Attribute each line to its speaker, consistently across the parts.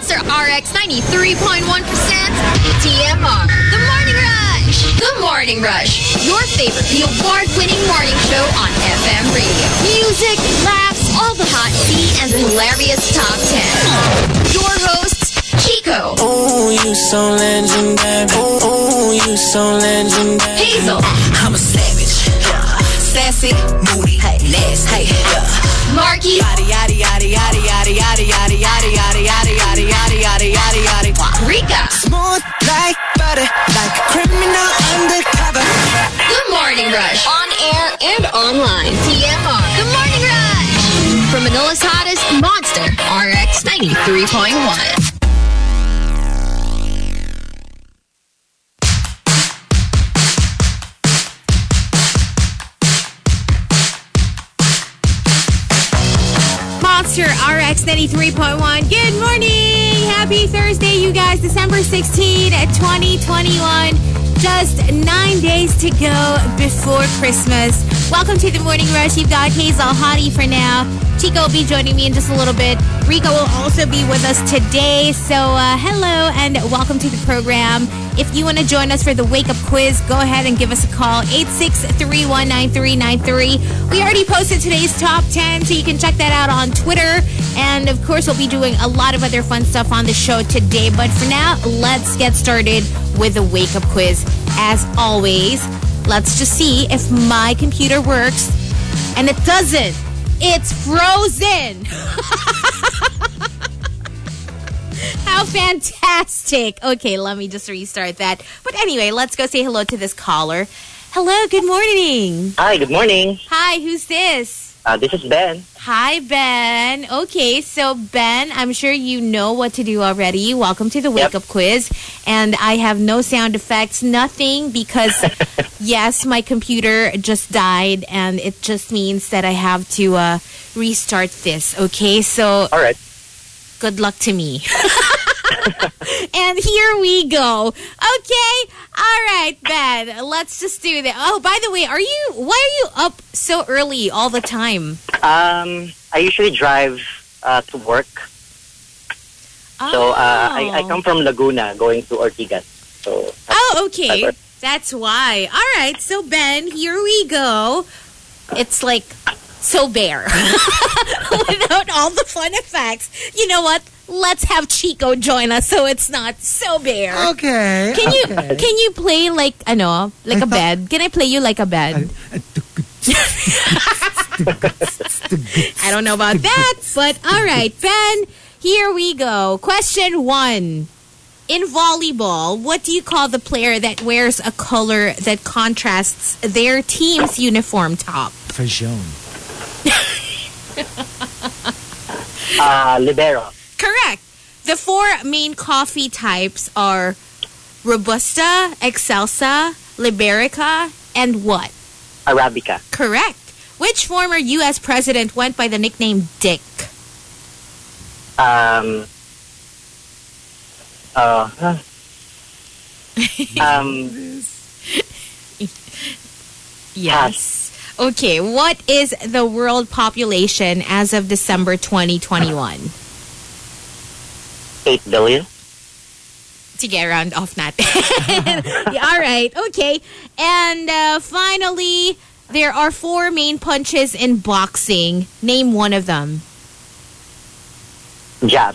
Speaker 1: KRX 93.1%, TMR, The Morning Rush. The Morning Rush, your favorite, the award-winning morning show on FM radio. Music, laughs, all the hot tea, and the hilarious top 10. Your hosts, Chico,
Speaker 2: Ooh, you so legendary. Ooh, you so legendary.
Speaker 1: Hazel,
Speaker 3: I'm a savage. Yeah. Sassy, moody, hey, nasty. Hey, yeah.
Speaker 1: Marky,
Speaker 3: Yadi yadi yadi yadi yadi yadi yadi yadi yadi yadi yadi yadi yadi yadi yadi. Wow.
Speaker 1: Rika.
Speaker 2: Smooth like butter, like a criminal undercover.
Speaker 1: The Morning Rush. On air and online. TMR. The Morning Rush. From Manila's hottest monster, RX 93.1.
Speaker 4: Monster RX 93.1. Good morning. Happy Thursday, you guys. December 16, 2021. Just nine days to go before Christmas. Welcome to the Morning Rush. You've got Hazel Hottie for now. Chico will be joining me in just a little bit. Rico will also be with us today. So, uh, hello and welcome to the program. If you want to join us for the wake up quiz, go ahead and give us a call 863-19393. We already posted today's top 10, so you can check that out on Twitter. And of course, we'll be doing a lot of other fun stuff on the show today. But for now, let's get started with the wake up quiz. As always, let's just see if my computer works. And it doesn't. It's frozen. How fantastic. Okay, let me just restart that. But anyway, let's go say hello to this caller. Hello, good morning.
Speaker 5: Hi, good morning.
Speaker 4: Hi, who's this?
Speaker 5: Uh, this is Ben.
Speaker 4: Hi, Ben. Okay, so Ben, I'm sure you know what to do already. Welcome to the wake up quiz. And I have no sound effects, nothing, because yes, my computer just died, and it just means that I have to uh, restart this. Okay, so
Speaker 5: All right.
Speaker 4: good luck to me. and here we go. Okay. All right, Ben. Let's just do that. Oh, by the way, are you why are you up so early all the time?
Speaker 5: Um, I usually drive uh, to work. So uh, I, I
Speaker 4: Oh.
Speaker 5: come from Laguna going to Ortigas. So
Speaker 4: Oh, okay.
Speaker 5: Ever.
Speaker 4: That's why. All right. So, Ben, here we go. It's like so bare without all the fun effects. You know what? Let's have Chico join us so it's not so bare.
Speaker 6: Okay.
Speaker 4: Can you
Speaker 6: okay.
Speaker 4: can you play like ano like a
Speaker 6: I thought-
Speaker 4: bed? Can I play you like a bed? I don't know about that, but all right, Ben. Here we go. Question one: In volleyball, what do you call the player that wears a color that contrasts their team's uniform top?
Speaker 6: For Joan.
Speaker 5: uh, libero.
Speaker 4: Correct. The four main coffee types are Robusta, Excelsa, Liberica, and what?
Speaker 5: Arabica.
Speaker 4: Correct. Which former U.S. president went by the nickname Dick?
Speaker 5: Um, uh, huh. um,
Speaker 4: Yes. Okay, what is the world population as of December 2021?
Speaker 5: 8 billion.
Speaker 4: Sige, round off natin. Yeah, all right, okay. And uh, finally, there are four main punches in boxing. Name one of them.
Speaker 5: Jab.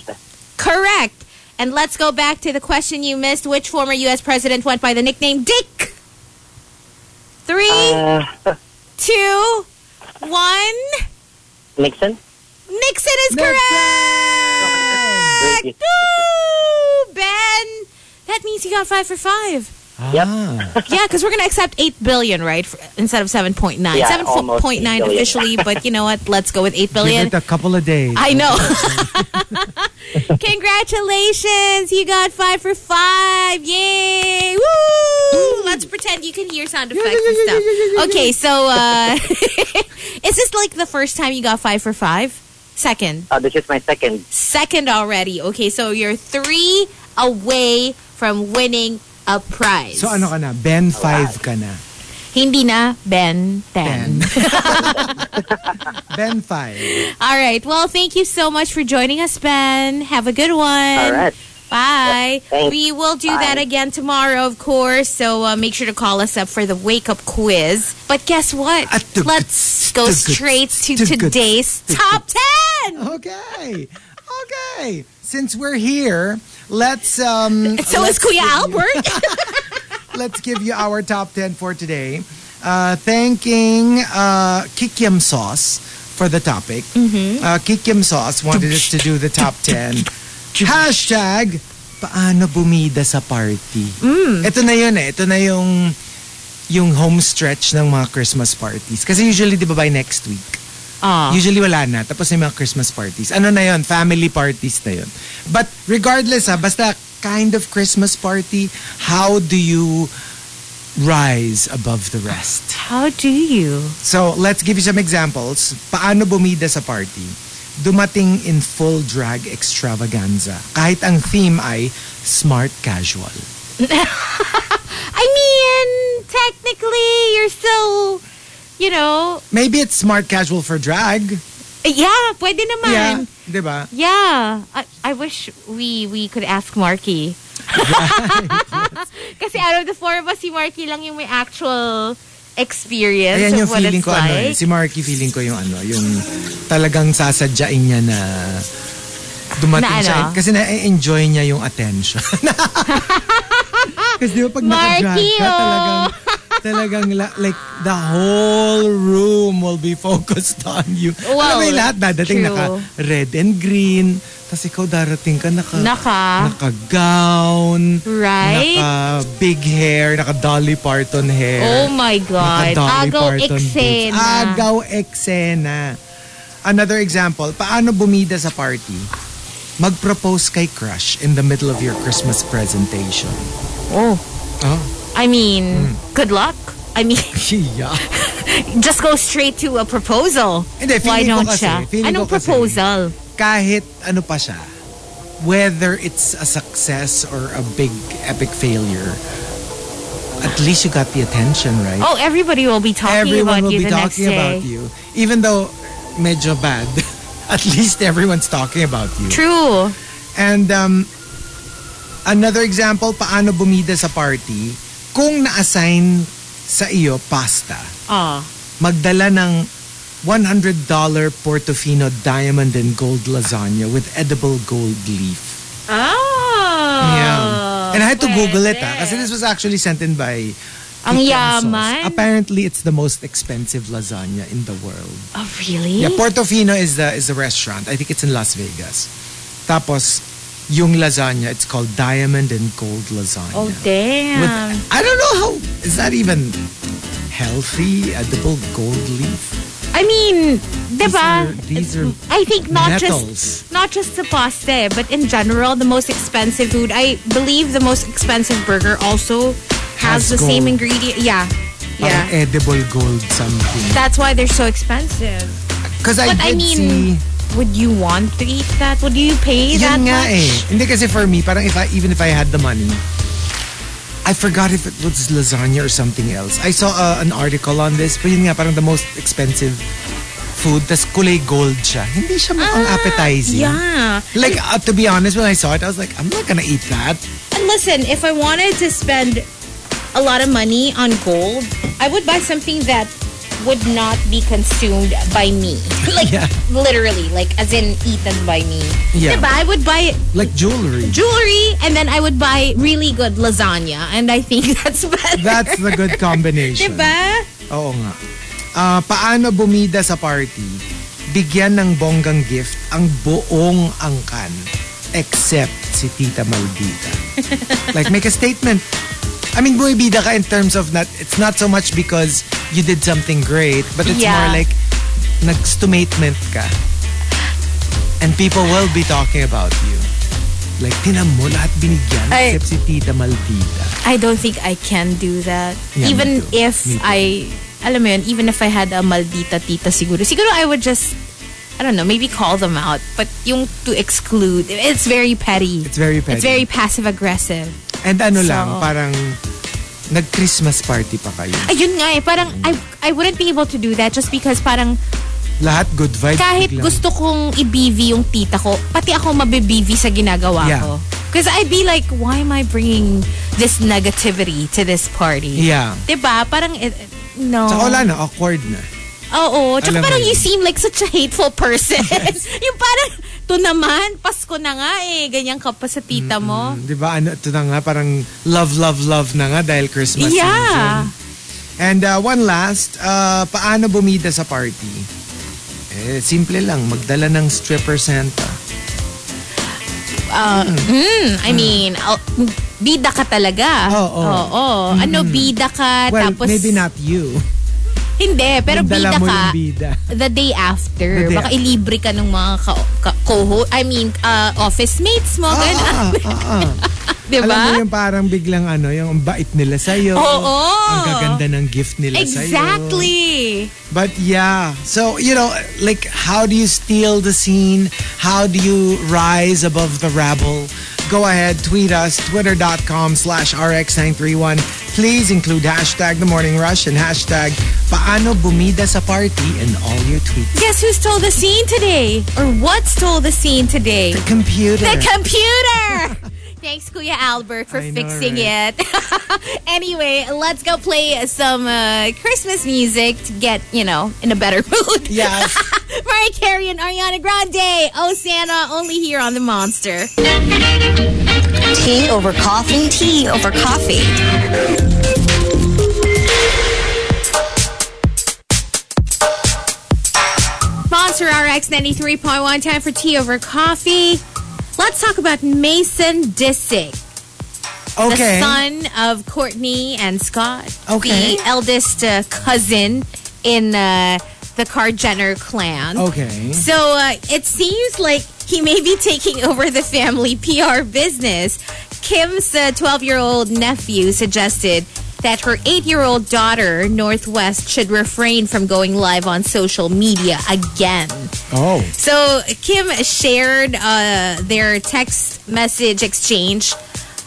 Speaker 4: Correct. And let's go back to the question you missed. Which former U.S. president went by the nickname Dick? Three,
Speaker 5: Uh,
Speaker 4: two, one.
Speaker 5: Nixon.
Speaker 4: Nixon is correct.
Speaker 5: Thank you.
Speaker 4: Woo! Ben, that means you got five for five.
Speaker 5: Yep.
Speaker 6: Ah,
Speaker 4: Yeah, because we're gonna accept eight billion, right? For, instead of seven point nine.
Speaker 5: Yeah,
Speaker 4: seven
Speaker 5: almost
Speaker 4: point nine
Speaker 5: eight billion.
Speaker 4: officially, but you know what? Let's go with eight
Speaker 6: give
Speaker 4: billion.
Speaker 6: it a couple of days.
Speaker 4: I know. Congratulations! You got five for five. Yay! Woo! Let's pretend you can hear sound effects and stuff. Okay, so uh, is this like the first time you got five for five? Second,
Speaker 5: Uh, this is my second.
Speaker 4: second already. Okay, so you're three away from winning a prize.
Speaker 6: So ano ka na? Ben 5 ka na.
Speaker 4: Hindi na Ben Ten.
Speaker 6: Ben. ben 5.
Speaker 4: All right. Well, thank you so much for joining us, Ben. Have a good one.
Speaker 5: All right.
Speaker 4: Bye.
Speaker 5: Thanks.
Speaker 4: We will do
Speaker 5: Bye.
Speaker 4: that again tomorrow, of course. So uh, make sure to call us up for the wake up quiz. But guess what?
Speaker 6: At the
Speaker 4: Let's
Speaker 6: goods,
Speaker 4: go
Speaker 6: the goods,
Speaker 4: straight to
Speaker 6: the goods,
Speaker 4: today's
Speaker 6: the
Speaker 4: top 10.
Speaker 6: Okay. Okay. Since we're here, let's um
Speaker 4: So is Kuya Albert.
Speaker 6: let's give you our top 10 for today. Uh, thanking uh, Kikiam Sauce for the topic. Uh, Kikiam Sauce wanted us to do the top 10. Hashtag, paano bumida sa party? Ito na yun eh. Ito na yung, yung home stretch ng mga Christmas parties. Kasi usually, di ba by next week?
Speaker 4: Ah.
Speaker 6: Usually wala na. Tapos may mga Christmas parties. Ano na yon Family parties na yon But regardless ha, basta kind of Christmas party, how do you rise above the rest?
Speaker 4: How do you?
Speaker 6: So let's give you some examples. Paano bumida sa party? Dumating in full drag extravaganza. Kahit ang theme ay smart casual.
Speaker 4: I mean, technically, you're still, you know,
Speaker 6: Maybe it's smart casual for drag.
Speaker 4: yeah, pwede naman.
Speaker 6: Yeah, di ba?
Speaker 4: Yeah, I, I wish we we could ask Marky. Kasi out of the four of us, si Marky lang yung may actual experience
Speaker 6: Ayan
Speaker 4: of
Speaker 6: yung
Speaker 4: what
Speaker 6: feeling
Speaker 4: it's
Speaker 6: ko ano, eh.
Speaker 4: like.
Speaker 6: si Marky feeling ko yung ano, yung talagang sasadyain niya na dumating
Speaker 4: Na
Speaker 6: siya.
Speaker 4: ano?
Speaker 6: Kasi na-enjoy niya yung attention. Kasi di ba pag naka-drag
Speaker 4: Marky, oh.
Speaker 6: ka, talagang, talagang la- like the whole room will be focused on you.
Speaker 4: Wow.
Speaker 6: Alam mo yung lahat, dadating
Speaker 4: True.
Speaker 6: naka red and green, tapos ikaw darating ka uh, naka,
Speaker 4: Naka.
Speaker 6: naka-gown,
Speaker 4: Right?
Speaker 6: naka-big hair, naka-Dolly Parton hair.
Speaker 4: oh my God.
Speaker 6: Naka-Dolly
Speaker 4: Agaw
Speaker 6: Parton boots.
Speaker 4: eksena.
Speaker 6: Agaw eksena. Another example, paano bumida sa party? Mag-propose kay crush in the middle of your Christmas presentation.
Speaker 4: Oh.
Speaker 6: Oh. Hmm.
Speaker 4: I mean, good luck. I mean,
Speaker 6: Yeah.
Speaker 4: just go straight to a proposal.
Speaker 6: Hindi,
Speaker 4: Why
Speaker 6: feeling ko
Speaker 4: don't
Speaker 6: kasi,
Speaker 4: siya?
Speaker 6: feeling eh?
Speaker 4: Anong
Speaker 6: ko kasi-
Speaker 4: proposal?
Speaker 6: Kahit ano pa siya, whether it's a success or a big epic failure, at least you got the attention, right?
Speaker 4: Oh, everybody will be talking
Speaker 6: everyone
Speaker 4: about
Speaker 6: will
Speaker 4: you the
Speaker 6: be
Speaker 4: next
Speaker 6: talking
Speaker 4: day.
Speaker 6: about you. Even though medyo bad, at least everyone's talking about you.
Speaker 4: True.
Speaker 6: And um, another example, paano bumida sa party, kung na-assign sa iyo pasta,
Speaker 4: Ah.
Speaker 6: magdala ng $100 Portofino diamond and gold lasagna with edible gold leaf.
Speaker 4: Oh.
Speaker 6: yeah. And I had to Google it, ah,
Speaker 4: pwede.
Speaker 6: kasi this was actually sent in by...
Speaker 4: Ang
Speaker 6: Kiki Amsos.
Speaker 4: yaman.
Speaker 6: Apparently, it's the most expensive lasagna in the world.
Speaker 4: Oh, really?
Speaker 6: Yeah, Portofino is the is the restaurant. I think it's in Las Vegas. Tapos yung lasagna, it's called Diamond and Gold Lasagna.
Speaker 4: Oh, damn.
Speaker 6: With, I don't know how is that even healthy? Edible gold leaf.
Speaker 4: I mean, diba?
Speaker 6: These are, these are
Speaker 4: I think not
Speaker 6: metals.
Speaker 4: just not just the pasta, eh, but in general, the most expensive food. I believe the most expensive burger also has,
Speaker 6: Has
Speaker 4: the same
Speaker 6: gold.
Speaker 4: ingredient. Yeah,
Speaker 6: parang
Speaker 4: yeah.
Speaker 6: eh edible gold something.
Speaker 4: That's why they're so expensive.
Speaker 6: Because I
Speaker 4: But I
Speaker 6: did
Speaker 4: mean,
Speaker 6: see.
Speaker 4: would you want to eat that? Would you pay that
Speaker 6: Yun nga
Speaker 4: much?
Speaker 6: eh. Hindi kasi for me, parang if I, even if I had the money, I forgot if it was lasagna or something else. I saw uh, an article on this, pero yun nga, parang the most expensive food, tas kulay gold siya. Hindi siya mukhang appetizing.
Speaker 4: Ah, Yeah.
Speaker 6: Like, uh, to be honest, when I saw it, I was like, I'm not gonna eat that.
Speaker 4: And listen, if I wanted to spend a lot of money on gold, I would buy something that would not be consumed by me. like
Speaker 6: Yeah.
Speaker 4: literally, like as in eaten by me.
Speaker 6: Yeah.
Speaker 4: Diba? I would buy
Speaker 6: Like jewelry.
Speaker 4: jewelry and then I would buy really good lasagna and I think that's better.
Speaker 6: That's the good combination.
Speaker 4: Diba?
Speaker 6: Oo nga. Ah, paano bumida sa party? Bigyan ng bonggang gift ang buong angkan except si Tita Maldita. like make a statement. I mean, bumibida ka in terms of not, it's not so much because you did something great, but it's
Speaker 4: Yeah.
Speaker 6: more like nag-statement ka. And people will be talking about you. Like, tinan mo lahat binigyan
Speaker 4: Ay.
Speaker 6: except si Tita Maldita.
Speaker 4: I don't think I can do that.
Speaker 6: Yeah, me
Speaker 4: even
Speaker 6: too.
Speaker 4: if
Speaker 6: Me too.
Speaker 4: I, alam mo yun, even if I had a maldita tita siguro, siguro I would just, I don't know, maybe call them out. But yung to exclude, it's very petty.
Speaker 6: It's very
Speaker 4: It's
Speaker 6: petty.
Speaker 4: very passive aggressive.
Speaker 6: And ano
Speaker 4: So-
Speaker 6: lang, parang nag-Christmas party pa kayo.
Speaker 4: Ayun nga eh, parang I, I wouldn't be able to do that just because parang
Speaker 6: Lahat good vibes.
Speaker 4: kahit
Speaker 6: biglang.
Speaker 4: gusto kong i-BV yung tita ko, pati ako mabibivi sa ginagawa
Speaker 6: Yeah.
Speaker 4: ko. Because I'd be like, why am I bringing this negativity to this party?
Speaker 6: Yeah.
Speaker 4: Diba? Parang, it, no.
Speaker 6: Sa wala na, awkward na.
Speaker 4: Oo. Tsaka
Speaker 6: Alam mo
Speaker 4: parang
Speaker 6: yun.
Speaker 4: you seem like such a hateful person. yung parang, to naman, Pasko na nga eh. Ganyan ka pa sa tita mo.
Speaker 6: Di ba? Ano, ito na nga, parang love, love, love na nga dahil Christmas season.
Speaker 4: yeah.
Speaker 6: And uh, one last, uh, paano bumida sa party? Eh, simple lang, magdala ng stripper Santa.
Speaker 4: Mm, I mean, oh, bida ka talaga.
Speaker 6: Oo.
Speaker 4: Oo. Ano, bida ka,
Speaker 6: Well,
Speaker 4: tapos...
Speaker 6: maybe not you.
Speaker 4: Hindi, pero bida
Speaker 6: Magdala mo
Speaker 4: ka.
Speaker 6: yung bida.
Speaker 4: The day after.
Speaker 6: The day
Speaker 4: baka
Speaker 6: after.
Speaker 4: ilibre ka ng mga ka, ka- coho, I mean, uh, office mates mo.
Speaker 6: Ah,
Speaker 4: ganun.
Speaker 6: ah, ah, ah.
Speaker 4: Diba?
Speaker 6: Alam mo yung parang biglang ano, yung ang bait nila sa'yo.
Speaker 4: Oo.
Speaker 6: Ang gaganda ng gift nila sa'yo.
Speaker 4: Exactly.
Speaker 6: But yeah, so you know, like how do you steal the scene? How do you rise above the rabble? Go ahead, tweet us, twitter.com slash rx931. Please include hashtag the morning rush and hashtag paano bumida sa party in all your tweets.
Speaker 4: Guess who stole the scene today? Or what stole the scene today?
Speaker 6: The computer.
Speaker 4: The computer! Thanks, Kuya Albert, for
Speaker 6: I know,
Speaker 4: fixing it. anyway, let's go play some uh, Christmas music to get, you know, in a better mood.
Speaker 6: yes.
Speaker 4: Mariah Carey and Ariana Grande. Oh, Santa, only here on The Monster.
Speaker 3: Tea over coffee. Tea over coffee.
Speaker 4: Monster RX 93.1, time for tea over coffee. Let's talk about Mason Disick.
Speaker 6: Okay.
Speaker 4: the son of Courtney and Scott,
Speaker 6: Okay.
Speaker 4: the eldest uh, cousin in uh, the Car Jenner clan.
Speaker 3: Oh,
Speaker 6: Okay.
Speaker 4: So uh, it seems like he may be taking over the family PR business. Kim's 12 year old nephew suggested that her 8 year old daughter, Northwest, should refrain from going live on social media again.
Speaker 6: Oh.
Speaker 4: So Kim shared uh, their text message exchange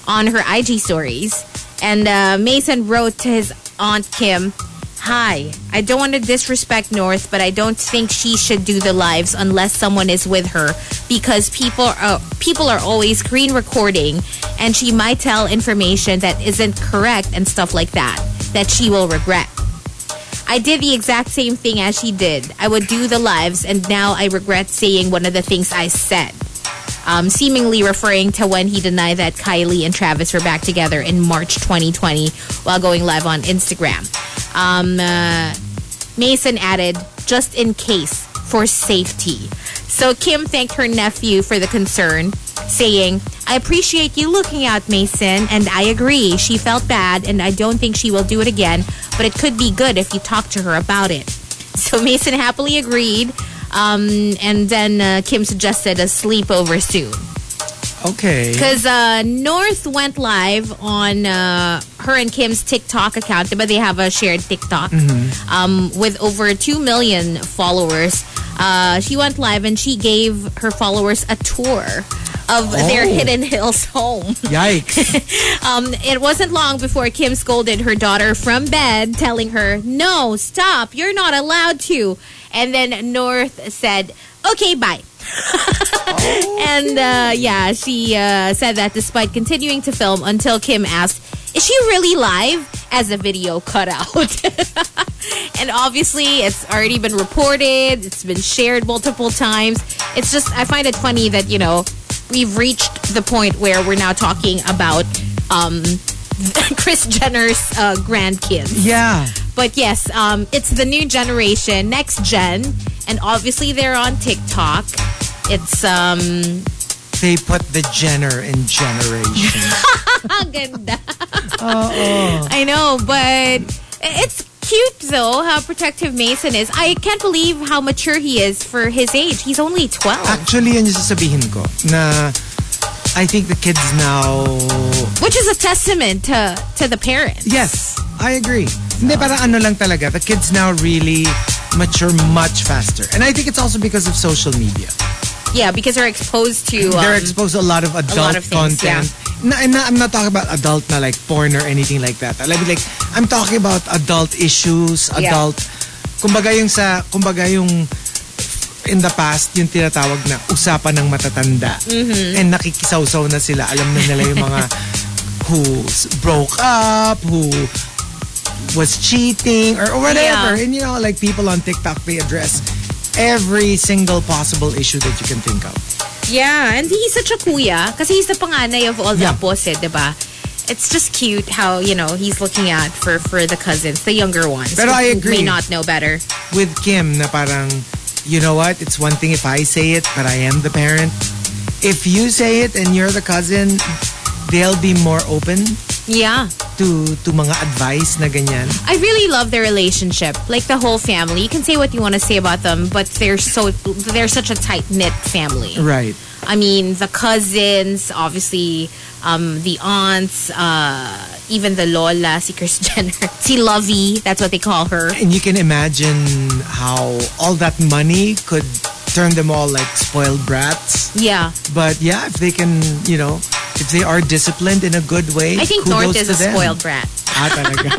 Speaker 4: on her IG stories, and uh, Mason wrote to his aunt Kim, "Hi, I don't want to disrespect North, but I don't think she should do the lives unless someone is with her because people are people are always screen recording, and she might tell information that isn't correct and stuff like that that she will regret." I did the exact same thing as she did. I would do the lives, and now I regret saying one of the things I said. Um, seemingly referring to when he denied that Kylie and Travis were back together in March 2020 while going live on Instagram. Um, uh, Mason added, just in case, for safety. So Kim thanked her nephew for the concern, saying, I appreciate you looking out, Mason, and I agree. She felt bad, and I don't think she will do it again, but it could be good if you talk to her about it. So Mason happily agreed, um, and then uh, Kim suggested a sleepover soon.
Speaker 6: Okay.
Speaker 4: Because uh, North went live on uh, her and Kim's TikTok account, but they have a shared TikTok um, with over 2 million followers. Uh, she went live and she gave her followers a tour of their
Speaker 6: Oh.
Speaker 4: Hidden Hills home.
Speaker 6: Yikes.
Speaker 4: Um, it wasn't long before Kim scolded her daughter from bed, telling her, No, stop, you're not allowed to. And then North said, Okay, bye. And uh, yeah, she uh, said that despite continuing to film until Kim asked, Is she really live? as a video cut out. and obviously, it's already been reported, it's been shared multiple times. It's just, I find it funny that, you know, we've reached the point where we're now talking about um, Chris Jenner's uh, grandkids.
Speaker 6: yeah.
Speaker 4: But yes, um, it's the new generation, next gen, and obviously they're on TikTok. It's um
Speaker 6: They put the Jenner in generation.
Speaker 4: Ang ganda.
Speaker 6: Oh.
Speaker 4: I know, but it's cute though how protective Mason is. I can't believe how mature he is for his age. He's only 12,
Speaker 6: Actually, yun yung sasabihin ko na I think the kids now
Speaker 4: which is a testament to to the parents.
Speaker 6: Yes, I agree. Hindi, parang ano lang talaga. The kids now really mature much faster. And I think it's also because of social media.
Speaker 4: Yeah, because they're exposed to um,
Speaker 6: They're exposed to a lot of
Speaker 4: lot
Speaker 6: adult
Speaker 4: of things,
Speaker 6: content. Na, and na, I'm not talking about adult na like porn or anything like that. Like, like I'm talking about adult issues,
Speaker 4: Yeah.
Speaker 6: adult... Kumbaga yung sa... Kumbaga yung in the past yung tinatawag na usapan ng matatanda.
Speaker 4: Mm-hmm.
Speaker 6: And nakikisawsaw na sila. Alam na nila yung mga who s- broke up, who was cheating, or whatever.
Speaker 4: Yeah.
Speaker 6: And you know, like people on TikTok, they address every single possible issue that you can think of.
Speaker 4: Yeah, and he's such a kuya kasi he's the panganay of all the
Speaker 6: Yeah.
Speaker 4: apos, eh, 'di ba? It's just cute how, you know, he's looking out for for the cousins, the younger ones.
Speaker 6: Pero
Speaker 4: who
Speaker 6: I agree.
Speaker 4: May not know better.
Speaker 6: with Kim na parang, you know what, it's one thing if I say it, but I am the parent. If you say it and you're the cousin, they'll be more open
Speaker 4: Yeah.
Speaker 6: to to mga advice na ganyan.
Speaker 4: I really love their relationship. Like the whole family. You can say what you want to say about them, but they're so they're such a tight-knit family.
Speaker 6: Right.
Speaker 4: I mean, the cousins, obviously, um, the aunts, uh, even the Lola, si Kris Jenner, si Lovey, that's what they call her.
Speaker 6: And you can imagine how all that money could turn them all like spoiled brats.
Speaker 4: Yeah.
Speaker 6: But yeah, if they can, you know, if they are disciplined in a good way,
Speaker 4: I think North
Speaker 6: kudos
Speaker 4: is a
Speaker 6: to them.
Speaker 4: spoiled brat.
Speaker 6: Ah, talaga.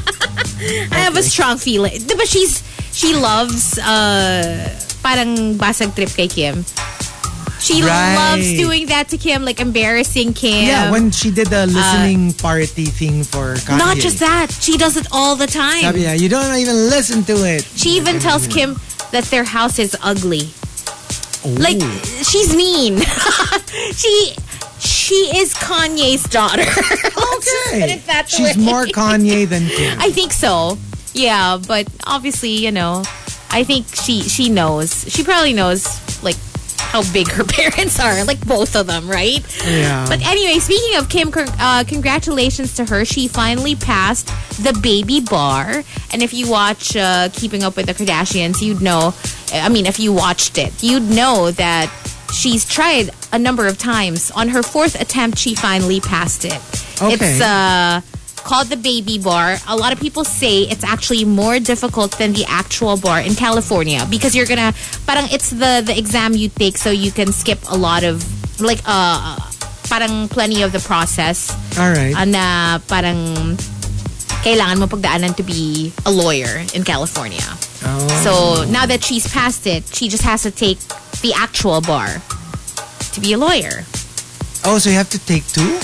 Speaker 4: I have a strong feeling. Di ba she's, she loves, uh, parang basag trip kay Kim. She
Speaker 6: Right.
Speaker 4: loves doing that to Kim, like embarrassing Kim.
Speaker 6: yeah, when she did the listening party thing for
Speaker 4: Uh,
Speaker 6: Kanye.
Speaker 4: Not just that. She does it all the time.
Speaker 6: Sabi niya, you don't even listen to it.
Speaker 4: She even tells Kim that their house is ugly.
Speaker 6: Oh.
Speaker 4: Like she's mean. she she is Kanye's daughter. Let's just put
Speaker 6: Okay.
Speaker 4: it that
Speaker 6: She's
Speaker 4: way.
Speaker 6: more Kanye than Kim.
Speaker 4: I think so. Yeah, but obviously, you know, I think she she knows. She probably knows like how big her parents are, like both of them, right?
Speaker 6: Yeah.
Speaker 4: But anyway, speaking of Kim, cr- uh, congratulations to her. She finally passed the baby bar. And if you watch uh, Keeping Up with the Kardashians, you'd know. I mean, if you watched it, you'd know that she's tried a number of times. On her fourth attempt, she finally passed it.
Speaker 6: Okay.
Speaker 4: It's uh, called the baby bar. A lot of people say it's actually more difficult than the actual bar in California because you're gonna, parang it's the the exam you take so you can skip a lot of like uh parang plenty of the process
Speaker 6: All right.
Speaker 4: uh, na parang kailangan mo pagdaanan to be a lawyer in California.
Speaker 6: Oh.
Speaker 4: So now that she's passed it, she just has to take the actual bar to be a lawyer
Speaker 6: oh, so you have to take two?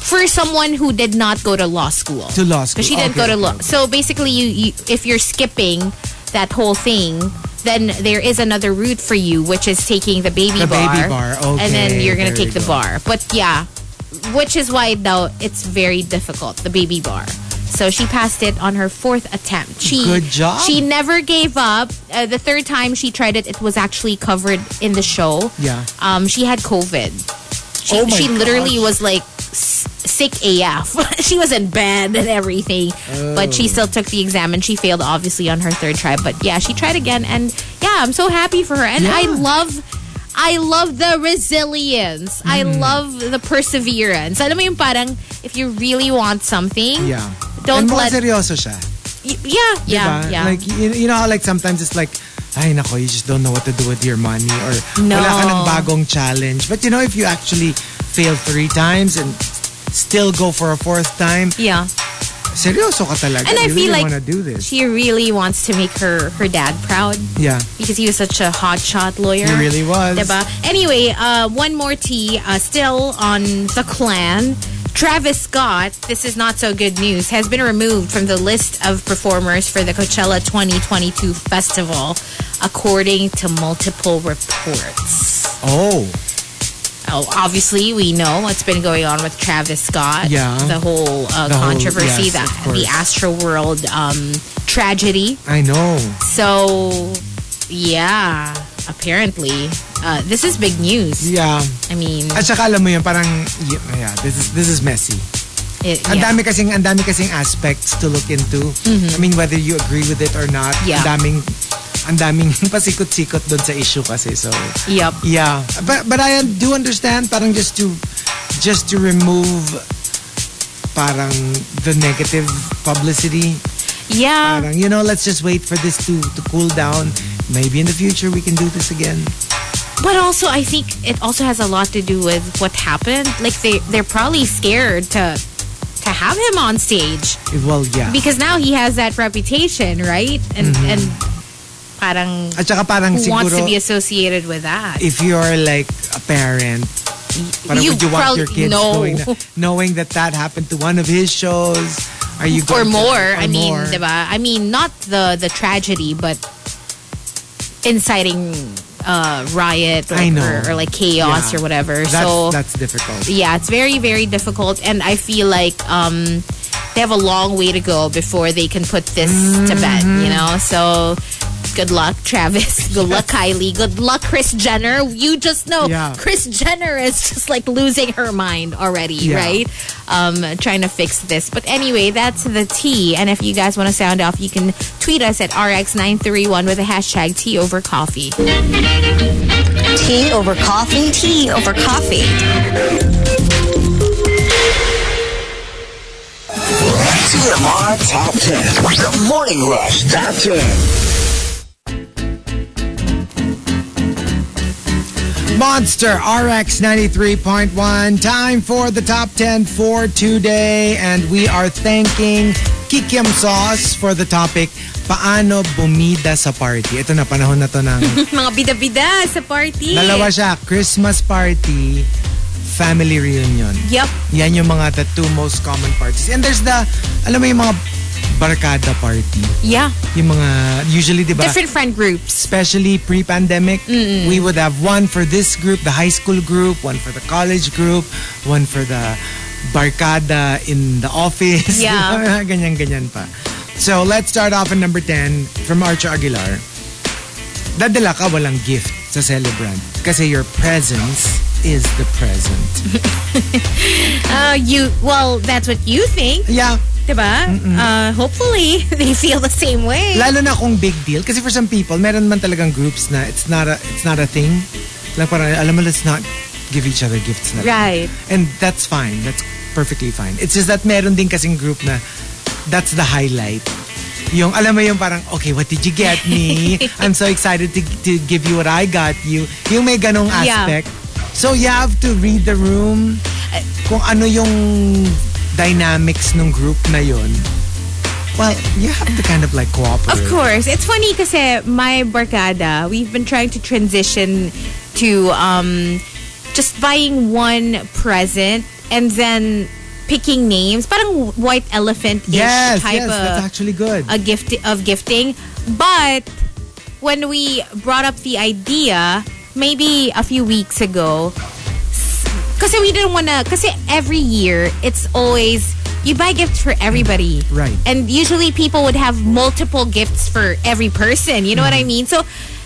Speaker 4: for someone who did not go to law school.
Speaker 6: To law school.
Speaker 4: Because she didn't
Speaker 6: Okay,
Speaker 4: go to
Speaker 6: okay,
Speaker 4: law. So basically, you, you if you're skipping that whole thing, then there is another route for you, which is taking the baby
Speaker 6: The
Speaker 4: bar.
Speaker 6: baby bar,
Speaker 4: And then
Speaker 6: okay,
Speaker 4: you're gonna
Speaker 6: there
Speaker 4: take
Speaker 6: we
Speaker 4: the
Speaker 6: go.
Speaker 4: bar. But yeah, which is why though it's very difficult the baby bar. So she passed it on her fourth attempt. She
Speaker 6: Good job.
Speaker 4: She never gave up. Uh, the third time she tried it, it was actually covered in the show.
Speaker 6: Yeah.
Speaker 4: Um, she had COVID. She,
Speaker 6: Oh my
Speaker 4: she literally
Speaker 6: gosh.
Speaker 4: was like s- sick AF. she was in bed and everything, but
Speaker 6: Oh.
Speaker 4: she still took the exam and she failed obviously on her third try. But yeah, she tried again, and yeah, I'm so happy for her. And I
Speaker 6: Yeah.
Speaker 4: love. I love the resilience. I
Speaker 6: Mm.
Speaker 4: love the perseverance. Alam mo yung parang, if you really want something,
Speaker 6: Yeah.
Speaker 4: don't
Speaker 6: And more
Speaker 4: let...
Speaker 6: seryoso siya.
Speaker 4: y- yeah, yeah,
Speaker 6: diba?
Speaker 4: yeah.
Speaker 6: Like, you, you know how like sometimes it's like, ay nako, you just don't know what to do with your money or
Speaker 4: No.
Speaker 6: wala ka ng bagong challenge. But you know, if you actually fail three times and still go for a fourth time,
Speaker 4: yeah.
Speaker 6: seryoso ka talaga.
Speaker 4: And I
Speaker 6: you
Speaker 4: feel like
Speaker 6: really wanna do this.
Speaker 4: she really wants to make her, her dad proud
Speaker 6: yeah,
Speaker 4: because he was such a hotshot lawyer.
Speaker 6: he really was.
Speaker 4: Diba? Anyway, uh, one more tea uh, still on the clan. Travis Scott, this is not so good news, has been removed from the list of performers for the Coachella 2022 festival, according to multiple reports.
Speaker 6: Oh.
Speaker 4: Oh, obviously, we know what's been going on with Travis Scott.
Speaker 6: Yeah.
Speaker 4: The whole uh,
Speaker 6: The whole-
Speaker 4: controversy,
Speaker 6: yes, of
Speaker 4: the, the
Speaker 6: course.
Speaker 4: Astro World um, tragedy.
Speaker 6: I know.
Speaker 4: So, yeah, apparently, uh, this is big news.
Speaker 6: Yeah.
Speaker 4: I mean,
Speaker 6: At saka alam mo yun, parang, y- yeah, this is, this is messy.
Speaker 4: It-
Speaker 6: Ang
Speaker 4: yeah. Mm-hmm.
Speaker 6: dami kasing, ang dami kasing aspects to look into. I mean, whether you agree with it or not,
Speaker 4: Yeah.
Speaker 6: ang daming, ang daming pasikot-sikot doon sa issue kasi. So,
Speaker 4: Yup.
Speaker 6: yeah. But, but I do understand, parang just to, just to remove parang the negative publicity.
Speaker 4: Yeah.
Speaker 6: Parang, you know, let's just wait for this to, to cool down. Maybe in the future we can do this again.
Speaker 4: But also, I think it also has a lot to do with what happened. Like they they're probably scared to to have him on stage
Speaker 6: Well, yeah.
Speaker 4: because now he has that reputation, right? And and parang
Speaker 6: At saka parang
Speaker 4: who wants to
Speaker 6: Mm-hmm. siguro,
Speaker 4: be associated with that?
Speaker 6: if you're like a parent, parang
Speaker 4: You
Speaker 6: would you want
Speaker 4: probably-
Speaker 6: your kids
Speaker 4: no.
Speaker 6: knowing, that, knowing that that happened to one of his shows? Are you
Speaker 4: or
Speaker 6: going to-
Speaker 4: more.
Speaker 6: or
Speaker 4: I mean,
Speaker 6: more?
Speaker 4: diba? I mean, not the the tragedy, but inciting uh, riot or,
Speaker 6: I know.
Speaker 4: or, or, like chaos
Speaker 6: Yeah.
Speaker 4: or whatever.
Speaker 6: That's,
Speaker 4: so
Speaker 6: that's difficult.
Speaker 4: yeah, it's very very difficult, and I feel like um, they have a long way to go before they can put this to bed.
Speaker 6: Mm-hmm.
Speaker 4: You know, so. Good luck, Travis. Good luck, Kylie. Good luck, Chris Jenner. You just know
Speaker 6: Yeah.
Speaker 4: Chris Jenner is just like losing her mind already,
Speaker 6: Yeah.
Speaker 4: right? Um, trying to fix this. But anyway, that's the tea. And if you guys want to sound off, you can tweet us at RX931 with the hashtag tea over coffee.
Speaker 7: Tea over coffee. Tea over coffee.
Speaker 8: TMR Top 10. The Morning Rush Top 10.
Speaker 6: Monster RX 93.1. Time for the top 10 for today. And we are thanking Kikiam Sauce for the topic, Paano Bumida sa Party. Ito na, panahon na to ng
Speaker 4: Mga bida-bida sa party.
Speaker 6: dalawa siya, Christmas Party, Family Reunion.
Speaker 4: Yup.
Speaker 6: Yan yung mga the two most common parties. And there's the, alam mo yung mga barkada party.
Speaker 4: Yeah.
Speaker 6: Yung mga, usually, di ba?
Speaker 4: Different friend groups.
Speaker 6: especially pre-pandemic, we would have one for this group, the high school group, one for the college group, one for the barkada in the office.
Speaker 4: Yeah.
Speaker 6: ganyan, ganyan pa. So let's start off at number 10 from Archer Aguilar. Dadala ka walang gift sa celebrant kasi your presence is the present.
Speaker 4: Uh, you well, that's what you think,
Speaker 6: Yeah,
Speaker 4: diba? Uh, hopefully they feel the same way.
Speaker 6: lalo na kung big deal kasi for some people, meron man talagang groups na it's not a it's not a thing. Like parang alam mo let's not give each other gifts na.
Speaker 4: right.
Speaker 6: lang. And that's fine. That's perfectly fine. It's just that meron din kasing group na that's the highlight. Yung, alam mo yung parang, okay, what did you get me? I'm so excited to, to give you what I got you. Yung may ganong
Speaker 4: Yeah.
Speaker 6: aspect. So you have to read the room kung ano yung dynamics ng group na yun. Well, you have to kind of like cooperate.
Speaker 4: Of course. It's funny kasi my barkada, we've been trying to transition to um, just buying one present and then picking names. Parang white elephant-ish
Speaker 6: Yes,
Speaker 4: type of
Speaker 6: yes, that's actually good.
Speaker 4: a gift of gifting. But when we brought up the idea, maybe a few weeks ago, because we didn't want to, because every year it's always you buy gifts for everybody,
Speaker 6: Right.
Speaker 4: And usually people would have multiple gifts for every person. You know what I mean? So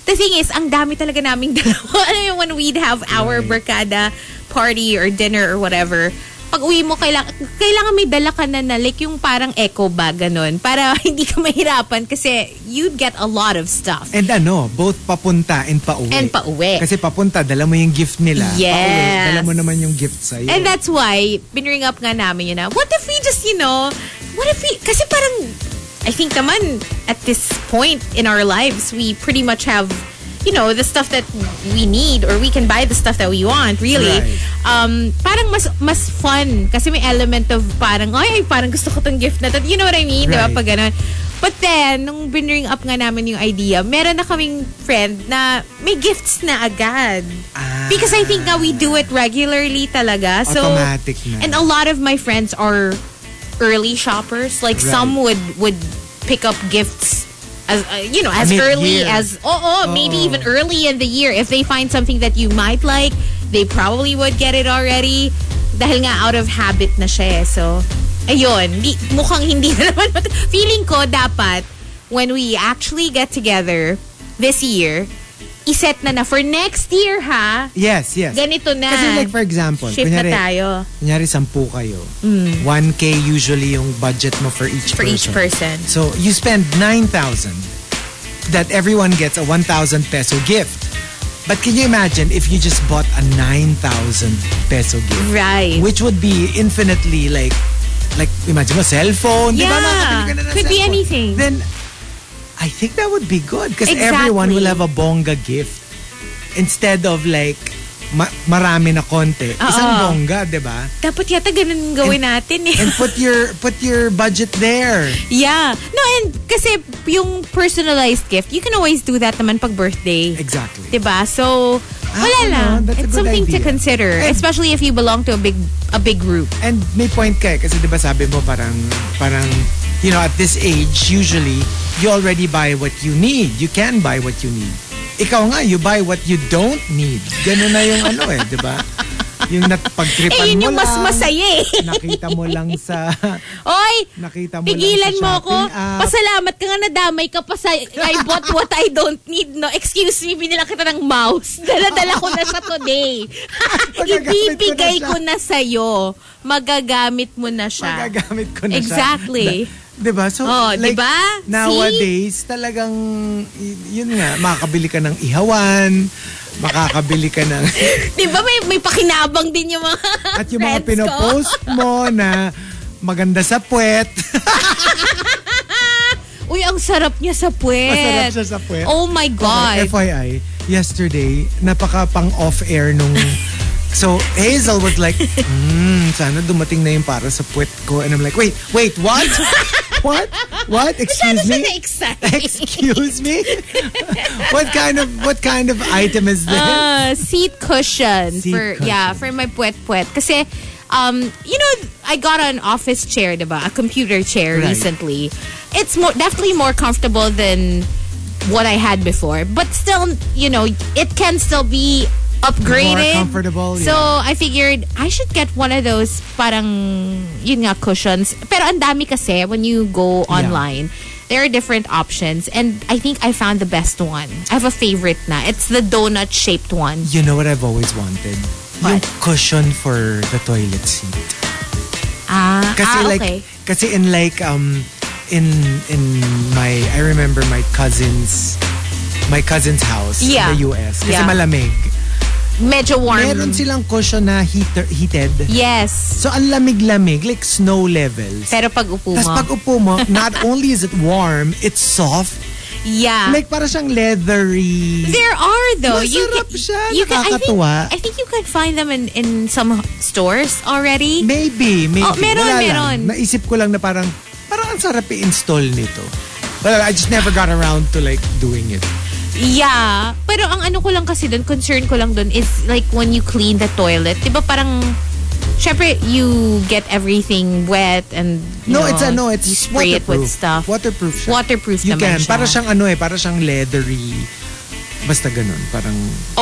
Speaker 4: the thing is, ang dami talaga naming dalawa. Ano yung when we'd have our barkada party or dinner or whatever, pag uwi mo, kailangan, kailangan may dala ka na na, like yung parang eco bag, ganun, para hindi ka mahirapan kasi you'd get a lot of stuff.
Speaker 6: And ano, both papunta and pauwi.
Speaker 4: And pauwi.
Speaker 6: Kasi papunta, dala mo yung gift nila.
Speaker 4: Yes.
Speaker 6: Pauwi, dala mo naman yung gift sa'yo.
Speaker 4: And that's why, binring up nga namin yun na, what if we just, you know, what if we, kasi parang, I think naman, at this point in our lives, we pretty much have, you know, the stuff that we need or we can buy the stuff that we want, really.
Speaker 6: Right.
Speaker 4: Um, parang mas, mas fun kasi may element of parang, ay, ay, parang gusto ko tong gift na to. You know what I mean? Diba?
Speaker 6: Right.
Speaker 4: Pag ganun. But then, nung binring up nga namin yung idea, meron na kaming friend na may gifts na agad.
Speaker 6: Ah.
Speaker 4: Because I think now we do it regularly talaga. So
Speaker 6: Automatic na.
Speaker 4: And a lot of my friends are early shoppers. Like
Speaker 6: Right.
Speaker 4: some would would pick up gifts as uh, you know, as
Speaker 6: Mid-year.
Speaker 4: early as oh, oh, maybe
Speaker 6: Oo.
Speaker 4: even early in the year if they find something that you might like, they probably would get it already dahil nga out of habit na siya. eh. So ayun, di, mukhang hindi na naman mat- feeling ko dapat when we actually get together this year, iset na na for next year ha.
Speaker 6: Yes, yes.
Speaker 4: Ganito na.
Speaker 6: Kasi like for example,
Speaker 4: Shift na
Speaker 6: kunyari,
Speaker 4: tayo Mm.
Speaker 6: kunyari sampu kayo. 1K usually yung budget mo for each
Speaker 4: for
Speaker 6: person.
Speaker 4: each person.
Speaker 6: So you spend 9,000 that everyone gets a 1,000 peso gift. But can you imagine if you just bought a 9,000 peso gift?
Speaker 4: Right.
Speaker 6: Which would be infinitely like like imagine mo cellphone, di ba?
Speaker 4: Yeah.
Speaker 6: Makakabili ka na ng
Speaker 4: Could be
Speaker 6: cellphone.
Speaker 4: anything.
Speaker 6: Then I think that would be good because
Speaker 4: Exactly.
Speaker 6: everyone will have a bonga gift instead of like ma- marami na konti. Isang
Speaker 4: Oo.
Speaker 6: bongga, di ba?
Speaker 4: Dapat yata ganun gawin natin eh.
Speaker 6: And put your put your budget there.
Speaker 4: yeah. No, and kasi yung personalized gift, you can always do that naman pag birthday.
Speaker 6: Exactly.
Speaker 4: Diba? So, wala
Speaker 6: ano,
Speaker 4: lang.
Speaker 6: that's a
Speaker 4: It's
Speaker 6: good
Speaker 4: something to
Speaker 6: idea.
Speaker 4: consider.
Speaker 6: And-
Speaker 4: especially if you belong to a big a big group.
Speaker 6: And may point ka eh, kasi di ba sabi mo parang parang you know at this age usually you already buy what you need. You can buy what you need. Ikaw nga you buy what you don't need. Ganun na yung ano eh, di ba? Yung napagtripan
Speaker 4: Eh, yun
Speaker 6: mo
Speaker 4: yung mas
Speaker 6: lang,
Speaker 4: masaya eh.
Speaker 6: nakita mo lang sa
Speaker 4: Oy!
Speaker 6: nakita mo lang
Speaker 4: Pigilan
Speaker 6: sa
Speaker 4: mo ako.
Speaker 6: shopping app.
Speaker 4: Pasalamat ka nga nadamay ka pa sa I bought what I don't need, no? Excuse me, binila kita ng mouse. Dala-dala ko na sa today.
Speaker 6: Magagamit ko na
Speaker 4: Ibibigay
Speaker 6: siya.
Speaker 4: ko na sa'yo. Magagamit mo na siya.
Speaker 6: Magagamit ko na
Speaker 4: Exactly.
Speaker 6: siya. Exactly. Diba? So,
Speaker 4: Oh,
Speaker 6: like,
Speaker 4: diba?
Speaker 6: nowadays, talagang, y- yun nga, makakabili ka ng ihawan, makakabili ka ng,
Speaker 4: Di ba may, may pakinabang din yung mga
Speaker 6: at yung mga
Speaker 4: friends ko?
Speaker 6: pinopost mo na maganda sa puwet.
Speaker 4: Uy, ang sarap niya sa puwet.
Speaker 6: Masarap siya sa puwet.
Speaker 4: Oh my God.
Speaker 6: FYI, yesterday, napaka pang off-air nung, so Hazel was like, hmm, sana dumating na yung para sa puwet ko. And I'm like, wait, wait, what? what? What?
Speaker 4: Ano
Speaker 6: Excuse
Speaker 4: siya
Speaker 6: me?
Speaker 4: na-excite?
Speaker 6: Excuse me? what kind of what kind of item is this?
Speaker 4: Uh, seat cushion
Speaker 6: Seat
Speaker 4: for
Speaker 6: cushion.
Speaker 4: yeah for my puwet puwet kasi um you know I got an office chair diba a computer chair
Speaker 6: Right.
Speaker 4: recently it's more definitely more comfortable than what I had before but still you know it can still be upgraded
Speaker 6: More comfortable,
Speaker 4: so I figured I should get one of those parang yun nga cushions pero ang dami kasi when you go online There are different options, and I think I found the best one. I have a favorite na. It's the donut shaped one.
Speaker 6: you know what I've always wanted?
Speaker 4: What?
Speaker 6: Yung cushion for the toilet seat.
Speaker 4: Ah,
Speaker 6: Kasi
Speaker 4: ah,
Speaker 6: like
Speaker 4: okay.
Speaker 6: kasi in like um in in my I remember my cousin's my cousin's house
Speaker 4: Yeah.
Speaker 6: in the US. Kasi
Speaker 4: Yeah.
Speaker 6: malamig.
Speaker 4: Medyo warm.
Speaker 6: Meron silang cushion na heater, heated.
Speaker 4: Yes.
Speaker 6: So ang lamig-lamig like snow levels.
Speaker 4: Pero pag upo
Speaker 6: Tapos
Speaker 4: mo.
Speaker 6: pag upo mo, not only is it warm, it's soft.
Speaker 4: yeah.
Speaker 6: Like para siyang leathery.
Speaker 4: there are though. You
Speaker 6: Masarap
Speaker 4: can,
Speaker 6: siya,
Speaker 4: you can, I, think,
Speaker 6: nakakatuwa.
Speaker 4: I think you can find them in, in some stores already.
Speaker 6: Maybe, maybe.
Speaker 4: Oh, meron,
Speaker 6: Wala
Speaker 4: meron.
Speaker 6: Lang. Naisip ko lang na parang, parang ang sarap i-install nito. Well, I just never got around to like doing it.
Speaker 4: Yeah. Pero ang ano ko lang kasi doon, concern ko lang doon is like when you clean the toilet. Di ba parang, syempre you get everything wet and you
Speaker 6: No,
Speaker 4: know,
Speaker 6: it's ano, it's
Speaker 4: you spray it
Speaker 6: waterproof.
Speaker 4: with stuff.
Speaker 6: Waterproof siya.
Speaker 4: Waterproof
Speaker 6: You
Speaker 4: naman
Speaker 6: can.
Speaker 4: siya.
Speaker 6: Para siyang ano eh, para siyang leathery. Basta ganun. Parang,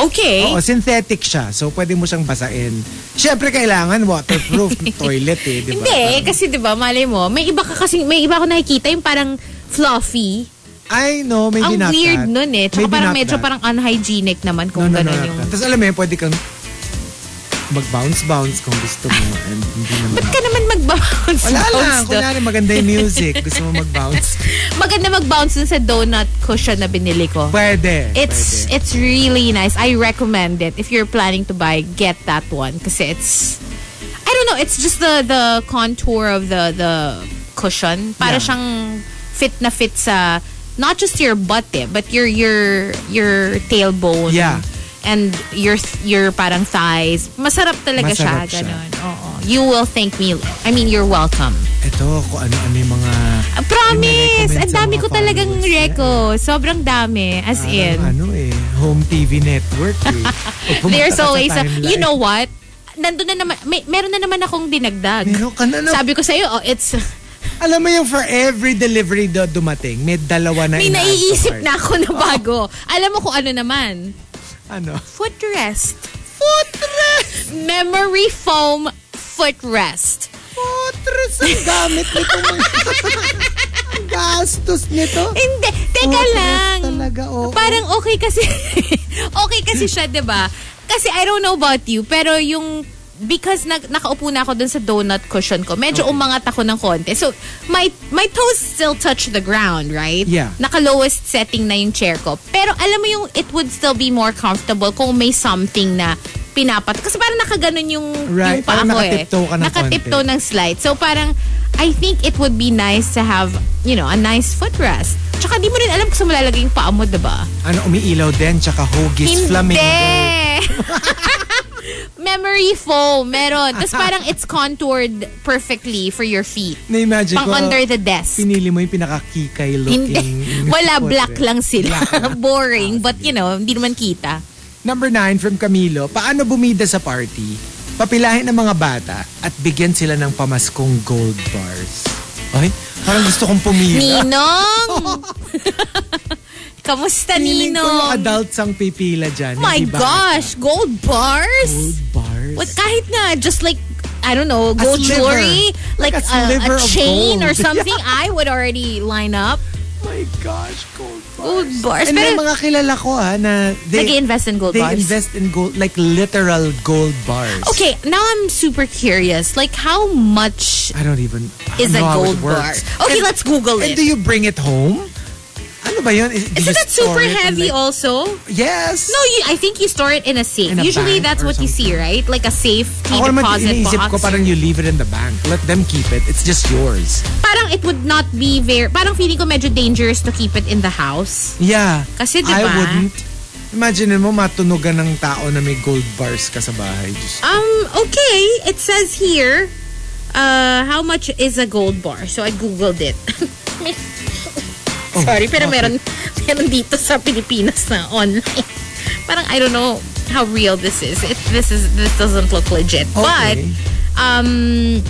Speaker 4: Okay.
Speaker 6: oo, synthetic siya. So, pwede mo siyang basain. Siyempre, kailangan waterproof toilet eh, di ba?
Speaker 4: Hindi,
Speaker 6: Parang-
Speaker 4: kasi 'di ba, malay mo, may iba ka kasi may iba ako nakikita yung parang fluffy.
Speaker 6: I know, maybe
Speaker 4: ang
Speaker 6: not
Speaker 4: weird
Speaker 6: that.
Speaker 4: nun eh. Tsaka
Speaker 6: Maybe
Speaker 4: parang
Speaker 6: not
Speaker 4: medyo
Speaker 6: that.
Speaker 4: parang unhygienic naman
Speaker 6: No,
Speaker 4: kung
Speaker 6: no, no,
Speaker 4: gano'n
Speaker 6: no.
Speaker 4: yung...
Speaker 6: Tapos alam mo yun, pwede kang mag-bounce-bounce kung gusto mo. And hindi naman.
Speaker 4: Ba't ka naman mag-bounce?
Speaker 6: Wala lang.
Speaker 4: bounce doon?
Speaker 6: Kunyari, maganda yung music. Gusto mo mag-bounce?
Speaker 4: Maganda mag-bounce dun sa donut cushion na binili ko.
Speaker 6: Pwede.
Speaker 4: It's
Speaker 6: pwede.
Speaker 4: it's really nice. I recommend it. If you're planning to buy, get that one kasi it's I don't know, it's just the the contour of the the cushion. Para
Speaker 6: Yeah.
Speaker 4: siyang fit na fit sa not just your butt eh, but your your your tailbone.
Speaker 6: Yeah.
Speaker 4: And your your parang thighs. Masarap talaga
Speaker 6: Masarap siya.
Speaker 4: siya, ganun. Oo. You will thank me. I mean, you're welcome.
Speaker 6: Ito, kung ano-ano yung mga...
Speaker 4: Ah, Promise!
Speaker 6: Inirecommend
Speaker 4: Ang
Speaker 6: sa
Speaker 4: dami
Speaker 6: mga
Speaker 4: ko talagang
Speaker 6: followers niya.
Speaker 4: reco. Sobrang dami. As in.
Speaker 6: Parang ano eh, home TV network eh. O, pumunta
Speaker 4: There's
Speaker 6: ka sa
Speaker 4: always a,
Speaker 6: timeline.
Speaker 4: you know what? Nandun na naman, may, meron na naman akong dinagdag.
Speaker 6: Meron ka na na-
Speaker 4: Sabi ko sa'yo, oh, it's,
Speaker 6: Alam mo yung for every delivery do dumating, may dalawa na
Speaker 4: may
Speaker 6: ina-add to
Speaker 4: naiisip
Speaker 6: cart.
Speaker 4: na ako na bago. Alam mo kung ano naman?
Speaker 6: Ano?
Speaker 4: Footrest. Footrest! Memory foam footrest.
Speaker 6: Putres, ang gamit nito. mga- ang gastos nito.
Speaker 4: Hindi. Teka
Speaker 6: Footrest
Speaker 4: lang.
Speaker 6: talaga, oo.
Speaker 4: Parang okay kasi, okay kasi siya, 'di ba? Kasi I don't know about you, pero yung because nag, nakaupo na ako dun sa donut cushion ko, medyo umangat ako ng konti. So, my, my toes still touch the ground, right?
Speaker 6: Yeah.
Speaker 4: Naka-lowest setting na yung chair ko. Pero alam mo yung it would still be more comfortable kung may something na pinapat. Kasi parang nakaganon yung, yung
Speaker 6: Right,
Speaker 4: paa
Speaker 6: parang
Speaker 4: ko eh.
Speaker 6: nakatiptoe ka ng
Speaker 4: Nakatiptoe
Speaker 6: konti.
Speaker 4: ng slide. So parang, I think it would be nice to have, you know, a nice footrest. Tsaka di mo rin alam kung saan malalagay yung paa mo, diba?
Speaker 6: Ano, umiilaw din, tsaka hugis,
Speaker 4: Hindi!
Speaker 6: flamingo.
Speaker 4: memory foam. Meron. Tapos parang it's contoured perfectly for your feet.
Speaker 6: Na-imagine
Speaker 4: Pang
Speaker 6: ko,
Speaker 4: under the desk.
Speaker 6: pinili mo yung pinaka-kikay looking.
Speaker 4: Hindi. Wala,
Speaker 6: portrait.
Speaker 4: black lang sila. Boring,
Speaker 6: Ah,
Speaker 4: but you know, hindi naman kita.
Speaker 6: Number nine from Camilo, paano bumida sa party? Papilahin ang mga bata at bigyan sila ng pamaskong gold bars. Ay, parang gusto kong pumila.
Speaker 4: Ninong! Kamusta,
Speaker 6: Feeling ko yung
Speaker 4: Ninong? Oh
Speaker 6: adults ang pipila dyan.
Speaker 4: My
Speaker 6: hindi bata.
Speaker 4: gosh, gold bars?
Speaker 6: Gold bars.
Speaker 4: What, kahit na, just like, I don't know, gold
Speaker 6: sliver.
Speaker 4: jewelry, like,
Speaker 6: Like a
Speaker 4: a,
Speaker 6: sliver
Speaker 4: a
Speaker 6: of
Speaker 4: chain or
Speaker 6: gold.
Speaker 4: something, I would already line up.
Speaker 6: my gosh, gold bars.
Speaker 4: Gold bars.
Speaker 6: And may
Speaker 4: Pero,
Speaker 6: mga kilala ko ha, na they,
Speaker 4: nag-invest in gold
Speaker 6: they
Speaker 4: bars.
Speaker 6: invest in gold, like literal gold bars.
Speaker 4: Okay, now I'm super curious. Like, how much
Speaker 6: I don't even I
Speaker 4: is
Speaker 6: don't
Speaker 4: a
Speaker 6: know how
Speaker 4: gold
Speaker 6: it
Speaker 4: bar?
Speaker 6: works.
Speaker 4: Okay,
Speaker 6: And-
Speaker 4: let's Google
Speaker 6: And
Speaker 4: it.
Speaker 6: do you bring it home? Ano ba yun? Is, do you
Speaker 4: Isn't that
Speaker 6: store
Speaker 4: super
Speaker 6: it in,
Speaker 4: heavy
Speaker 6: like-
Speaker 4: also?
Speaker 6: yes.
Speaker 4: No, you, I think you store it in a safe.
Speaker 6: In a
Speaker 4: Usually
Speaker 6: bank
Speaker 4: that's
Speaker 6: or
Speaker 4: what you see, right? Like a safe key
Speaker 6: Ako naman,
Speaker 4: deposit
Speaker 6: iniisip
Speaker 4: box.
Speaker 6: ko parang you leave it in the bank. Let them keep it. It's just yours.
Speaker 4: Parang it would not be very... Parang feeling ko medyo dangerous to keep it in the house.
Speaker 6: Yeah.
Speaker 4: Kasi, di
Speaker 6: I
Speaker 4: ba?
Speaker 6: wouldn't. Imagine mo, matunugan ng tao na may gold bars ka sa bahay. Just,
Speaker 4: Um, okay. It says here, uh, how much is a gold bar? So I googled it. Sorry, pero meron, meron dito sa Pilipinas na online. Parang I don't know how real this is. It, this is this doesn't look legit. But
Speaker 6: Okay.
Speaker 4: um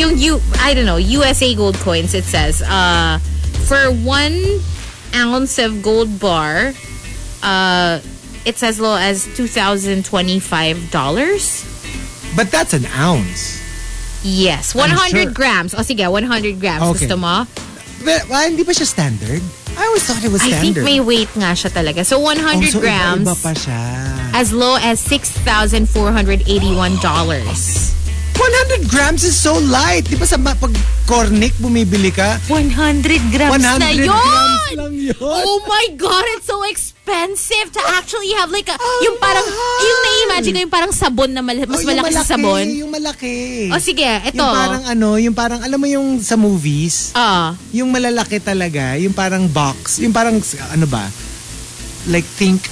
Speaker 4: yung you I don't know, USA gold coins it says uh for 1 ounce of gold bar uh it's as low as $2025.
Speaker 6: but that's an ounce.
Speaker 4: Yes, 100
Speaker 6: I'm sure.
Speaker 4: grams. O sige, 100 grams.
Speaker 6: Okay.
Speaker 4: Gusto mo?
Speaker 6: But, well, hindi ba siya standard? I always thought it was
Speaker 4: I think
Speaker 6: standard.
Speaker 4: may weight nga siya talaga. So 100
Speaker 6: Oh, so iba-
Speaker 4: grams
Speaker 6: Iba, pa siya.
Speaker 4: as low as $6,481.
Speaker 6: 100 grams is so light. Di ba sa ma- pag cornic bumibili ka?
Speaker 4: 100 grams
Speaker 6: 100
Speaker 4: na yun!
Speaker 6: grams lang yun.
Speaker 4: Oh my God, it's so expensive to actually have like a,
Speaker 6: Ang
Speaker 4: yung parang,
Speaker 6: Oh, mahal!
Speaker 4: yung na-imagine ko yung parang sabon na mal- mas
Speaker 6: Oh, yung
Speaker 4: malaki, sa sabon.
Speaker 6: Yung malaki.
Speaker 4: O sige, ito.
Speaker 6: Yung parang ano, yung parang, alam mo yung sa movies,
Speaker 4: Ah,
Speaker 6: yung malalaki talaga, yung parang box, yung parang, ano ba, like think,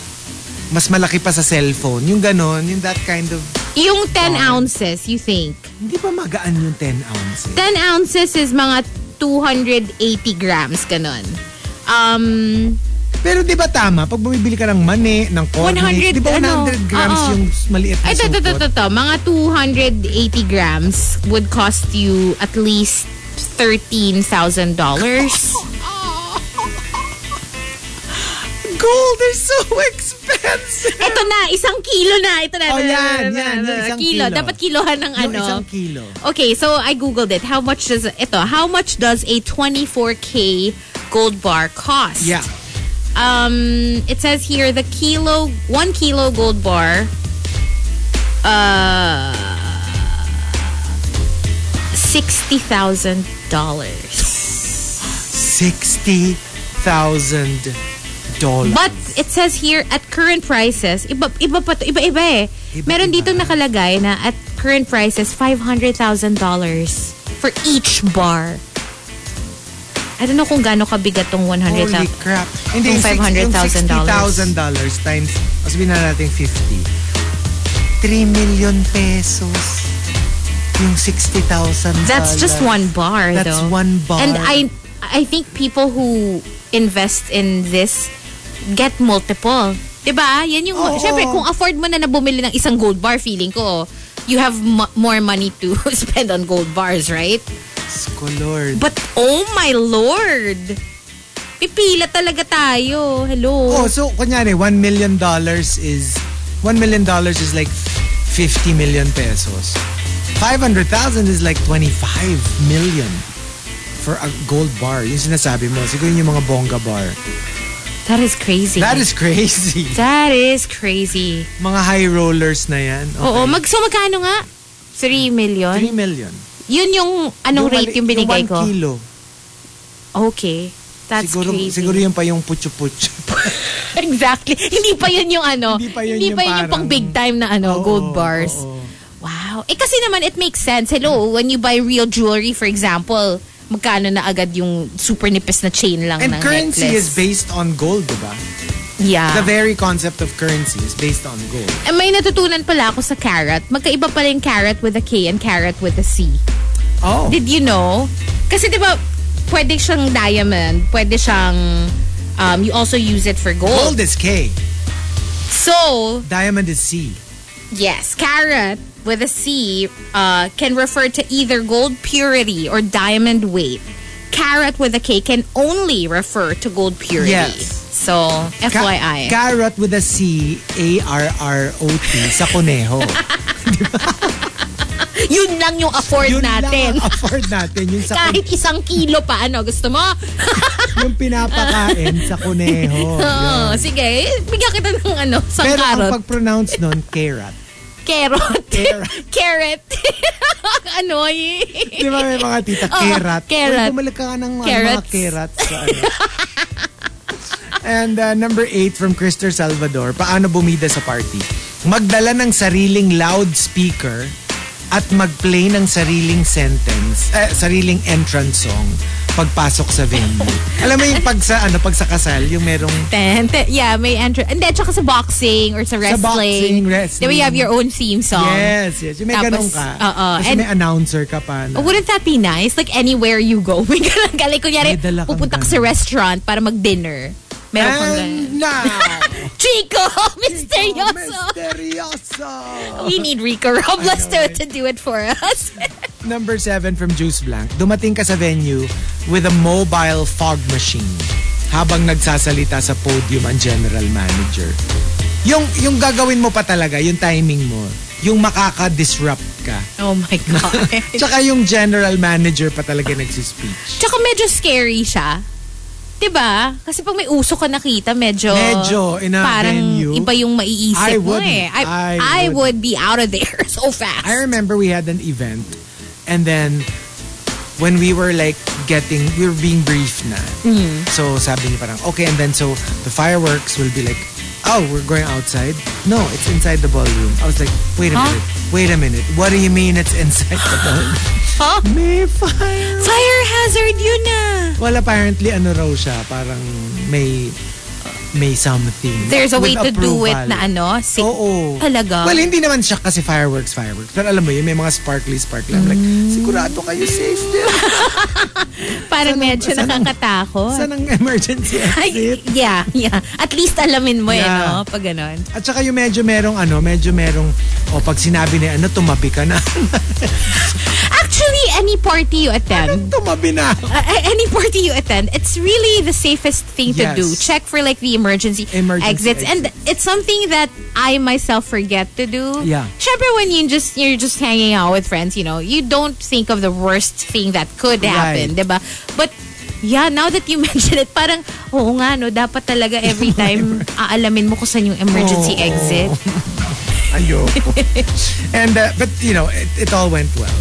Speaker 6: mas malaki pa sa cellphone. Yung ganon, yung that kind of,
Speaker 4: yung 10 ounces, you think?
Speaker 6: hindi pa magaan yung 10 ounces.
Speaker 4: 10 ounces is mga 280 grams, ganun. Um,
Speaker 6: Pero di ba tama, pag bumibili ka ng mani, ng cornish,
Speaker 4: 100
Speaker 6: di ba 100
Speaker 4: ano,
Speaker 6: grams
Speaker 4: oo.
Speaker 6: yung maliit na
Speaker 4: Ay, to, to, to,
Speaker 6: supot?
Speaker 4: to, to. Mga 280 grams would cost you at least $13,000.
Speaker 6: Gold is so expensive!
Speaker 4: Ito na, isang kilo na. Ito na.
Speaker 6: Oh,
Speaker 4: ito na, ito na,
Speaker 6: yan, yan,
Speaker 4: ito na.
Speaker 6: yung isang kilo.
Speaker 4: Dapat kilohan ng
Speaker 6: Yung
Speaker 4: ano.
Speaker 6: isang kilo.
Speaker 4: Okay, so I googled it. How much does ito? How much does a 24k gold bar cost?
Speaker 6: Yeah.
Speaker 4: Um, it says here the kilo one kilo gold bar. Uh, sixty thousand dollars.
Speaker 6: $60,000.
Speaker 4: But it says here at current prices, iba iba pa to, iba iba eh.
Speaker 6: Iba,
Speaker 4: Meron
Speaker 6: iba.
Speaker 4: dito nakalagay na at current prices $500,000 for each bar. I don't know kung gaano kabigat tong 100,000.
Speaker 6: Holy crap. Hindi, yung
Speaker 4: Yung
Speaker 6: six- yung
Speaker 4: $500,000.
Speaker 6: $60,000 times, o sabihin na natin 50. 3 million pesos. Yung $60,000.
Speaker 4: That's just one bar,
Speaker 6: That's
Speaker 4: though.
Speaker 6: one bar.
Speaker 4: And I, I think people who invest in this get multiple. Diba? Yan yung,
Speaker 6: Oo.
Speaker 4: syempre, kung afford mo na na bumili ng isang gold bar, feeling ko, you have mo- more money to spend on gold bars, right?
Speaker 6: Diyos ko, Lord.
Speaker 4: But, oh my lord! Pipila talaga tayo. Hello.
Speaker 6: Oh, so kunyari, 1 million dollars is, 1 million dollars is like 50 million pesos. 500,000 is like 25 million for a gold bar. Yung sinasabi mo, siguro yun yung mga bongga bar.
Speaker 4: That is crazy.
Speaker 6: That is crazy.
Speaker 4: That is crazy.
Speaker 6: Mga high rollers na yan. Okay.
Speaker 4: Oo. Mag, so, magkano nga? 3
Speaker 6: 3
Speaker 4: million?
Speaker 6: million.
Speaker 4: Yun yung, anong rate
Speaker 6: mali-
Speaker 4: yung binigay
Speaker 6: yung
Speaker 4: ko?
Speaker 6: one kilo.
Speaker 4: Okay. That's
Speaker 6: siguro,
Speaker 4: crazy.
Speaker 6: siguro yung pa yung putyo-putyo.
Speaker 4: exactly. Hindi pa yun yung ano.
Speaker 6: Hindi pa yun yung parang-
Speaker 4: pang big time na ano,
Speaker 6: Oo,
Speaker 4: gold bars.
Speaker 6: oo.
Speaker 4: Wow. Eh kasi naman it makes sense. Hello, when you buy real jewelry for example, magkano na agad yung super nipis na chain lang
Speaker 6: And
Speaker 4: ng
Speaker 6: currency
Speaker 4: necklace. Ah.
Speaker 6: is based on gold, di ba?
Speaker 4: Yeah.
Speaker 6: The very concept of currency is based on gold.
Speaker 4: And Eh, may natutunan pala ako sa carrot. Magkaiba pala yung carrot with a K and carrot with a C.
Speaker 6: Oh.
Speaker 4: Did you know? Kasi di ba, pwede siyang diamond, pwede siyang, um, you also use it for gold.
Speaker 6: Gold is K.
Speaker 4: So,
Speaker 6: Diamond is C.
Speaker 4: yes, carrot with a C uh, can refer to either gold purity or diamond weight. Carrot with a K can only refer to gold purity.
Speaker 6: Yes.
Speaker 4: So,
Speaker 6: Ka-
Speaker 4: FYI.
Speaker 6: Carrot with a C, A-R-R-O-T, sa conejo.
Speaker 4: yun lang yung afford
Speaker 6: Yun
Speaker 4: natin.
Speaker 6: lang ang afford natin. Yung, sa
Speaker 4: Kahit isang kilo pa, ano, gusto mo?
Speaker 6: yung pinapakain sa conejo.
Speaker 4: Oo,
Speaker 6: Yun.
Speaker 4: sige. Bigyan kita ng ano, isang
Speaker 6: Pero ang
Speaker 4: carrot.
Speaker 6: pag-pronounce nun, carrot.
Speaker 4: Carrot.
Speaker 6: Carrot.
Speaker 4: Carrot. Ano, Annoy.
Speaker 6: Di ba may mga tita,
Speaker 4: Oo,
Speaker 6: carrot.
Speaker 4: carrot.
Speaker 6: Uy, bumalik ka nga ng mga- mga
Speaker 4: Carrots.
Speaker 6: carrots. Sa ano. And uh, number eight from Christopher Salvador, paano bumida sa party? Magdala ng sariling loudspeaker at mag-play ng sariling sentence, eh, sariling entrance song pagpasok sa venue. Alam mo yung pag sa, ano, pag sa kasal, yung merong
Speaker 4: Ten, ten, yeah, may entrance. And then, tsaka sa boxing or sa wrestling.
Speaker 6: boxing, wrestling.
Speaker 4: Then we have your own theme song.
Speaker 6: Yes, yes. Yung may
Speaker 4: Tapos,
Speaker 6: ganun ka.
Speaker 4: oo,
Speaker 6: Tapos
Speaker 4: and- Oh,
Speaker 6: may announcer ka pa. Na,
Speaker 4: Wouldn't that be nice? Like, anywhere you go. May ganun ka. Like, kunyari,
Speaker 6: May dala kang
Speaker 4: pupunta ka
Speaker 6: ganun.
Speaker 4: sa restaurant para mag-dinner. Meron kang ganun.
Speaker 6: and now,
Speaker 4: Chico! Misterioso!
Speaker 6: Misterioso!
Speaker 4: We need Rico Robles to, to do it for us.
Speaker 6: Number seven from Juice Blank. Dumating ka sa venue with a mobile fog machine habang nagsasalita sa podium ang general manager. Yung, yung gagawin mo pa talaga, yung timing mo, yung makaka-disrupt ka.
Speaker 4: oh my God.
Speaker 6: Tsaka yung general manager pa talaga nagsispeech.
Speaker 4: Tsaka medyo scary siya. 'Di ba? Kasi pag may uso ka nakita, medyo...
Speaker 6: Medyo, in a
Speaker 4: parang
Speaker 6: venue,
Speaker 4: iba yung maiisip
Speaker 6: I
Speaker 4: mo
Speaker 6: wouldn't.
Speaker 4: eh. I,
Speaker 6: I
Speaker 4: I would be out of there so fast.
Speaker 6: I remember we had an event and then when we were like getting, we were being briefed na.
Speaker 4: Mm-hmm.
Speaker 6: So sabi niya parang, okay, and then so the fireworks will be like, oh, we're going outside? No, it's inside the ballroom. I was like, wait a
Speaker 4: Huh?
Speaker 6: minute, wait a minute. What do you mean it's inside the ballroom?
Speaker 4: Huh?
Speaker 6: May fire.
Speaker 4: Fire hazard yun na.
Speaker 6: Well, apparently ano raw siya, parang may may something.
Speaker 4: There's a way to
Speaker 6: With
Speaker 4: do it
Speaker 6: approval.
Speaker 4: na ano, sick.
Speaker 6: Oo.
Speaker 4: Talaga?
Speaker 6: Well, hindi naman siya kasi fireworks, fireworks. Pero alam mo yun, may mga sparkly, sparkly. I'm like,
Speaker 4: Mm.
Speaker 6: sigurado kayo safe din.
Speaker 4: Parang medyo nakakatakot.
Speaker 6: Saan ang emergency
Speaker 4: Ay,
Speaker 6: exit?
Speaker 4: yeah, yeah. At least alamin mo eh,
Speaker 6: Yeah.
Speaker 4: no? Pag ganon.
Speaker 6: At saka yung medyo merong ano, medyo merong, o pag sinabi na ano, tumabi ka na.
Speaker 4: Actually, any party you attend,
Speaker 6: tumabi na.
Speaker 4: Uh, any party you attend, it's really the safest thing
Speaker 6: Yes.
Speaker 4: to do. Check for like the emergency,
Speaker 6: Emergency
Speaker 4: exits. and it's something that I myself forget to do.
Speaker 6: Yeah.
Speaker 4: Syempre, when you just you're just hanging out with friends, you know, you don't think of the worst thing that could happen,
Speaker 6: Right.
Speaker 4: diba? But yeah, now that you mention it, parang oo nga no, dapat talaga every
Speaker 6: Oh
Speaker 4: time aalamin mo kung saan yung emergency
Speaker 6: Oo.
Speaker 4: exit.
Speaker 6: Ayoko. And, uh, but you know, it, it all went well.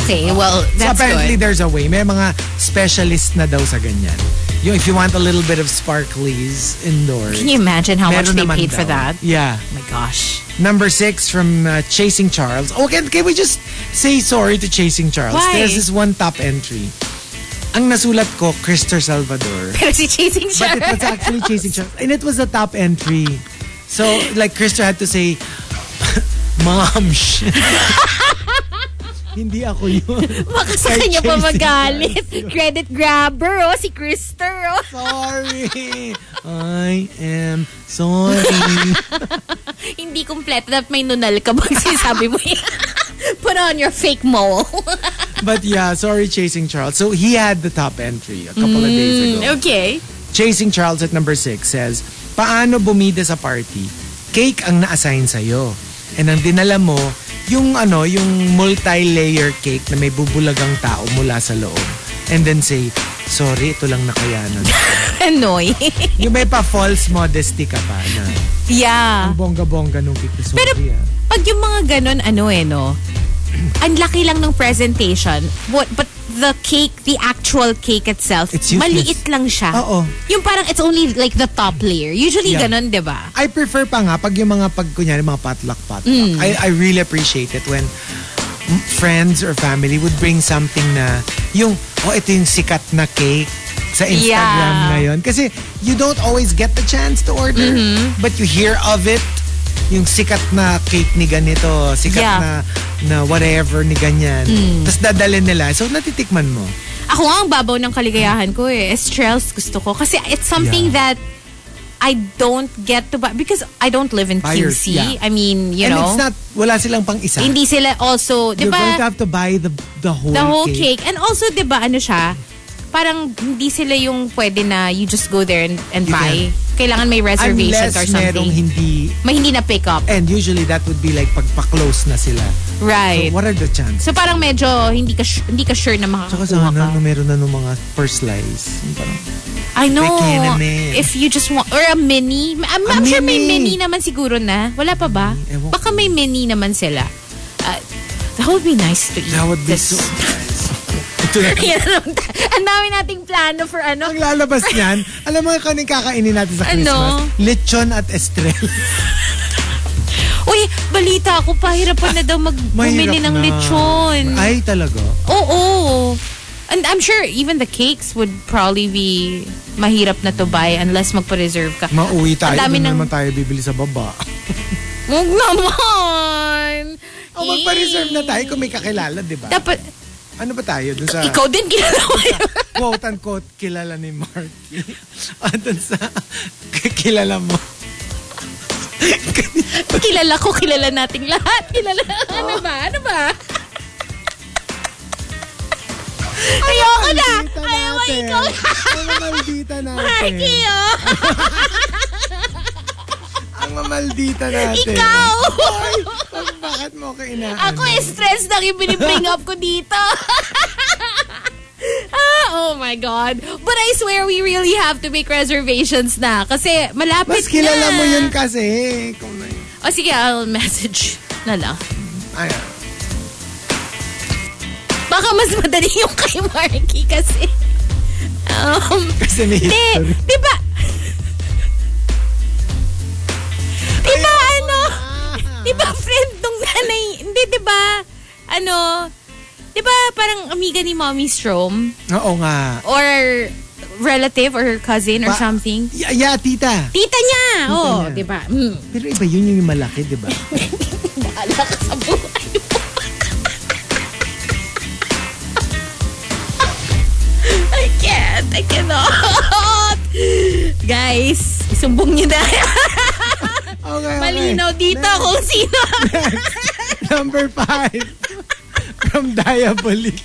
Speaker 4: Okay, well,
Speaker 6: so
Speaker 4: that's
Speaker 6: apparently
Speaker 4: good.
Speaker 6: there's a way. May mga specialist na daw sa ganyan. Yung if you want a little bit of sparklies indoors.
Speaker 4: Can you imagine how much
Speaker 6: meron
Speaker 4: they
Speaker 6: naman
Speaker 4: paid for
Speaker 6: daw.
Speaker 4: that?
Speaker 6: Yeah.
Speaker 4: Oh my gosh.
Speaker 6: Number six from uh, Chasing Charles. Oh, can, can we just say sorry to Chasing Charles?
Speaker 4: Why?
Speaker 6: There's this one top entry. Ang nasulat ko, Christopher Salvador.
Speaker 4: Pero si Chasing Sharon.
Speaker 6: But it was actually Chasing Charles. And it was the top entry. So, like, Christopher had to say, Mom, sh-" Hindi ako yun.
Speaker 4: Baka sa
Speaker 6: Kay
Speaker 4: kanya pa
Speaker 6: Chasing
Speaker 4: magalit. Credit grabber, oh, si Krister, oh.
Speaker 6: Sorry. I am sorry.
Speaker 4: Hindi kompleto. Dapat may nunal ka bang sinasabi mo yan? Put on your fake mo.
Speaker 6: But yeah, sorry, Chasing Charles. So, he had the top entry a couple of days ago.
Speaker 4: okay.
Speaker 6: Chasing Charles at number 6 says, Paano bumida sa party? Cake ang na-assign sa'yo. And ang dinala mo, yung ano, yung multi-layer cake na may bubulagang tao mula sa loob. And then say, sorry, ito lang nakayanan. ko."
Speaker 4: Annoy.
Speaker 6: yung may pa-false modesty ka pa na
Speaker 4: yeah.
Speaker 6: bongga-bongga nung cake. Sorry
Speaker 4: Pero-
Speaker 6: ah.
Speaker 4: Pag yung mga ganun, ano eh, no? Ang laki lang ng presentation. What, but the cake, the actual cake itself,
Speaker 6: It's useless.
Speaker 4: maliit lang siya.
Speaker 6: Oo.
Speaker 4: Yung parang it's only like the top layer. Usually
Speaker 6: Yeah.
Speaker 4: ganun, di ba?
Speaker 6: I prefer pa nga pag yung mga pag kunyari mga potluck potluck.
Speaker 4: Mm.
Speaker 6: I I really appreciate it when m- friends or family would bring something na yung oh ito yung sikat na cake sa Instagram
Speaker 4: Yeah.
Speaker 6: ngayon. Kasi you don't always get the chance to order,
Speaker 4: Mm-hmm.
Speaker 6: but you hear of it. Yung sikat na cake ni ganito, sikat
Speaker 4: Yeah. Mm.
Speaker 6: na na whatever ni ganyan. Tapos dadalhin nila. So natitikman mo.
Speaker 4: Ako nga ang babaw ng kaligayahan ko eh. Estrelles gusto ko. Kasi it's something that I don't get to buy. Because I don't live in
Speaker 6: Buy your-
Speaker 4: QC.
Speaker 6: yeah.
Speaker 4: I mean, you
Speaker 6: And
Speaker 4: know.
Speaker 6: it's not, wala silang pang isa.
Speaker 4: hindi sila also, di
Speaker 6: You're going to
Speaker 4: ba?
Speaker 6: have to buy the the whole,
Speaker 4: The whole cake. And also, di ba, ano siya? Parang hindi sila yung pwede na you just go there and, and
Speaker 6: You
Speaker 4: buy. Kailangan may reservations
Speaker 6: Unless
Speaker 4: or
Speaker 6: merong
Speaker 4: something.
Speaker 6: hindi
Speaker 4: May hindi na pick up.
Speaker 6: And usually that would be like pagpa-close na sila.
Speaker 4: Right.
Speaker 6: So what are the chances?
Speaker 4: So parang medyo hindi ka su- hindi ka sure na
Speaker 6: Tsaka
Speaker 4: makakakuha ka.
Speaker 6: sana na meron na nung mga first slice. Yung Parang,
Speaker 4: I know.
Speaker 6: Pekiname.
Speaker 4: If you just want or a mini. I'm,
Speaker 6: A
Speaker 4: I'm sure may mini
Speaker 6: mini.
Speaker 4: naman siguro na. Wala pa ba?
Speaker 6: Ewan ko.
Speaker 4: Baka may mini naman sila. Uh, that would be nice to eat.
Speaker 6: that would be
Speaker 4: this.
Speaker 6: so... Ito na.
Speaker 4: Yan ang- Ang dami nating plano for ano.
Speaker 6: Ang lalabas niyan, alam mo kung anong kakainin natin sa
Speaker 4: Ano?
Speaker 6: Christmas? Lechon at estrel.
Speaker 4: Uy, balita ako, pahirapan na daw mag-
Speaker 6: Mahirap
Speaker 4: bumili ng
Speaker 6: na.
Speaker 4: lechon.
Speaker 6: Ay, talaga.
Speaker 4: Oo. And I'm sure even the cakes would probably be mahirap na to buy unless magpa-reserve ka.
Speaker 6: Mauwi tayo.
Speaker 4: Ang dami
Speaker 6: Doon
Speaker 4: ng-
Speaker 6: naman tayo bibili sa baba.
Speaker 4: Huwag naman!
Speaker 6: O Oh, magpa-reserve na tayo kung may kakilala, di ba?
Speaker 4: Dapat,
Speaker 6: Ano ba tayo? Doon sa...
Speaker 4: ikaw din kilala mo yun.
Speaker 6: quote-unquote kilala ni Marky. Andun sa kilala mo.
Speaker 4: kilala ko, kilala nating lahat. Kilala, ano ba? Ano ba? Ayoko na!
Speaker 6: Maldita
Speaker 4: Ayoko
Speaker 6: natin.
Speaker 4: ikaw na!
Speaker 6: Ang mamaldita natin.
Speaker 4: Marky, oh!
Speaker 6: Ang mamaldita natin.
Speaker 4: Ikaw!
Speaker 6: Pag bakit mo ko inaano?
Speaker 4: Ako, eh, stress na yung binibring up ko dito. ah, oh my God. But I swear, we really have to make reservations na. Kasi malapit
Speaker 6: Mas kilala
Speaker 4: na.
Speaker 6: mo yun kasi. eh, Kung na yun.
Speaker 4: O sige, I'll message na lang.
Speaker 6: Ay,
Speaker 4: Baka mas madali yung kay Marky kasi. Um,
Speaker 6: kasi may
Speaker 4: di,
Speaker 6: history.
Speaker 4: di ba? Di ba ano? Di ba friend nung nanay? Hindi, di ba? Ano? Di ba parang amiga ni Mommy Strom?
Speaker 6: Oo nga.
Speaker 4: Or relative or cousin or
Speaker 6: Pa-
Speaker 4: something?
Speaker 6: Yeah, yeah, tita.
Speaker 4: Tita niya! oh,
Speaker 6: niya.
Speaker 4: di ba? Mm.
Speaker 6: Pero iba yun yung malaki, di ba?
Speaker 4: Bahala ka sa buhay mo. I can't. I cannot. Guys, isumbong niyo na.
Speaker 6: Okay, okay.
Speaker 4: Malinaw dito kung sino.
Speaker 6: Number five. From Diabolic.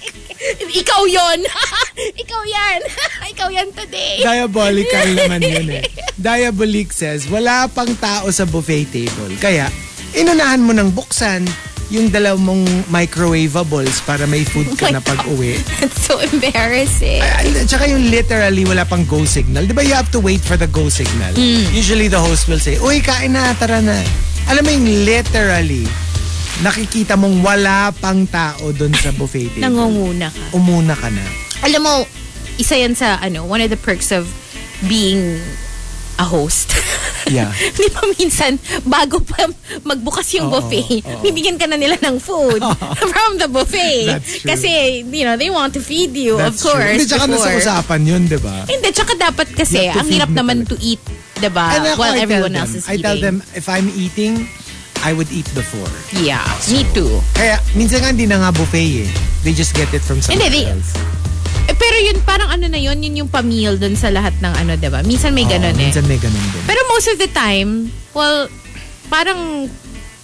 Speaker 4: Ikaw yon. Ikaw yan. Ikaw yan today.
Speaker 6: Diabolical naman yun eh. Diabolic says, wala pang tao sa buffet table. Kaya, inunahan mo ng buksan yung dalawang microwavables para may food
Speaker 4: Oh
Speaker 6: ka na pag uwi.
Speaker 4: That's so embarrassing.
Speaker 6: At saka yung literally wala pang go signal. Di ba you have to wait for the go signal?
Speaker 4: Hmm.
Speaker 6: Usually the host will say, Uy, kain na, tara na. Alam mo yung literally, nakikita mong wala pang tao doon sa buffet table.
Speaker 4: Nangunguna ka.
Speaker 6: Umuna ka na.
Speaker 4: Alam mo, isa yan sa ano, one of the perks of being a host.
Speaker 6: Yeah.
Speaker 4: Di ba minsan, bago pa magbukas yung buffet, bibigyan ka na nila ng food from the buffet.
Speaker 6: That's true.
Speaker 4: Kasi, you know, they want to feed you,
Speaker 6: That's
Speaker 4: of course.
Speaker 6: True. Hindi, tsaka nasa
Speaker 4: before.
Speaker 6: usapan yun, di ba?
Speaker 4: Hindi, tsaka dapat kasi,
Speaker 6: You
Speaker 4: ang
Speaker 6: have to feed
Speaker 4: hirap
Speaker 6: mo
Speaker 4: naman to eat, di ba?
Speaker 6: And ako,
Speaker 4: While
Speaker 6: I tell
Speaker 4: Ah, everyone
Speaker 6: them,
Speaker 4: else is
Speaker 6: I
Speaker 4: eating.
Speaker 6: tell them, if I'm eating, I would eat before.
Speaker 4: Yeah, me too.
Speaker 6: Kaya, minsan nga hindi na nga buffet eh. They just get it from somewhere
Speaker 4: Hindi, they-
Speaker 6: else.
Speaker 4: Eh, pero yun, parang ano na yun, yun yung pamil dun sa lahat ng ano, di ba? Minsan may
Speaker 6: Oo,
Speaker 4: ganun eh.
Speaker 6: Minsan may ganun din.
Speaker 4: Pero most of the time, well, parang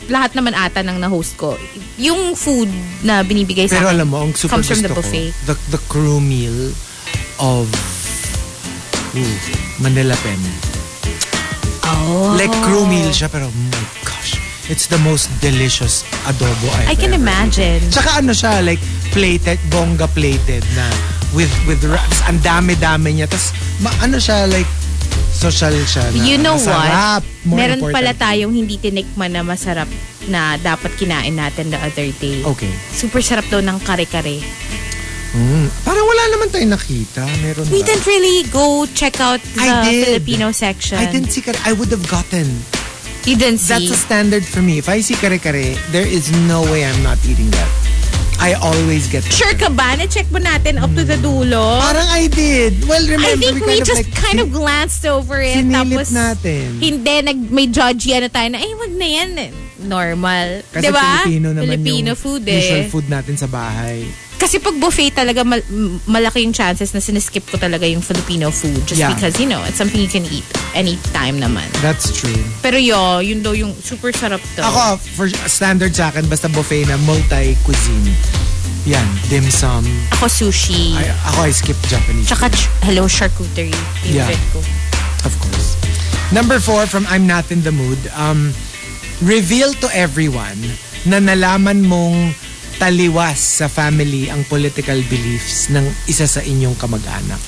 Speaker 4: lahat naman ata ng na-host ko, yung food na binibigay sa
Speaker 6: Pero
Speaker 4: akin
Speaker 6: alam mo, ang super
Speaker 4: comes from the
Speaker 6: gusto
Speaker 4: buffet.
Speaker 6: ko, the, the crew meal of ooh, Manila Pen.
Speaker 4: Oh.
Speaker 6: Like crew meal siya, pero oh my gosh, it's the most delicious adobo
Speaker 4: I
Speaker 6: I've
Speaker 4: can
Speaker 6: ever
Speaker 4: imagine.
Speaker 6: eaten. Tsaka ano siya, like plated, bongga plated na with with wraps. Ang dami-dami niya. Tapos, ma- ano siya, like, social siya na
Speaker 4: You know
Speaker 6: masarap.
Speaker 4: what?
Speaker 6: More
Speaker 4: Meron
Speaker 6: important.
Speaker 4: pala tayong hindi tinikman na masarap na dapat kinain natin the other day.
Speaker 6: Okay. Hmm.
Speaker 4: Super sarap daw ng kare-kare.
Speaker 6: Parang wala naman tayo nakita. Meron
Speaker 4: We
Speaker 6: ba?
Speaker 4: didn't really go check out the
Speaker 6: I did.
Speaker 4: Filipino section.
Speaker 6: I didn't see kare- I would have gotten.
Speaker 4: You didn't see.
Speaker 6: That's a standard for me. If I see kare kare, there is no way I'm not eating that. I I always get that.
Speaker 4: Sure ka ba? Na-check ba natin up to the dulo?
Speaker 6: Parang I did. Well, remember,
Speaker 4: I think we
Speaker 6: kind
Speaker 4: just
Speaker 6: of like,
Speaker 4: kind of glanced over it.
Speaker 6: Sinilip
Speaker 4: Tapos,
Speaker 6: natin.
Speaker 4: hindi, nag, may judgy ano tayo na, ay, wag na yan. Normal.
Speaker 6: Kasi
Speaker 4: diba?
Speaker 6: Filipino naman
Speaker 4: Filipino
Speaker 6: yung
Speaker 4: food
Speaker 6: usual
Speaker 4: eh.
Speaker 6: food natin sa bahay.
Speaker 4: Kasi pag buffet talaga, mal- m- malaki yung chances na siniskip ko talaga yung Filipino food. Just
Speaker 6: Yeah.
Speaker 4: because, you know, it's something you can eat anytime naman.
Speaker 6: That's true.
Speaker 4: Pero yo, yun daw yung super sarap to.
Speaker 6: Ako, for standard sa akin, basta buffet na multi-cuisine. Yan, dim sum.
Speaker 4: Ako sushi.
Speaker 6: Ay, ah. ako, I skip Japanese.
Speaker 4: Tsaka, ch- hello, charcuterie. Favorite
Speaker 6: Yeah.
Speaker 4: ko.
Speaker 6: Of course. Number four from I'm Not In The Mood. Um, reveal to everyone na nalaman mong taliwas sa family ang political beliefs ng isa sa inyong kamag-anak.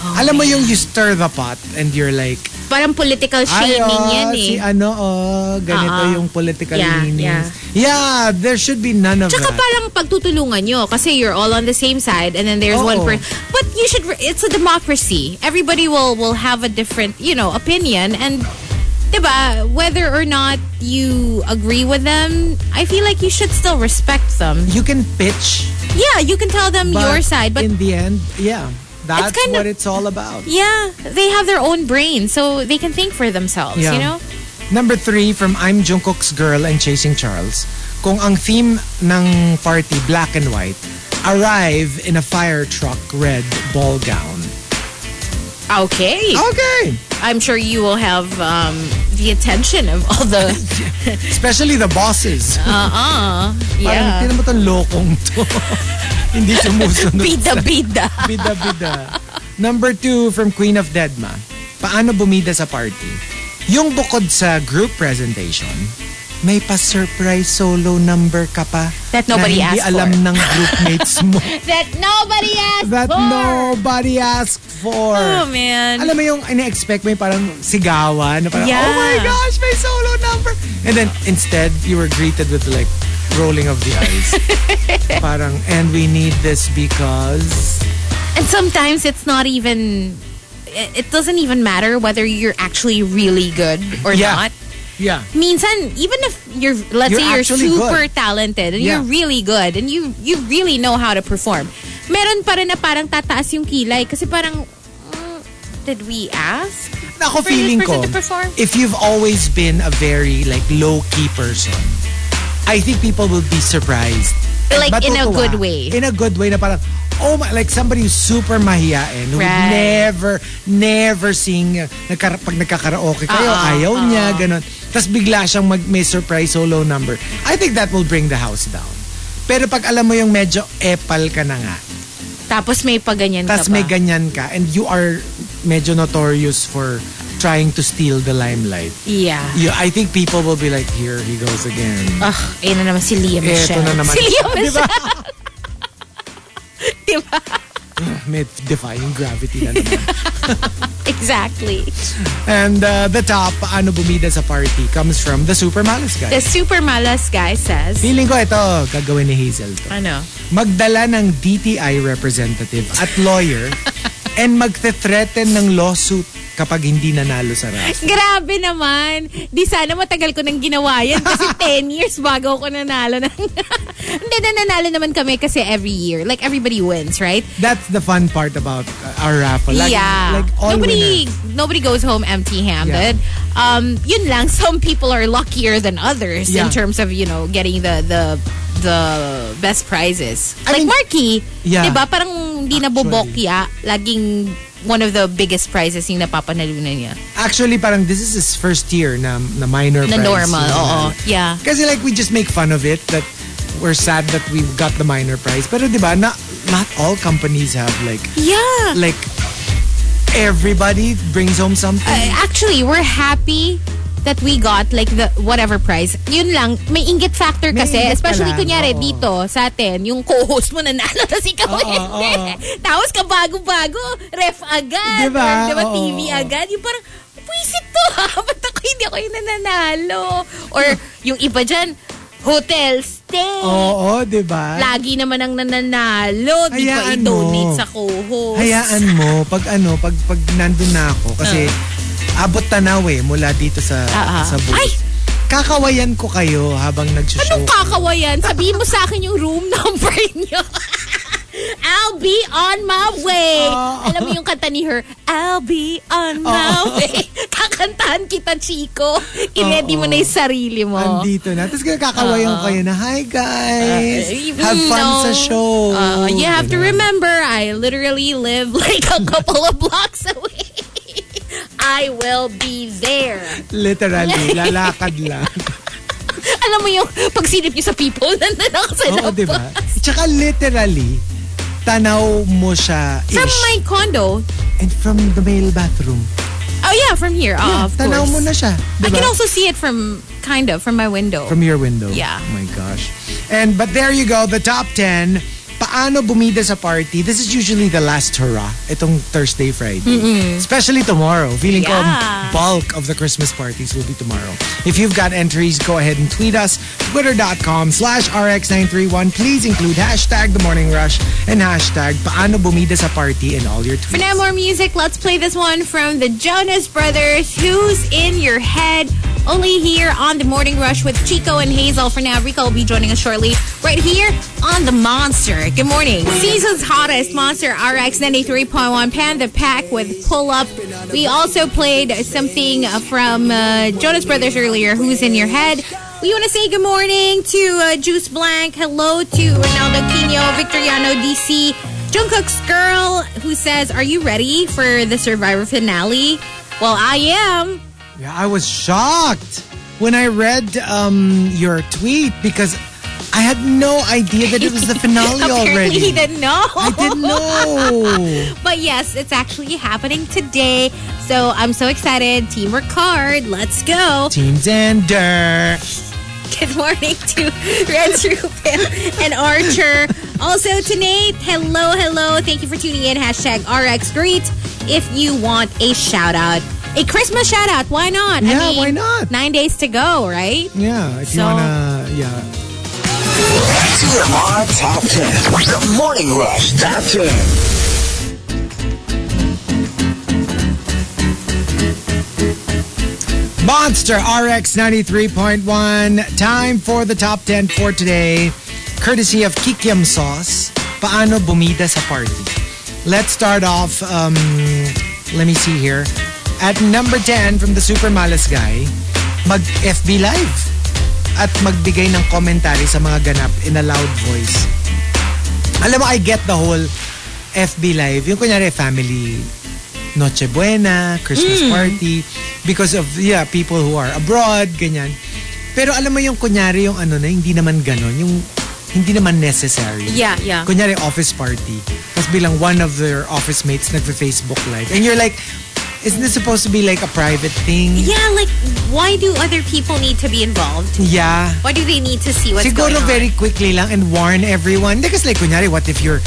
Speaker 4: Oh,
Speaker 6: Alam mo yung you stir the pot and you're like,
Speaker 4: Parang political
Speaker 6: Ay,
Speaker 4: shaming
Speaker 6: oh,
Speaker 4: yan eh.
Speaker 6: si ano, oh, ganito
Speaker 4: Oo.
Speaker 6: yung political
Speaker 4: Yeah,
Speaker 6: leanings. Yeah. there should be none of
Speaker 4: Tsaka
Speaker 6: that.
Speaker 4: parang pagtutulungan nyo kasi you're all on the same side and then there's
Speaker 6: Oo.
Speaker 4: one person. But you should, re- it's a democracy. Everybody will will have a different, you know, opinion and 'di ba whether or not you agree with them, I feel like you should still respect them.
Speaker 6: you can pitch,
Speaker 4: Yeah, you can tell them
Speaker 6: but,
Speaker 4: your side, but
Speaker 6: in the end, yeah, that's
Speaker 4: kind
Speaker 6: what
Speaker 4: of-
Speaker 6: it's all about.
Speaker 4: yeah, they have their own brain so they can think for themselves,
Speaker 6: Yeah.
Speaker 4: you know?
Speaker 6: Number three from I'm Jungkook's Girl and Chasing Charles. Kung ang theme ng party, black and white, arrive in a fire truck red ball gown.
Speaker 4: Okay.
Speaker 6: Oh. Okay.
Speaker 4: I'm sure you will have um, the attention of all the
Speaker 6: Especially the bosses.
Speaker 4: uh-uh.
Speaker 6: Parang,
Speaker 4: Yeah.
Speaker 6: tinan mo tong lokong to. Hindi sumusunod.
Speaker 4: Bida-bida.
Speaker 6: Bida-bida. Number two from Queen of Deadma. Paano bumida sa party? Yung bukod sa group presentation, may pa-surprise solo number ka pa
Speaker 4: That nobody
Speaker 6: na hindi
Speaker 4: asked
Speaker 6: alam
Speaker 4: for.
Speaker 6: ng groupmates mo
Speaker 4: That nobody asked
Speaker 6: that
Speaker 4: for.
Speaker 6: nobody asked for.
Speaker 4: Oh, man.
Speaker 6: Alam mo yung ina-expect mo yung parang sigawan. Na parang,
Speaker 4: Yeah.
Speaker 6: oh my gosh, may solo number. And then instead, you were greeted with like rolling of the eyes. parang, and we need this because...
Speaker 4: And sometimes it's not even. It it doesn't even matter whether you're actually really good or
Speaker 6: Yeah.
Speaker 4: not.
Speaker 6: Yeah.
Speaker 4: Mean,san even if you're, let's
Speaker 6: You're
Speaker 4: say you're
Speaker 6: actually
Speaker 4: super
Speaker 6: good.
Speaker 4: talented and you're
Speaker 6: Yeah.
Speaker 4: really good and you you really know how to perform, meron pa rin na parang tataas yung kilay kasi parang, mm, did we ask?
Speaker 6: Ako
Speaker 4: For this
Speaker 6: feeling ko,
Speaker 4: person to perform?
Speaker 6: if you've always been a very like low-key person, I think people will be surprised.
Speaker 4: Like, in a
Speaker 6: Matutuwa.
Speaker 4: good way.
Speaker 6: In a good way na parang, oh my, like somebody who's super mahiyain, who would
Speaker 4: Right.
Speaker 6: never, never sing, uh, nagkar- pag nagkakaraoke kayo,
Speaker 4: Oo,
Speaker 6: ayaw niya,
Speaker 4: Uh-uh.
Speaker 6: ganun. Tapos bigla siyang mag, may surprise solo number. I think that will bring the house down. Pero pag alam mo yung medyo epal ka na nga,
Speaker 4: Tapos may paganyan
Speaker 6: tas
Speaker 4: ka pa.
Speaker 6: may ganyan ka, and you are medyo notorious for trying to steal the limelight.
Speaker 4: yeah.
Speaker 6: Yeah, I think people will be like, here he goes again.
Speaker 4: Ugh, ayun na naman si Liam
Speaker 6: Eto
Speaker 4: Michelle.
Speaker 6: na naman.
Speaker 4: Si Liam
Speaker 6: Di ba?
Speaker 4: Michelle. Diba?
Speaker 6: May defying gravity na naman.
Speaker 4: Exactly.
Speaker 6: and uh, the top, paano bumida sa party, comes from the Super Malice guy.
Speaker 4: The super malas guy says,
Speaker 6: Feeling ko ito, gagawin ni Hazel to.
Speaker 4: ano?
Speaker 6: Magdala ng DTI representative at lawyer and magte-threaten ng lawsuit kapag hindi nanalo sa raffle.
Speaker 4: Grabe naman. Di sana matagal ko nang ginawa yan kasi 10 years bago ako nanalo. Ng... Hindi na nanalo naman kami kasi every year. Like everybody wins, right?
Speaker 6: That's the fun part about uh, our raffle. Like,
Speaker 4: yeah.
Speaker 6: like all
Speaker 4: nobody
Speaker 6: winners.
Speaker 4: nobody goes home empty-handed. Um, yun lang, some people are luckier than others in
Speaker 6: Yeah.
Speaker 4: terms of, you know, getting the the the best prizes.
Speaker 6: I
Speaker 4: like
Speaker 6: mean-
Speaker 4: Marky,
Speaker 6: Yeah.
Speaker 4: 'di ba? Parang hindi na bubokya, laging one of the biggest prizes yung napapanalunan niya.
Speaker 6: Actually, parang this is his first year na, na minor
Speaker 4: Na
Speaker 6: prize.
Speaker 4: normal,
Speaker 6: Yung
Speaker 4: oo.
Speaker 6: nanalo.
Speaker 4: Yeah.
Speaker 6: Kasi like we just make fun of it that we're sad that we got the minor prize. Pero di ba, not, not all companies have like,
Speaker 4: Yeah.
Speaker 6: like everybody brings home something.
Speaker 4: Uh, actually, we're happy that we got like the whatever prize. Yun lang, may inggit factor
Speaker 6: May
Speaker 4: kasi.
Speaker 6: inggit ka
Speaker 4: especially
Speaker 6: lang,
Speaker 4: kunyari
Speaker 6: oo.
Speaker 4: dito sa atin, yung co-host mo nanalo tapos ikaw
Speaker 6: Oo,
Speaker 4: hindi.
Speaker 6: oo.
Speaker 4: Tapos ka bago-bago, ref agad.
Speaker 6: Diba?
Speaker 4: or, diba,
Speaker 6: Oo,
Speaker 4: TV
Speaker 6: oo.
Speaker 4: agad. Yung parang, Pwisit to ha? Ba't ako hindi ako yung nananalo? Or yung iba dyan, hotel stay.
Speaker 6: Oo, di ba?
Speaker 4: Lagi naman ang nananalo. Di ba
Speaker 6: Hayaan
Speaker 4: i-donate
Speaker 6: mo.
Speaker 4: sa co-host?
Speaker 6: Hayaan mo, pag ano, pag, pag nandun na ako, kasi abot tanaw eh, mula dito sa,
Speaker 4: Ah, ah.
Speaker 6: sa booth.
Speaker 4: Ay!
Speaker 6: Kakawayan ko kayo habang nagsushow.
Speaker 4: Anong kakawayan? Sabihin mo sa akin yung room number niyo. I'll be on my way.
Speaker 6: Oh.
Speaker 4: Alam mo yung kanta ni her, I'll be
Speaker 6: Ah.
Speaker 4: on my way. Kakantahan kita, Chico. Inedi mo na
Speaker 6: Ah,
Speaker 4: yung
Speaker 6: oh.
Speaker 4: sarili mo.
Speaker 6: Andito na. Tapos kakawayan ko kayo na, Hi guys!
Speaker 4: Uh,
Speaker 6: Have fun
Speaker 4: no.
Speaker 6: sa show!
Speaker 4: Uh, you have to remember, I literally live like a couple of blocks away. I will be there.
Speaker 6: Literally, lalakad lang.
Speaker 4: Alam mo yung pagsilip niyo sa people, nandun ako sa
Speaker 6: Oo,
Speaker 4: labas.
Speaker 6: di ba? Tsaka literally, tanaw mo siya ish.
Speaker 4: From my condo.
Speaker 6: And from the male bathroom.
Speaker 4: Oh yeah, from here. Oh, of
Speaker 6: tanaw
Speaker 4: course.
Speaker 6: mo na siya.
Speaker 4: I
Speaker 6: diba? Di ba?
Speaker 4: can also see it from, kind of, from my window.
Speaker 6: From your window.
Speaker 4: Yeah.
Speaker 6: Oh my gosh. And but there you go, the top 10. Paano bumida sa party? This is usually the last hurrah. Itong Thursday, Friday. Especially tomorrow. Feeling ko
Speaker 4: Yeah.
Speaker 6: bulk of the Christmas parties will be tomorrow. If you've got entries, go ahead and tweet us. Twitter.com slash RX931. Please include hashtag The Morning Rush and hashtag Paano Bumida sa Party in all your
Speaker 4: For
Speaker 6: tweets.
Speaker 4: now, more music. Let's play this one from the Jonas Brothers. Who's in your head? Only here on the Morning Rush with Chico and Hazel. For now, Rico will be joining us shortly, right here on the Monster. Good morning, season's hottest Monster RX ninety three point one. Pan the pack with pull up. We also played something from uh, Jonas Brothers earlier. Who's in your head? We want to say good morning to uh, Juice Blank. Hello to Ronaldo Quino, Victoriano DC. Jungkook's girl who says, "Are you ready for the Survivor finale?" Well, I am.
Speaker 6: Yeah, I was shocked when I read um, your tweet because I had no idea that it was the finale
Speaker 4: Apparently,
Speaker 6: already.
Speaker 4: he didn't know.
Speaker 6: I didn't know.
Speaker 4: But yes, it's actually happening today. So I'm so excited. Team Ricard, let's go.
Speaker 6: Team Xander.
Speaker 4: Good morning to Red Rubin and Archer. Also to Nate, hello, hello. Thank you for tuning in. Hashtag RX Greet if you want a shout out. A Christmas shout out. Why not?
Speaker 6: Yeah, why not?
Speaker 4: Nine days to go, right?
Speaker 6: Yeah, if you
Speaker 4: So-
Speaker 6: wanna, yeah.
Speaker 8: TMR Top 10. The Morning Rush Top 10.
Speaker 6: Monster RX 93.1. Time for the top 10 for today. Courtesy of Kikiam Sauce. Paano bumida sa party? Let's start off, um, let me see here. At number 10 from the Super Malas Guy, mag-FB Live. At magbigay ng commentary sa mga ganap in a loud voice. Alam mo, I get the whole FB Live. Yung kunyari, family Noche Buena, Christmas party, because of, yeah, people who are abroad, ganyan. Pero alam mo yung kunyari, yung ano na, hindi naman ganon, yung hindi naman necessary.
Speaker 4: Yeah, yeah.
Speaker 6: Kunyari, office party. Tapos bilang one of their office mates nagpa-Facebook live. And you're like, isn't this supposed to be like a private thing?
Speaker 4: Yeah, like why do other people need to be involved?
Speaker 6: Yeah.
Speaker 4: Why do they need to see what's going
Speaker 6: Siguro
Speaker 4: on?
Speaker 6: very quickly lang and warn everyone. Because like, kunyari, what if you're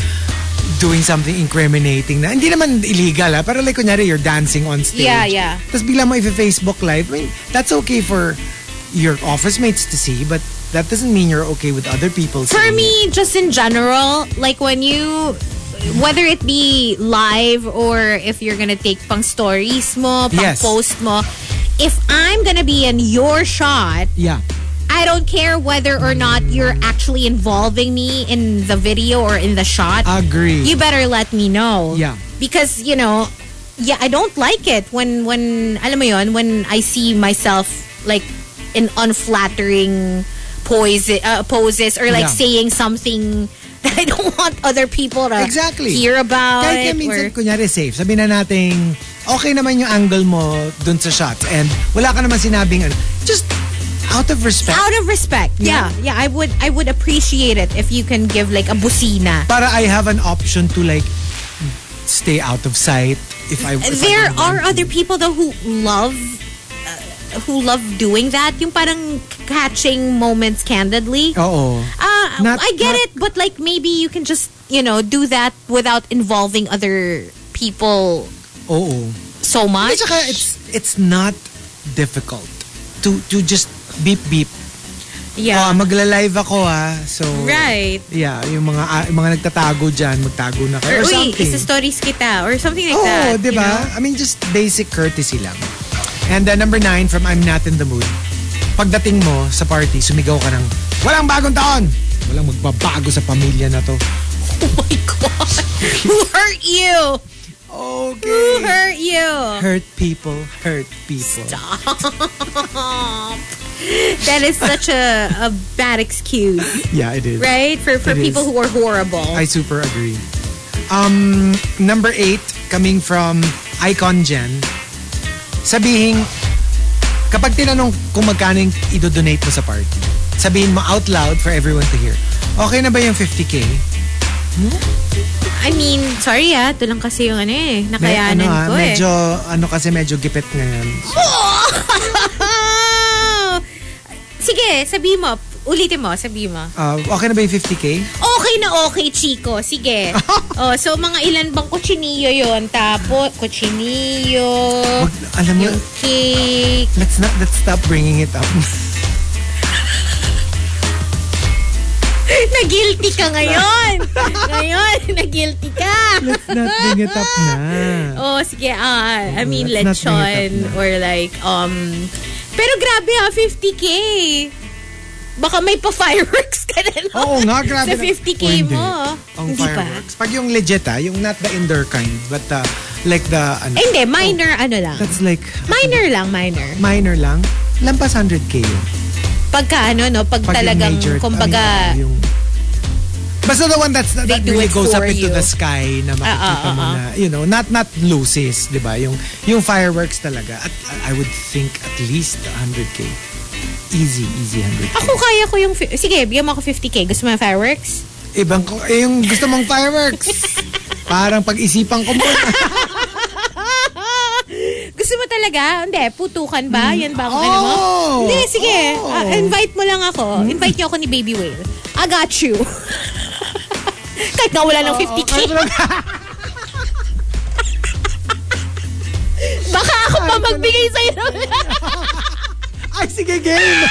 Speaker 6: doing something incriminating na, hindi naman illegal ha, pero like, kunyari, you're dancing on stage.
Speaker 4: Yeah, yeah.
Speaker 6: Tapos bigla mo i-Facebook live, I mean, that's okay for your office mates to see, but that doesn't mean you're okay with other people
Speaker 4: For
Speaker 6: seeing it.
Speaker 4: me, just in general, like when you whether it be live or if you're gonna take pang stories mo, pang
Speaker 6: Yes.
Speaker 4: post mo, if I'm gonna be in your shot,
Speaker 6: Yeah.
Speaker 4: I don't care whether or not you're actually involving me in the video or in the shot.
Speaker 6: Agree.
Speaker 4: you better let me know.
Speaker 6: Yeah.
Speaker 4: Because, you know, yeah, I don't like it when when alam mo yon, when I see myself like in unflattering poise, uh, poses or like
Speaker 6: Yeah.
Speaker 4: saying something that I don't want other people to
Speaker 6: Exactly.
Speaker 4: hear about.
Speaker 6: Kahit yan minsan,
Speaker 4: or-
Speaker 6: kunyari safe, sabi na natin, okay naman yung angle mo dun sa shot and wala ka naman sinabing, ano, just out of respect.
Speaker 4: out of respect. Yeah. yeah. I would I would appreciate it if you can give like a busina.
Speaker 6: para I have an option to like stay out of sight if I if I
Speaker 4: there
Speaker 6: don't
Speaker 4: are
Speaker 6: want
Speaker 4: other people though who love uh, who love doing that yung parang catching moments candidly
Speaker 6: to. Oo.
Speaker 4: Uh,
Speaker 6: Not-
Speaker 4: I get
Speaker 6: not-
Speaker 4: it, but like maybe you can just you know do that without involving other people
Speaker 6: Oo.
Speaker 4: so
Speaker 6: At
Speaker 4: much.
Speaker 6: saka it's it's not difficult to to just beep beep.
Speaker 4: yeah,
Speaker 6: Oh, magla-live ako ah. So
Speaker 4: right.
Speaker 6: Yeah, yung mga ah, yung mga nagtatago diyan, magtago na
Speaker 4: Or
Speaker 6: kayo or,
Speaker 4: uy,
Speaker 6: something.
Speaker 4: isa stories kita or something like
Speaker 6: Oo, diba?
Speaker 4: that.
Speaker 6: di
Speaker 4: you
Speaker 6: ba?
Speaker 4: know?
Speaker 6: I mean, just basic courtesy lang. And uh, number nine from I'm Not in the Mood. pagdating mo sa party, sumigaw ka ng, walang bagong taon! Walang magbabago sa pamilya na to.
Speaker 4: Oh my God. Who hurt you? Who
Speaker 6: Okay.
Speaker 4: hurt you?
Speaker 6: Hurt people, hurt people.
Speaker 4: That is such a, a bad excuse,
Speaker 6: Yeah, it is.
Speaker 4: right? For, for
Speaker 6: It is.
Speaker 4: people who are horrible.
Speaker 6: I super agree. Um, number eight, coming from Icon Gen, sabihin, kapag tinanong kung magkano yung idodonate mo sa party, sabihin mo out loud for everyone to hear, okay na ba yung 50k?
Speaker 4: I mean, sorry ah, ito lang kasi yung ano eh,
Speaker 6: May-
Speaker 4: nakayanan
Speaker 6: ano, ah,
Speaker 4: ko
Speaker 6: medyo, ano kasi medyo gipit ngayon.
Speaker 4: eh. Sige, sabi mo. Ulitin mo, sabi mo.
Speaker 6: Ah, okay na ba yung 50k?
Speaker 4: Okay na okay, Chico. Sige. oh, so, mga ilan bang kuchinillo yon Tapos, kuchinillo,
Speaker 6: Wag, alam mo,
Speaker 4: yung cake.
Speaker 6: let's not, let's stop bringing it up.
Speaker 4: Nag-guilty ka ngayon. ngayon, nag-guilty ka.
Speaker 6: let's not bring it up na.
Speaker 4: Oh, sige. ah, I mean,
Speaker 6: Let's not bring it
Speaker 4: lechon
Speaker 6: up na.
Speaker 4: or like, um... Pero grabe ha, 50k. Baka may pa-fireworks ka na, no?
Speaker 6: Oo nga, grabe.
Speaker 4: Sa
Speaker 6: na-
Speaker 4: 50k
Speaker 6: O, hindi.
Speaker 4: mo.
Speaker 6: Ang
Speaker 4: Hindi pa.
Speaker 6: fireworks. Pag yung legit ah, yung not the indoor kind, but uh, like the, ano,
Speaker 4: Eh, Hindi, minor ano lang.
Speaker 6: that's like,
Speaker 4: Minor lang, minor.
Speaker 6: minor lang, lampas 100k yun.
Speaker 4: Pagka ano, no, pag,
Speaker 6: Pag yung
Speaker 4: talagang,
Speaker 6: major,
Speaker 4: kumbaga,
Speaker 6: I mean, yung, Basta the one that's, that
Speaker 4: They do
Speaker 6: really
Speaker 4: it
Speaker 6: goes up
Speaker 4: for you.
Speaker 6: into the sky na makikita
Speaker 4: ah,
Speaker 6: mo
Speaker 4: ah.
Speaker 6: na, you know, not not loses, di ba? Yung, yung fireworks talaga, at uh, I would think at least 100k. Easy, easy 100k.
Speaker 4: ako kaya ko yung, fi- sige, bigyan mo ako 50k. Gusto mo yung fireworks?
Speaker 6: Ibang ko, eh, yung gusto mong fireworks. Parang pag-isipan ko muna.
Speaker 4: Ah, Gusto mo talaga? Hindi, putukan
Speaker 6: Hmm.
Speaker 4: ba? Yan ba ang ano mo?
Speaker 6: Oh!
Speaker 4: Hindi, sige.
Speaker 6: Oh!
Speaker 4: Ah,
Speaker 6: Hmm.
Speaker 4: invite mo lang ako. Invite niyo ako ni Baby Whale. I got you. Kahit nga wala
Speaker 6: Oh,
Speaker 4: ng 50k. Baka ako pa magbigay sa'yo. ng-
Speaker 6: Ay, sige, game!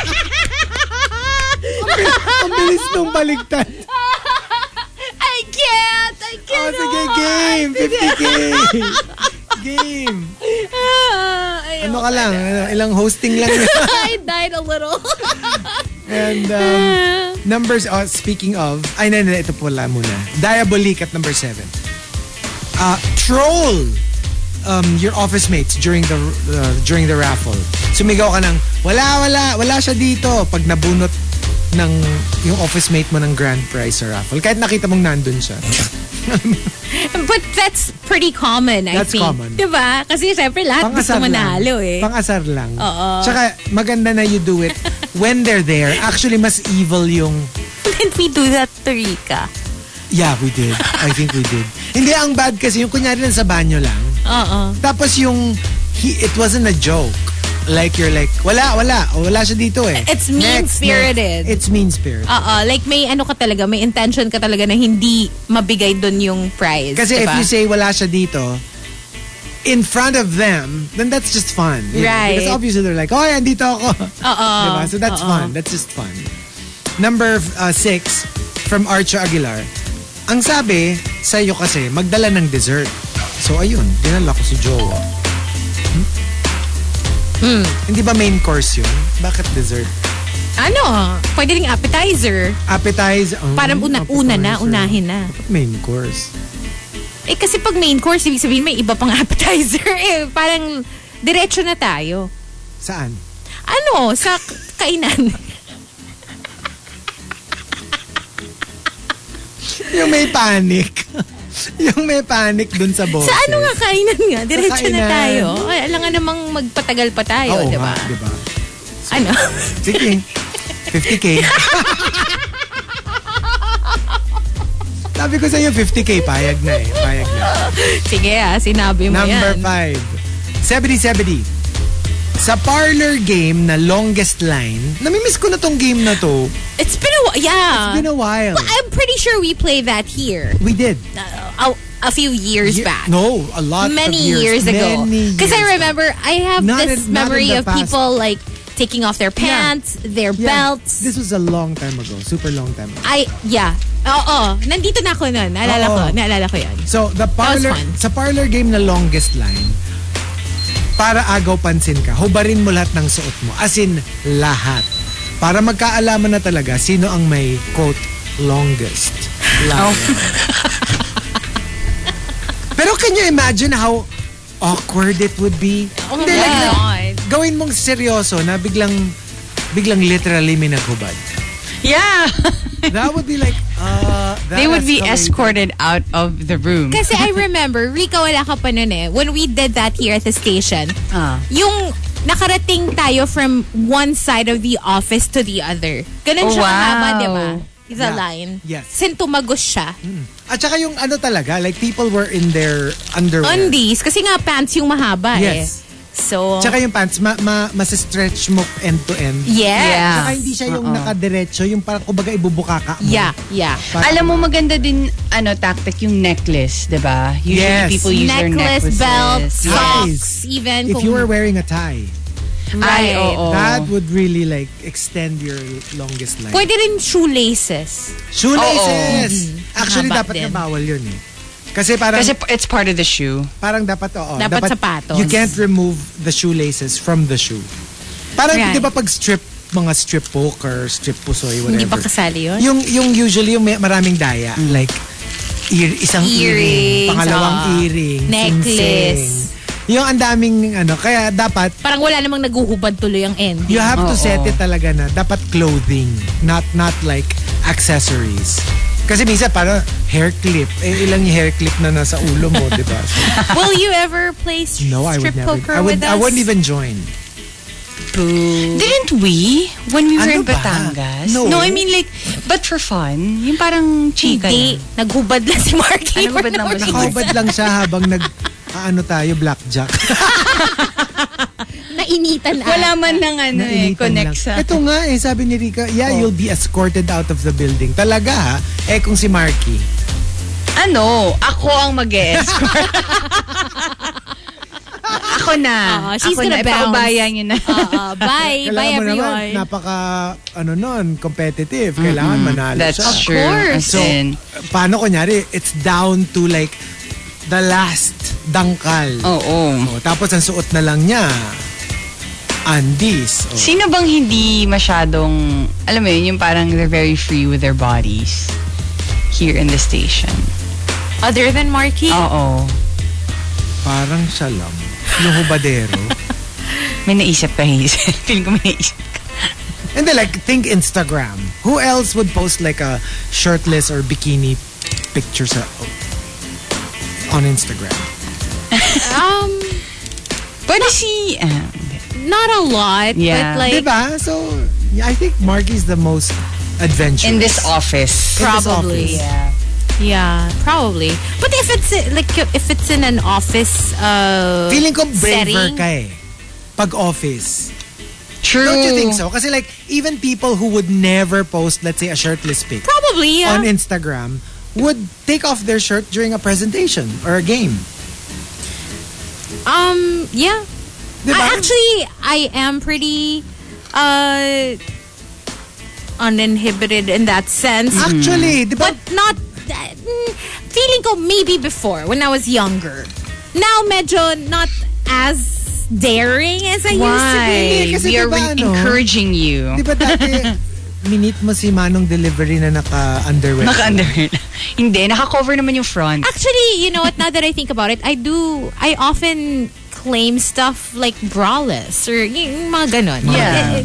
Speaker 6: Ang bilis nung baliktad.
Speaker 4: I can't! I
Speaker 6: Oh,
Speaker 4: can't!
Speaker 6: sige, game! 50k! Game! Ano ka lang? ano, Ilang hosting lang yun.
Speaker 4: Ah, I died a little.
Speaker 6: And, um, numbers, oh, speaking of, ay, na, na, ito pala muna. Diabolique at number seven. Uh, troll um, your office mates during the uh, during the raffle. Sumigaw ka ng, wala, wala, wala siya dito. Pag nabunot ng yung office mate mo ng grand prize sa raffle. Kahit nakita mong nandun siya.
Speaker 4: But that's pretty common, I
Speaker 6: That's
Speaker 4: think.
Speaker 6: common.
Speaker 4: Diba? Kasi syempre lahat gusto manalo eh.
Speaker 6: Pangasar lang.
Speaker 4: Oo.
Speaker 6: Tsaka maganda na you do it when they're there. Actually, mas evil yung
Speaker 4: Didn't we do that to Rika?
Speaker 6: Yeah, we did. I think we did. Hindi, ang bad kasi yung kunyari lang sa banyo lang.
Speaker 4: Oo.
Speaker 6: Tapos yung he, it wasn't a joke. Like you're like, wala, wala. O, wala siya dito eh.
Speaker 4: It's
Speaker 6: Next,
Speaker 4: mean-spirited.
Speaker 6: next. It's mean-spirited.
Speaker 4: Oo, like may ano ka talaga, may intention ka talaga na hindi mabigay doon yung prize.
Speaker 6: Kasi if
Speaker 4: diba?
Speaker 6: you say wala siya dito, in front of them, then that's just fun. you know?
Speaker 4: Right.
Speaker 6: Because obviously they're like, oh, andito ako.
Speaker 4: Oo.
Speaker 6: Diba? So that's
Speaker 4: Oo.
Speaker 6: fun. That's just fun. Number uh, six, from Archo Aguilar. Ang sabi, sa'yo kasi, magdala ng dessert. So ayun, dinala ko si Jowa. Hmm? Hindi ba main course yun? Bakit dessert?
Speaker 4: Ano, pwede ring appetizer.
Speaker 6: Appetizer? um,
Speaker 4: Parang una, una na,
Speaker 6: appetizer.
Speaker 4: unahin na.
Speaker 6: Main course.
Speaker 4: Eh kasi pag main course, ibig sabihin may iba pang appetizer. Eh, parang diretso na tayo.
Speaker 6: Saan?
Speaker 4: Ano, sa k- kainan.
Speaker 6: Yung may panic. yung may panic dun sa boses.
Speaker 4: Sa ano nga kainan nga? Diretso na
Speaker 6: kainan.
Speaker 4: tayo. Ay, alam nga namang magpatagal pa tayo,
Speaker 6: Oo
Speaker 4: di ba?
Speaker 6: nga, diba?
Speaker 4: Ano?
Speaker 6: Sige. 50k. Sabi ko sa iyo, 50k. Payag na eh. Payag na.
Speaker 4: Sige ah, sinabi mo
Speaker 6: Number
Speaker 4: yan.
Speaker 6: 5. 7070. Sa parlor game na longest line, namimiss ko na tong game na to.
Speaker 4: It's been a while. Yeah.
Speaker 6: Been a while.
Speaker 4: I'm pretty sure we played that here
Speaker 6: We did.
Speaker 4: uh, a, a few years
Speaker 6: Ye-
Speaker 4: back.
Speaker 6: No, a lot of
Speaker 4: Many years,
Speaker 6: years,
Speaker 4: ago.
Speaker 6: Many
Speaker 4: Because
Speaker 6: years
Speaker 4: I remember, I have
Speaker 6: Not
Speaker 4: this
Speaker 6: in- not
Speaker 4: memory
Speaker 6: in the
Speaker 4: of
Speaker 6: past.
Speaker 4: people like taking off their pants, their
Speaker 6: Yeah.
Speaker 4: belts.
Speaker 6: This was a long time ago. Super long time ago.
Speaker 4: I, yeah. Oo, nandito na ako nun. Naalala
Speaker 6: Oo.
Speaker 4: ko, naalala ko yan.
Speaker 6: So, the
Speaker 4: was
Speaker 6: parlor,
Speaker 4: fun.
Speaker 6: sa parlor game na longest line, para agaw pansin ka. Hubarin mo lahat ng suot mo. As in, lahat. Para magkaalaman na talaga sino ang may, quote, longest line. Pero can you imagine how awkward it would be?
Speaker 4: Oh my
Speaker 6: Hindi, like,
Speaker 4: God.
Speaker 6: gawin mong seryoso na biglang, biglang literally may naghubad.
Speaker 9: Yeah.
Speaker 6: That would be like, uh, that
Speaker 9: They would be escorted
Speaker 6: escorted.
Speaker 9: out of the room.
Speaker 4: Kasi I remember, Rico, wala ka pa nun eh. When we did that here at the station,
Speaker 9: Ah.
Speaker 4: yung nakarating tayo from one side of the office to the other.
Speaker 9: Oh,
Speaker 4: Ganun siya
Speaker 9: wow.
Speaker 4: kahaba, di ba? Is a
Speaker 6: Yeah.
Speaker 4: line.
Speaker 6: Yes. Mm-hmm.
Speaker 4: Sintumagos siya.
Speaker 6: At saka yung ano talaga, like people were in their underwear.
Speaker 4: Undies. Kasi nga, pants yung mahaba
Speaker 6: Yes.
Speaker 4: eh. So,
Speaker 6: Tsaka yung pants, ma, ma, masistretch mo end to end.
Speaker 4: yeah.
Speaker 6: Tsaka hindi siya yung nakadiretso, yung parang kumbaga ibubuka ka mo.
Speaker 4: Yeah, yeah.
Speaker 9: Alam mo, maganda din, ano, tactic yung necklace, di ba? Usually
Speaker 6: Yes.
Speaker 9: people use their necklaces.
Speaker 4: Necklace, belt, socks,
Speaker 6: Guys,
Speaker 4: even. kung-
Speaker 6: If
Speaker 4: Oh.
Speaker 6: you were wearing a tie,
Speaker 9: Ay, oo.
Speaker 6: that would really like extend your longest line.
Speaker 4: Pwede rin shoelaces.
Speaker 6: Shoelaces! Actually,
Speaker 4: Haba
Speaker 6: dapat
Speaker 4: din.
Speaker 6: na bawal yun eh. Kasi parang,
Speaker 9: Kasi p- it's part of the shoe.
Speaker 6: parang dapat, oo.
Speaker 4: Dapat sapatos.
Speaker 6: You can't remove the shoelaces from the shoe. Parang,
Speaker 4: Right.
Speaker 6: di ba pag strip, mga strip poker, strip pusoy, whatever.
Speaker 4: Hindi ba kasali yun?
Speaker 6: Yung yung usually yung may maraming daya, like ear, isang
Speaker 4: Mm. Earrings,
Speaker 6: earring, pangalawang
Speaker 4: ah.
Speaker 6: earring,
Speaker 4: Necklace.
Speaker 6: sing-sing. Yung ang daming ano, kaya dapat
Speaker 4: Parang wala namang naguhubad tuloy ang end.
Speaker 6: you have to
Speaker 9: Oo.
Speaker 6: set it talaga na dapat clothing, not not like accessories. Kasi minsan parang hair clip. Eh, ilang hair clip na nasa ulo mo, di ba? So,
Speaker 4: Will you ever play s-
Speaker 6: no, I would
Speaker 4: strip
Speaker 6: never.
Speaker 4: poker
Speaker 6: I, would,
Speaker 4: with
Speaker 6: I
Speaker 4: us?
Speaker 6: wouldn't even join.
Speaker 9: Didn't we? When we were in
Speaker 6: Ano ba?
Speaker 9: Batangas?
Speaker 6: No.
Speaker 9: I mean like, but for fun. Yung parang chika
Speaker 4: Hindi. Naghubad lang si Marky.
Speaker 9: Ano, hubad lang ba si
Speaker 4: Marky?
Speaker 6: Nakahubad lang siya habang nag... Ano tayo, blackjack.
Speaker 4: Nainitan
Speaker 9: na. Wala
Speaker 4: ata.
Speaker 9: man ng ano eh,
Speaker 6: Nainitan
Speaker 9: connect
Speaker 6: lang.
Speaker 9: sa...
Speaker 6: Ito nga eh, sabi ni Rika, yeah,
Speaker 4: Oh.
Speaker 6: you'll be escorted out of the building. Talaga ha? Eh kung si Marky.
Speaker 9: Ano? Ako ang mag escort Ako na.
Speaker 4: Oo, she's
Speaker 9: Ako
Speaker 4: gonna
Speaker 9: na.
Speaker 4: bounce.
Speaker 9: Ipakabaya niyo na.
Speaker 4: Ah, ah, bye. bye
Speaker 6: Kailangan mo
Speaker 4: everyone.
Speaker 6: naman, napaka, ano nun, competitive. Kailangan manalo siya.
Speaker 9: That's true.
Speaker 4: course.
Speaker 9: As in,
Speaker 6: Paano kunyari, it's down to like the last dangkal.
Speaker 4: Oh.
Speaker 9: Oo.
Speaker 6: O, tapos ang suot na lang niya, Oh, undies. O,
Speaker 9: Sino bang hindi masyadong, alam mo yun, yung parang they're very free with their bodies here in the station?
Speaker 4: Other than Marky?
Speaker 9: Oo.
Speaker 6: parang siya lang. Yung hubadero.
Speaker 9: May naisip ka, Hazel. Feeling ko may naisip ka.
Speaker 6: And then like, think Instagram. Who else would post like a shirtless or bikini picture sa, on Instagram?
Speaker 4: Um,
Speaker 9: Pwede si... ah,
Speaker 4: not a lot.
Speaker 9: Yeah.
Speaker 4: But like,
Speaker 6: Diba? So, yeah, I think Marky's the most adventurous.
Speaker 9: in this office.
Speaker 6: In this
Speaker 4: Probably.
Speaker 6: office.
Speaker 9: Yeah.
Speaker 4: yeah, probably. But if it's uh, like, if it's in an office, uh,
Speaker 6: Feeling ko braver
Speaker 4: setting,
Speaker 6: ka eh. Pag office.
Speaker 9: True.
Speaker 6: Don't you think so? Kasi like, even people who would never post, let's say, a shirtless pic
Speaker 4: Probably, yeah.
Speaker 6: on Instagram would take off their shirt during a presentation or a game.
Speaker 4: um, yeah.
Speaker 6: Diba?
Speaker 4: I, actually, I am pretty, uh, uninhibited in that
Speaker 6: Mm-hmm.
Speaker 4: sense.
Speaker 6: Actually, di ba?
Speaker 4: But not, that- mm, feeling ko maybe before, when I was younger. Now, medyo not as daring as I used to be.
Speaker 9: Why?
Speaker 6: Hindi, kasi
Speaker 9: We are
Speaker 6: diba,
Speaker 9: re-
Speaker 6: ano?
Speaker 9: encouraging you.
Speaker 6: Di ba dati, minit mo si Manong Delivery na naka-underwear.
Speaker 9: Naka-underwear lang. Hindi, naka-cover naman yung
Speaker 4: Ah,
Speaker 9: front.
Speaker 4: Actually, you know what? Now that I think about it, I do. I often claim stuff like braless or yung mga ganon.
Speaker 9: Yeah.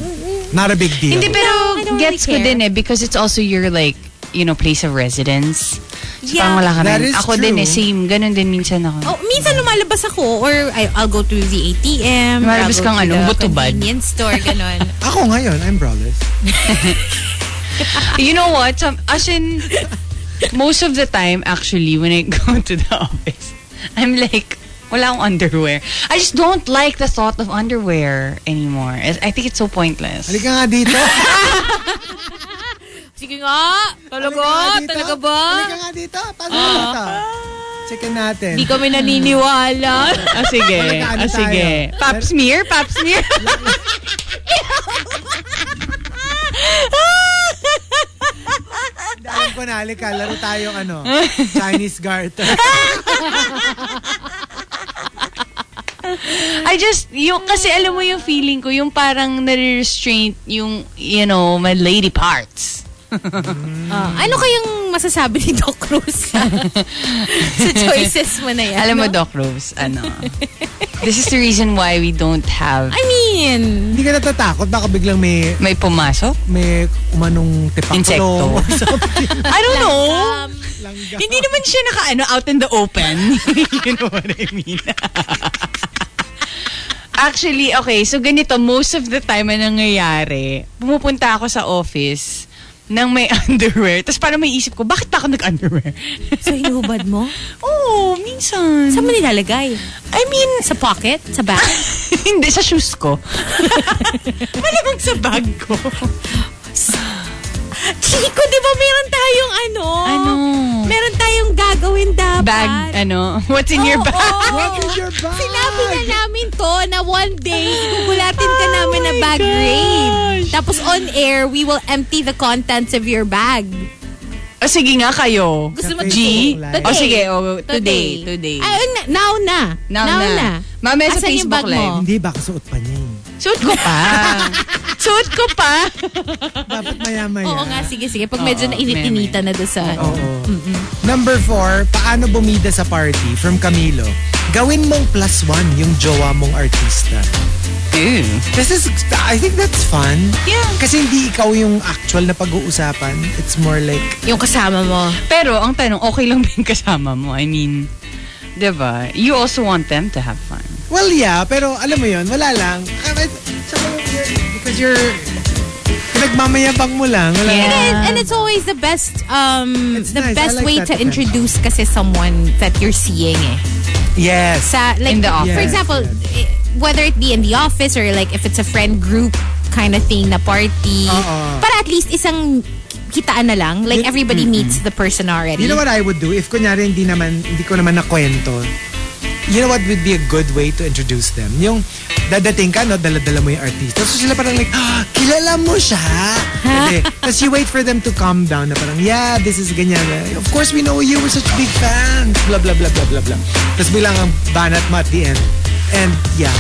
Speaker 6: Not a big deal.
Speaker 9: Hindi, pero
Speaker 4: No, I don't
Speaker 9: gets ko
Speaker 4: really care.
Speaker 9: din eh because it's also your like, you know, place of residence. So
Speaker 4: Yeah.
Speaker 9: parang wala ka
Speaker 6: That
Speaker 9: rin.
Speaker 6: is
Speaker 9: Ako
Speaker 6: true.
Speaker 9: din eh, same. Ganun din minsan ako.
Speaker 4: Oh, minsan lumalabas ako or I, I'll go to the ATM.
Speaker 9: Lumalabas
Speaker 4: I'll go
Speaker 9: kang
Speaker 4: to
Speaker 9: ano,
Speaker 4: the
Speaker 9: butubad.
Speaker 4: Convenience store, ganon.
Speaker 6: Ako ngayon, I'm braless.
Speaker 4: Oh.
Speaker 9: You know what? Some, as in, most of the time, actually, when I go to the office, I'm like, wala akong underwear. I just don't like the thought of underwear anymore. I I think it's so pointless.
Speaker 6: Halika nga dito.
Speaker 4: Sige nga,
Speaker 9: Ano
Speaker 4: talaga,
Speaker 6: Halika nga dito.
Speaker 4: talaga ba? Ah.
Speaker 6: Halika nga dito. Pasok uh, dito. Checkin natin.
Speaker 4: Hindi kami naniniwala.
Speaker 9: Ah, sige. ah,
Speaker 6: Ano tayo?
Speaker 9: sige. Pap smear? Pap smear?
Speaker 6: Daan ko
Speaker 4: Ah!
Speaker 6: na, halika. Laro tayong ano, Chinese garter.
Speaker 9: I just, yung, kasi alam mo yung feeling ko, yung parang nare-restraint yung, you know, my lady parts.
Speaker 4: Ah, ano kayang masasabi ni Doc Cruz sa, sa choices mo na yan?
Speaker 9: Alam mo,
Speaker 4: no?
Speaker 9: Doc Rose, ano, this is the reason why we don't have,
Speaker 4: I mean,
Speaker 6: Hindi ka natatakot, baka biglang may
Speaker 9: may pumasok?
Speaker 6: may umanong tipak
Speaker 9: Insekto.
Speaker 6: or something.
Speaker 9: I don't know.
Speaker 4: um,
Speaker 6: Langga.
Speaker 9: Hindi naman siya naka, ano, out in the open. you know what I mean? Actually, okay, so ganito, most of the time ang nangyayari, pumupunta ako sa office nang may underwear. Tapos parang may isip ko, bakit pa ako nag-underwear?
Speaker 4: so hinuhubad mo?
Speaker 9: Oo, minsan.
Speaker 4: Saan mo nilalagay?
Speaker 9: I mean,
Speaker 4: Sa pocket? Sa bag?
Speaker 9: hindi, sa shoes ko. Malamang Ano sa bag ko.
Speaker 4: Chico, di ba meron tayong ano?
Speaker 9: Ano?
Speaker 4: Meron tayong gagawin dapat.
Speaker 9: Bag, ano, what's in your
Speaker 4: Oo,
Speaker 9: bag?
Speaker 4: oo.
Speaker 6: What is your bag?
Speaker 4: Sinabi na namin to na one day, gugulatin
Speaker 9: Oh
Speaker 4: ka namin na bag raid. Tapos on air, we will empty the contents of your bag.
Speaker 9: O Oh, sige nga kayo.
Speaker 4: Gusto mo
Speaker 9: G?
Speaker 6: Today.
Speaker 9: O sige, o, today. Today.
Speaker 4: Ayun na, now na.
Speaker 9: Now, na. Mamaya sa
Speaker 4: Asan yung
Speaker 9: Facebook
Speaker 4: bag mo?
Speaker 9: Live.
Speaker 6: Hindi, baka suot pa niya yun.
Speaker 9: Suot ko pa. Suot ko pa.
Speaker 6: Dapat maya-maya.
Speaker 4: Oo nga, sige, sige. Pag medyo
Speaker 9: Oo,
Speaker 4: nainit-inita na doon sa...
Speaker 6: Oo. Number four, paano bumida sa party? From Camilo. Gawin mong plus one yung jowa mong artista. This is, I think that's fun.
Speaker 9: Yeah.
Speaker 6: Kasi hindi ikaw yung actual na pag-uusapan. It's more like,
Speaker 4: Yung kasama mo.
Speaker 9: Pero ang tanong, okay lang ba yung kasama mo? I mean, di ba? You also want them to have fun.
Speaker 6: well, yeah, pero alam mo yun, wala lang. Kahit- tsaka you're- Because you're, nagmamayabang mo lang. Wala
Speaker 9: Yeah.
Speaker 6: lang.
Speaker 4: And, and it's always the best um
Speaker 6: It's
Speaker 4: the
Speaker 6: nice.
Speaker 4: best
Speaker 6: I like
Speaker 4: way
Speaker 6: that
Speaker 4: to
Speaker 6: effect.
Speaker 4: introduce kasi someone that you're seeing eh.
Speaker 6: Yes.
Speaker 4: Sa
Speaker 9: In
Speaker 4: like
Speaker 9: the office.
Speaker 4: for example, eh, whether it be in the office or like if it's a friend group kind of thing na party.
Speaker 6: Oo.
Speaker 4: Para at least isang kitaan na lang. Like
Speaker 6: Yun-
Speaker 4: everybody meets the person already.
Speaker 6: You know what I would do? If kunyari hindi naman, hindi ko naman nakwento, you know what would be a good way to introduce them? Yung dadating ka, no, dala-dala mo yung artista. So sila parang like, ah, kilala mo siya? Kasi, tapos you wait for them to calm down na parang, yeah, this is ganyan. Of course, we know you. We're such big fans. Blah, blah, blah, blah, blah, blah. Tapos bilang ang banat mo at the end. And yeah,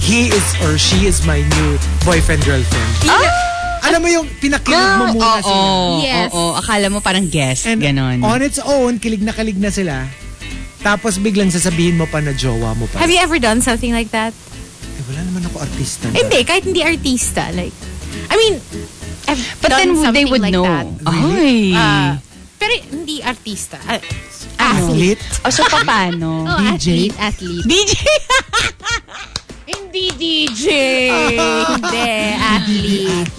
Speaker 6: he is or she is my new boyfriend-girlfriend. Alam mo yung pinakilig
Speaker 4: Ah,
Speaker 6: mo
Speaker 9: Ah! Oo,
Speaker 6: muna sila.
Speaker 4: Yes.
Speaker 9: oo. Akala mo parang guest,
Speaker 6: And
Speaker 9: ganon.
Speaker 6: on its own, kilig na kilig na sila. Tapos biglang sasabihin mo pa na jowa mo pa.
Speaker 4: Have you ever done something like that?
Speaker 6: Eh, wala naman ako artista. na.
Speaker 4: Hindi, kahit hindi artista. Like, I mean, I've
Speaker 9: But
Speaker 4: done
Speaker 9: then
Speaker 4: something
Speaker 9: they would
Speaker 4: like
Speaker 9: know.
Speaker 4: That.
Speaker 9: Ay.
Speaker 4: Ah, pero hindi artista. Ah, athlete.
Speaker 6: Athlete?
Speaker 9: o so paano?
Speaker 4: Oh,
Speaker 6: DJ?
Speaker 4: athlete, athlete.
Speaker 9: DJ!
Speaker 4: Hindi DJ. hindi, athlete.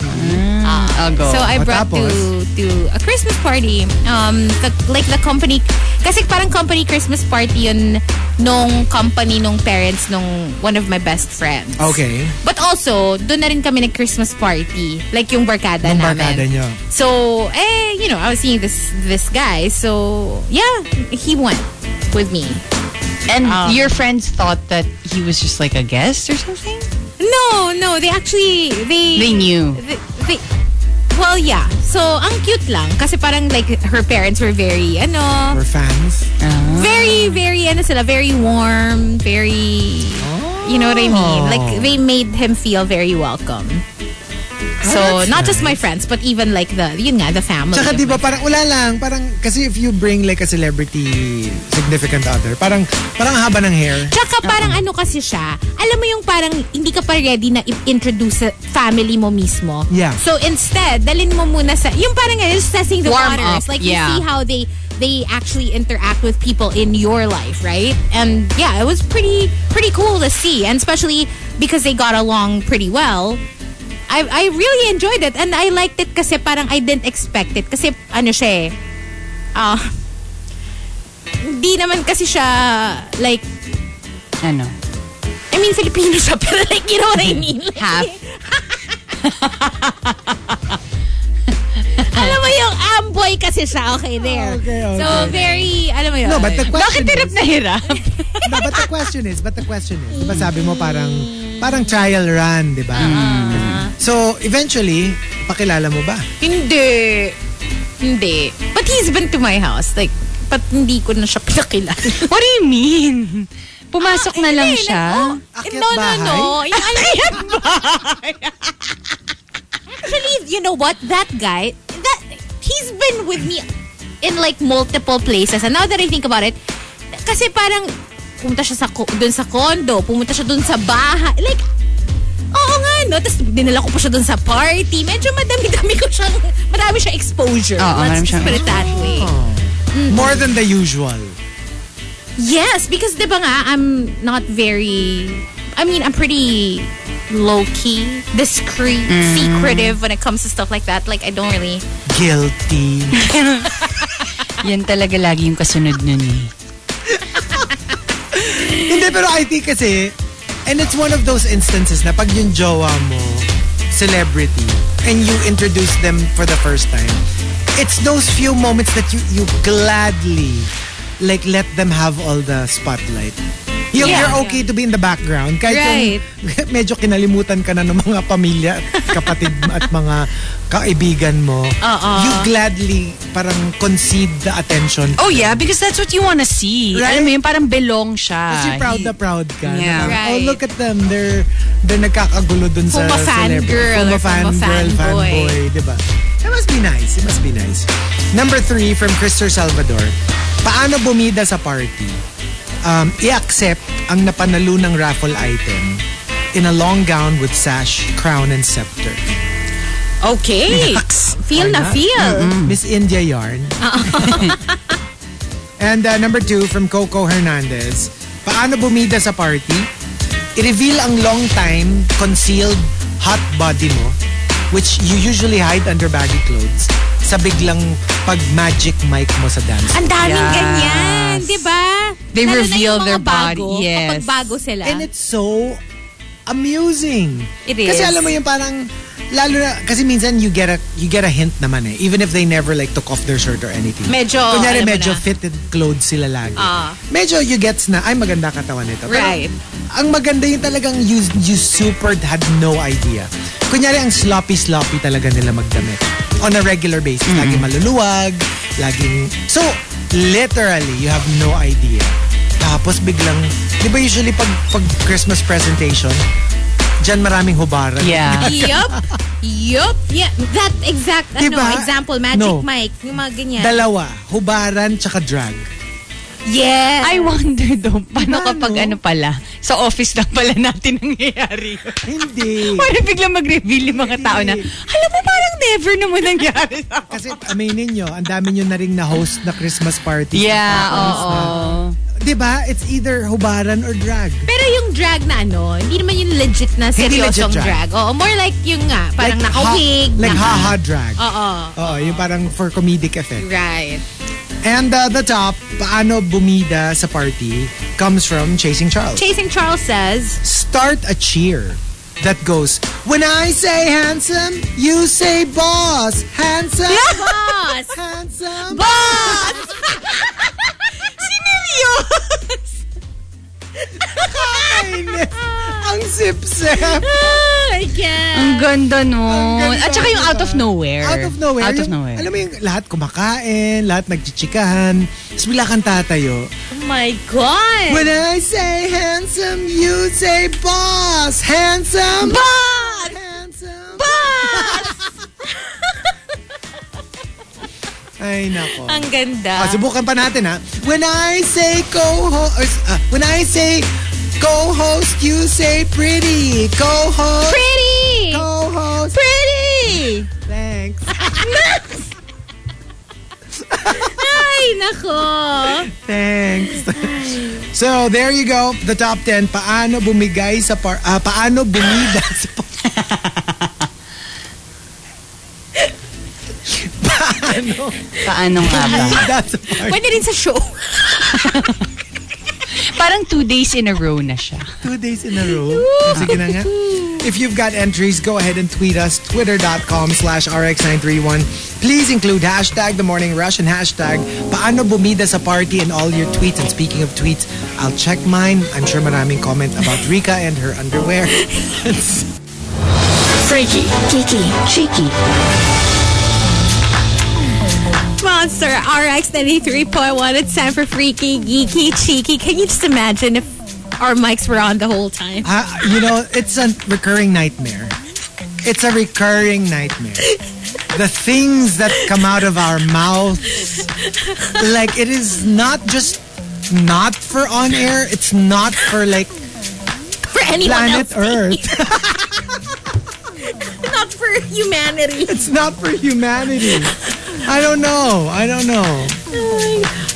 Speaker 9: Ah.
Speaker 4: Ah.
Speaker 9: I'll go.
Speaker 4: So I
Speaker 6: Oh,
Speaker 4: brought to
Speaker 6: tapos?
Speaker 4: to a Christmas party. Um, the, like the company, kasi parang company Christmas party yun nung company nung parents nung one of my best friends.
Speaker 6: Okay.
Speaker 4: But also, doon na rin kami nag-Christmas party. Like yung barkada
Speaker 6: Nung
Speaker 4: namin.
Speaker 6: barkada niyo.
Speaker 4: So, eh, you know, I was seeing this this guy. So, yeah, he went with me.
Speaker 9: and
Speaker 4: Um,
Speaker 9: your friends thought that he was just like a guest or something?
Speaker 4: No, no, they actually, they...
Speaker 9: They knew.
Speaker 4: They, they- well, yeah. So, ang cute lang. Kasi parang like, her parents were very, ano,
Speaker 6: We're fans.
Speaker 4: very, very, ano sila, very warm, very...
Speaker 6: Oh.
Speaker 4: You know what I mean? Like, they made him feel very welcome. So,
Speaker 6: Ah, that's
Speaker 4: not just my friends, but even like the, yun nga, the family. of
Speaker 6: Tsaka di
Speaker 4: my-
Speaker 6: ba parang wala lang, parang kasi if you bring like a celebrity significant other, parang parang haba ng hair.
Speaker 4: Tsaka parang ano kasi siya, alam mo yung parang hindi ka pa ready na i-introduce sa family mo mismo.
Speaker 6: Yeah.
Speaker 4: So instead, dalin mo muna sa, yung parang ganun, just testing the
Speaker 9: Warm up,
Speaker 4: waters. Like
Speaker 9: yeah.
Speaker 4: you see how they they actually interact with people in your life, right? And yeah, it was pretty pretty cool to see. And especially because they got along pretty well. I, I really enjoyed it and I liked it kasi parang I didn't expect it kasi ano siya eh, ah, hindi naman kasi siya like
Speaker 9: Ano?
Speaker 4: I mean, Filipino siya, pero like, you know what I mean? Like,
Speaker 9: Half.
Speaker 4: alam mo yung amboy kasi siya, okay, there.
Speaker 6: Okay, okay.
Speaker 4: So, very, alam mo yun.
Speaker 6: No, but the
Speaker 9: Bakit
Speaker 6: question
Speaker 9: hirap
Speaker 6: is,
Speaker 9: na hirap?
Speaker 6: no, Diba? but the question is, but the question is, di ba sabi mo parang
Speaker 4: Mm.
Speaker 6: parang trial run, di ba? So, eventually, pakilala mo ba?
Speaker 4: Hindi. Hindi. But he's been to my house, like, but hindi ko na siya pinakilala.
Speaker 9: What do you mean? Ah, Oh. Pumasok na lang siya.
Speaker 6: Akyat
Speaker 4: no, no,
Speaker 6: bahay?
Speaker 4: no. Yung, actually, you know what? That guy, that he's been with me in like multiple places. And now that I think about it, kasi parang pumunta siya sa co- dun sa condo, pumunta siya dun sa bahay. Like, oo nga, no? Tapos dinala ko pa siya dun sa party. Medyo madami-dami ko siyang, marami siyang exposure.
Speaker 9: Oo,
Speaker 4: Let's
Speaker 9: marami siyang
Speaker 4: put it that way. Mm.
Speaker 6: More than the usual.
Speaker 4: Yes, because 'di ba nga I'm not very I mean, I'm pretty low key, discreet,
Speaker 6: Mm.
Speaker 4: secretive when it comes to stuff like that. Like I don't really
Speaker 6: Guilty.
Speaker 9: Yan talaga lagi yung kasunod nun eh.
Speaker 6: Hindi, pero I think kasi, and it's one of those instances na pag yung jowa mo, celebrity, and you introduce them for the first time, it's those few moments that you, you gladly, like, let them have all the spotlight. Yung
Speaker 4: Yeah.
Speaker 6: you're okay to be in the background. Kahit yung medyo kinalimutan ka na ng mga pamilya, at kapatid mo at mga kaibigan mo, you gladly parang concede the attention.
Speaker 9: Oh yeah, because that's what you wanna see.
Speaker 6: Right?
Speaker 9: Alam mo yun, parang belong siya.
Speaker 6: Kasi proud na proud ka. Na
Speaker 9: Yeah.
Speaker 6: parang,
Speaker 4: Right.
Speaker 6: Oh, look at them. They're, they're nagkakagulo dun sa
Speaker 4: Puma
Speaker 6: celebrity.
Speaker 4: fangirl or
Speaker 6: Puma
Speaker 4: puma
Speaker 6: fangirl,
Speaker 4: fanboy.
Speaker 6: fanboy. Diba? It must be nice. It must be nice. Number three from Christopher Salvador. Paano bumida sa party? Um, i-accept ang napanalo ng raffle item in a long gown with sash, crown, and scepter.
Speaker 4: Okay. Feel na
Speaker 6: Why not?
Speaker 4: feel.
Speaker 6: Miss India yarn. And uh, number two from Coco Hernandez. Paano bumida sa party? I-reveal ang long time concealed hot body mo which you usually hide under baggy clothes sa biglang pag magic mic mo sa dance.
Speaker 4: Ang daming
Speaker 9: Yes.
Speaker 4: ganyan, 'di ba?
Speaker 9: They
Speaker 4: Lalo na
Speaker 9: reveal
Speaker 4: yung mga
Speaker 9: their body,
Speaker 4: bago,
Speaker 9: yes.
Speaker 4: Kapag bago sila.
Speaker 6: And it's so amusing.
Speaker 4: It
Speaker 6: Kasi
Speaker 4: is.
Speaker 6: alam mo yung parang lalo na kasi minsan you get a you get a hint naman eh even if they never like took off their shirt or anything.
Speaker 4: Medyo, alam
Speaker 6: kunyari
Speaker 4: mo
Speaker 6: medyo
Speaker 4: na.
Speaker 6: fitted clothes sila lagi.
Speaker 4: Ah.
Speaker 6: Medyo you gets na ay maganda katawan nito. Pero
Speaker 4: Right.
Speaker 6: ang maganda yung talagang you, you super had no idea. Kunyari ang sloppy sloppy talaga nila magdamit on a regular basis. Lagi maluluwag, laging so literally you have no idea. Tapos biglang, di ba usually pag, pag Christmas presentation, dyan maraming hubaran.
Speaker 9: Yeah.
Speaker 4: yup. Yup. Yeah, that exact
Speaker 6: Diba?
Speaker 4: ano, example, magic
Speaker 6: No.
Speaker 4: mic, yung mga ganyan.
Speaker 6: Dalawa, hubaran tsaka drag.
Speaker 4: yes.
Speaker 9: I wonder though, paano
Speaker 6: Diba,
Speaker 9: kapag
Speaker 6: no?
Speaker 9: ano pala, sa office lang pala natin nangyayari.
Speaker 6: Hindi.
Speaker 9: Parang biglang mag-reveal yung mga tao na, alam mo, parang never naman nangyari sa akin.
Speaker 6: Kasi aminin nyo, ang dami nyo na rin na-host na Christmas party.
Speaker 9: Yeah, oo.
Speaker 6: Di ba? It's either hubaran or drag.
Speaker 4: Pero yung drag na ano, hindi naman yung legit na
Speaker 6: Hindi legit
Speaker 4: seryosong drag.
Speaker 6: drag.
Speaker 4: Oo, more like yung nga, parang
Speaker 6: Like ha-
Speaker 4: naka-wig.
Speaker 6: Like
Speaker 4: naka-
Speaker 6: haha drag.
Speaker 4: Oo.
Speaker 6: Oo, yung parang for comedic effect.
Speaker 4: Right.
Speaker 6: And uh, the top, paano bumida sa party, comes from Chasing Charles.
Speaker 4: Chasing Charles says,
Speaker 6: Start a cheer that goes, When I say handsome, you say boss. Handsome,
Speaker 4: Boss!
Speaker 6: handsome.
Speaker 4: Boss! Sineryos!
Speaker 6: Kindness. Ang sip-sip.
Speaker 4: Oh my
Speaker 9: Ang
Speaker 4: God.
Speaker 9: ganda nun.
Speaker 6: ganda,
Speaker 9: At saka yung out of
Speaker 6: diba?
Speaker 9: nowhere.
Speaker 6: Out of nowhere.
Speaker 9: Out of
Speaker 6: yung-
Speaker 9: nowhere.
Speaker 6: Alam mo yung lahat kumakain, lahat nagchichikahan. Tapos bigla kang tatayo.
Speaker 4: Oh my God.
Speaker 6: When I say handsome, you say boss. Handsome.
Speaker 4: Boss!
Speaker 6: Handsome.
Speaker 4: Boss!
Speaker 6: Ay, nako.
Speaker 4: Ang ganda.
Speaker 6: Ah, subukan pa natin, ha? When I say co-host, ah, when I say co-host, you say pretty. Co-host.
Speaker 4: Pretty!
Speaker 6: Co-host.
Speaker 4: Pretty!
Speaker 6: Thanks.
Speaker 4: Ay, nako.
Speaker 6: Thanks. so, there you go. The top 10. Paano bumigay sa par... ah, paano bumida sa par... paano
Speaker 9: Paano nga ba?
Speaker 6: bumida sa par...
Speaker 4: Pwede rin sa show.
Speaker 9: Parang two days in a row na siya.
Speaker 6: Two days in a row. Sige na nga. If you've got entries, go ahead and tweet us. Twitter.com slash RX931. Please include hashtag The Morning Rush and hashtag Paano Bumida sa Party in all your tweets. And speaking of tweets, I'll check mine. I'm sure maraming comment about Rika and her underwear.
Speaker 8: Freaky, kiki, cheeky.
Speaker 4: Monster RX 93.1. It's time for Freaky, Geeky, Cheeky. Can you just imagine if Our mics were on the whole time.
Speaker 6: Ah, you know, it's a recurring nightmare. It's a recurring nightmare. The things that come out of our mouths, like it is not just not for on air. It's not for like
Speaker 4: For anyone
Speaker 6: planet
Speaker 4: else,
Speaker 6: Earth.
Speaker 4: not for humanity.
Speaker 6: It's not for humanity. I don't know. I don't know.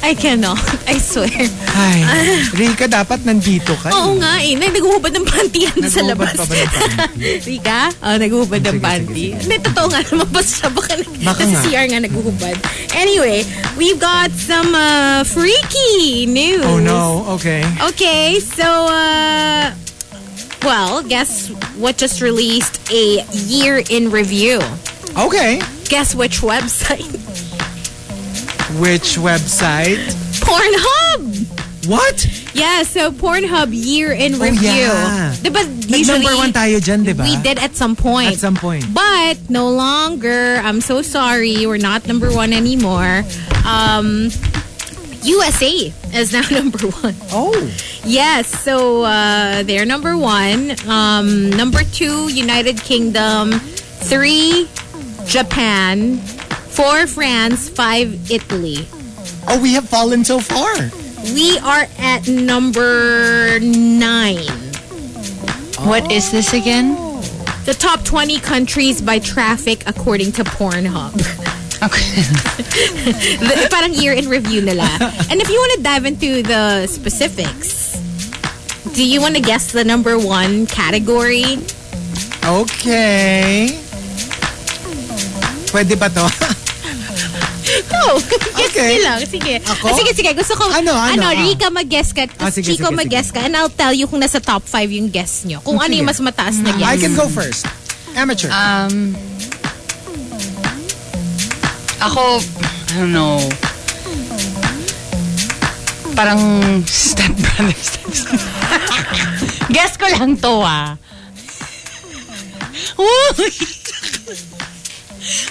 Speaker 4: I cannot. I swear.
Speaker 6: Ay, Rika, dapat nandito ka.
Speaker 4: Oo nga eh. Nay, Naguhubad ng panty yan sa
Speaker 6: Nagbubat
Speaker 4: labas.
Speaker 6: pa ba ng panty?
Speaker 4: Rika? Oh, naguhubad ng
Speaker 6: Sige, sige,
Speaker 4: panty.
Speaker 6: sige.
Speaker 4: Hindi, totoo nga naman. Basta baka nag-
Speaker 6: Baka
Speaker 4: nasa
Speaker 6: nga.
Speaker 4: CR nga naguhubad. Anyway, we've got some uh, freaky news.
Speaker 6: Oh no, okay.
Speaker 4: Okay, so, uh, well, guess what just released a year in review?
Speaker 6: Okay.
Speaker 4: Guess which website?
Speaker 6: Which website?
Speaker 4: Pornhub!
Speaker 6: What?
Speaker 4: Yeah, so Pornhub year in review.
Speaker 6: Oh, yeah.
Speaker 4: Diba, usually,
Speaker 6: Nag-number one tayo dyan, di ba?
Speaker 4: we did at some point.
Speaker 6: At some point.
Speaker 4: But no longer. I'm so sorry. We're not number one anymore. Um, USA is now number one.
Speaker 6: Oh.
Speaker 4: Yes, so uh, they're number one. Um, number two, United Kingdom. Three, Japan. Four, France. Five, Italy.
Speaker 6: Oh, we have fallen so far.
Speaker 4: We are at number nine.
Speaker 9: What is this again?
Speaker 6: Oh.
Speaker 4: The top 20 countries by traffic according to Pornhub.
Speaker 9: Okay.
Speaker 4: the, parang year in review nila. And if you want to dive into the specifics, do you want to guess the number one category?
Speaker 6: Okay. Pwede ba to?
Speaker 4: No. guess
Speaker 6: Okay.
Speaker 4: nyo lang. Sige.
Speaker 6: Ako?
Speaker 4: Ah, sige, sige. Gusto ko,
Speaker 6: Ano, ano, ah.
Speaker 4: Rika mag-guess ka,
Speaker 6: Ah,
Speaker 4: tapos
Speaker 6: sige,
Speaker 4: Chico
Speaker 6: sige, Ah,
Speaker 4: mag-guess ka, and I'll tell you kung nasa top 5 yung guess nyo. Kung ano
Speaker 6: Sige.
Speaker 4: yung mas mataas na guess.
Speaker 6: I can go first. Amateur.
Speaker 9: Um, ako, I don't know. Parang step brother, step sister. Guess ko lang to ah. Uy!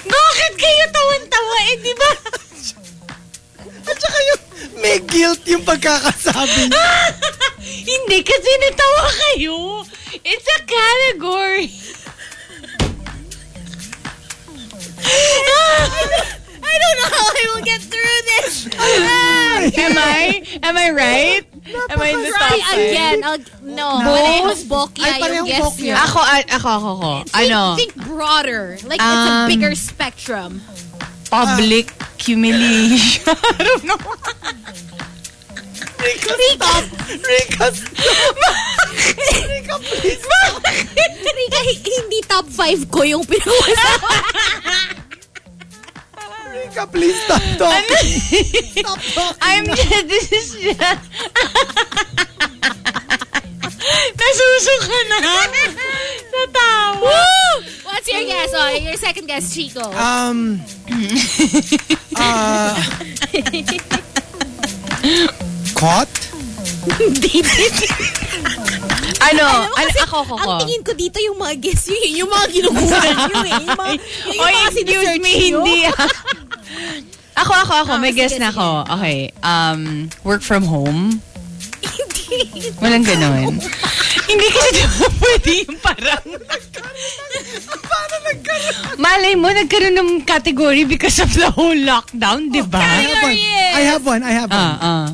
Speaker 9: Bakit kayo tawan-tawa? Eh, di ba?
Speaker 6: At saka yung may guilt yung pagkakasabi.
Speaker 9: Hindi, kasi natawa kayo. It's a category.
Speaker 4: I don't know how I will get through this.
Speaker 9: Am I? Am I right? Am I in the top
Speaker 4: Try
Speaker 9: five?
Speaker 4: again. I'll, no. Parehong bokya
Speaker 6: Ay, parehong
Speaker 4: yung guess nyo.
Speaker 6: bokya.
Speaker 9: Ako, a- ako, ako, ako.
Speaker 4: Think,
Speaker 9: ano?
Speaker 4: think broader. Like
Speaker 9: Um,
Speaker 4: it's a bigger spectrum.
Speaker 9: public humiliation. I don't know.
Speaker 4: Rika, Rika, please. Rika, hi- hindi top 5 ko yung pinag-usapan.
Speaker 6: Rika, please stop talking. stop talking.
Speaker 9: I'm just, this is just... Nasuso ka na. Natawa. Woo!
Speaker 4: What's your guess? Oh, your second guess, Chico.
Speaker 6: Um, uh, caught?
Speaker 9: Ano?
Speaker 4: Alam mo
Speaker 9: ano
Speaker 4: kasi,
Speaker 9: ako, ako,
Speaker 4: Ang
Speaker 9: ako.
Speaker 4: tingin ko dito yung mga guess yun, yun, yung mga ginugulan yun eh. Yung mga, yung, yung
Speaker 9: Oy,
Speaker 4: mga
Speaker 9: excuse
Speaker 4: sinesearch
Speaker 9: me,
Speaker 4: nyo.
Speaker 9: hindi ah. Ako, ako, ako. May
Speaker 4: sige,
Speaker 9: guess na
Speaker 4: sige.
Speaker 9: ako. Okay. Um, work from home.
Speaker 4: Hindi.
Speaker 9: Walang ganun. Hindi kasi di ba pwede yung parang... Paano nagkaroon? Malay mo, nagkaroon ng category because of the whole lockdown, di ba?
Speaker 6: I have one. I have one. I have
Speaker 9: Ah,
Speaker 6: one.
Speaker 9: ah.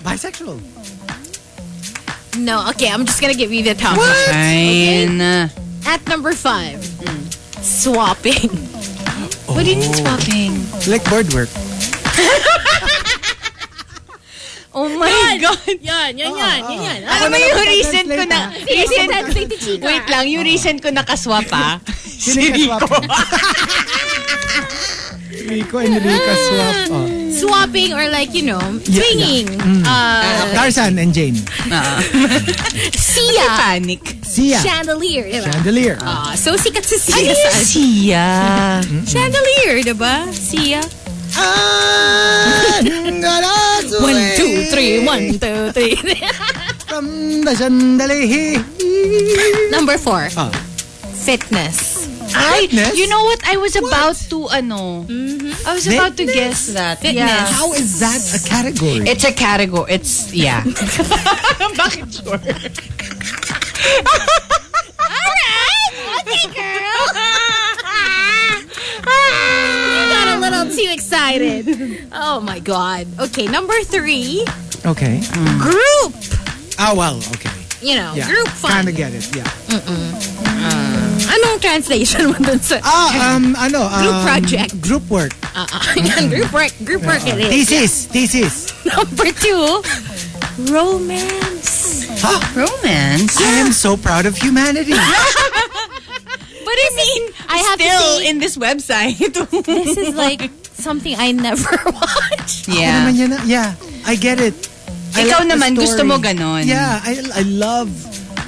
Speaker 6: Bisexual.
Speaker 4: No, okay, I'm just gonna give you the top.
Speaker 9: Fine.
Speaker 4: At number 5, swapping.
Speaker 9: What do you mean swapping?
Speaker 6: Like board work.
Speaker 9: Oh my God.
Speaker 4: Yan, yan, yan, yan, yan.
Speaker 9: Alam mo yung recent ko na... Recent,
Speaker 4: Translate to Chico.
Speaker 9: wait lang,
Speaker 4: Ah.
Speaker 9: yung recent ko nakaswap ah.
Speaker 6: Si Rico. Rico and Rika swap. Oh.
Speaker 4: swapping or like you know
Speaker 6: Yeah, Mm.
Speaker 4: swinging uh
Speaker 6: Tarzan and Jane.
Speaker 4: Sia
Speaker 9: Ah, Panic.
Speaker 6: Sia.
Speaker 4: chandelier diba?
Speaker 6: Chandelier.
Speaker 4: Ah, so sikat si Sia sa
Speaker 9: Siya.
Speaker 4: chandelier diba Sia
Speaker 6: Ah, ngalazo
Speaker 4: one two
Speaker 6: eh.
Speaker 4: three one two three
Speaker 6: From the chandelier.
Speaker 4: number four
Speaker 6: Ah.
Speaker 4: fitness
Speaker 9: Ay,
Speaker 6: Fitness?
Speaker 9: you know what? I was about to, ano,
Speaker 4: Oh,
Speaker 9: I was about to guess that.
Speaker 4: Fitness.
Speaker 9: Yeah.
Speaker 6: How is that a category?
Speaker 9: It's a category. It's, yeah. Bakit sure?
Speaker 4: Okay, girl. you got a little too excited. Oh my god. Okay, number three,
Speaker 6: okay.
Speaker 4: group.
Speaker 6: Ah, well, okay.
Speaker 4: You know,
Speaker 6: Yeah.
Speaker 4: group fun.
Speaker 6: Kinda get it, yeah.
Speaker 4: Anong translation mo dun sa?
Speaker 6: Ah, um, ano? Um,
Speaker 4: Group project.
Speaker 6: Group work.
Speaker 4: Uh-uh. Yan, group work. Group work it is.
Speaker 6: Thesis, thesis.
Speaker 4: Number two, romance.
Speaker 9: Romance?
Speaker 6: I am so proud of humanity.
Speaker 4: But I mean, I have to say,
Speaker 9: in this website.
Speaker 4: this is like something I never watch.
Speaker 6: Ano naman
Speaker 9: yeah.
Speaker 6: yan na- yeah, I get it. I
Speaker 9: Ikaw
Speaker 6: like the
Speaker 9: naman, gusto
Speaker 6: story.
Speaker 9: mo ganon.
Speaker 6: Yeah, I, I love,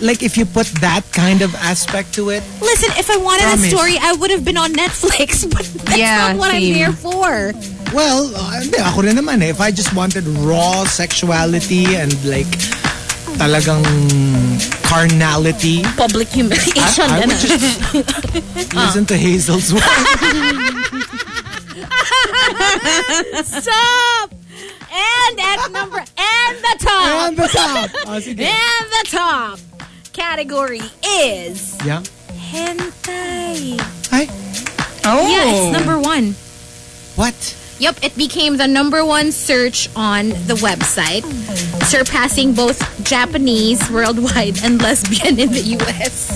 Speaker 6: like if you put that kind of aspect to it.
Speaker 4: Listen, if I wanted
Speaker 6: Promise.
Speaker 4: a story, I would have been on Netflix, but that's
Speaker 9: Yeah,
Speaker 4: not what
Speaker 9: same.
Speaker 4: I'm there for.
Speaker 6: Well, uh, hindi, ako rin naman eh. If I just wanted raw sexuality and like talagang carnality,
Speaker 4: Public humiliation.
Speaker 6: I would
Speaker 4: ganun.
Speaker 6: just listen to Hazel's
Speaker 4: Ah.
Speaker 6: work.
Speaker 4: Stop! And at number, and the top,
Speaker 6: On the top. Oh, sige.
Speaker 4: and the top category is
Speaker 6: Yeah.
Speaker 4: hentai.
Speaker 6: Ay,
Speaker 9: Oh.
Speaker 4: Yeah, it's number one.
Speaker 6: what?
Speaker 4: Yep, it became the number one search on the website, surpassing both Japanese worldwide and lesbian in the US.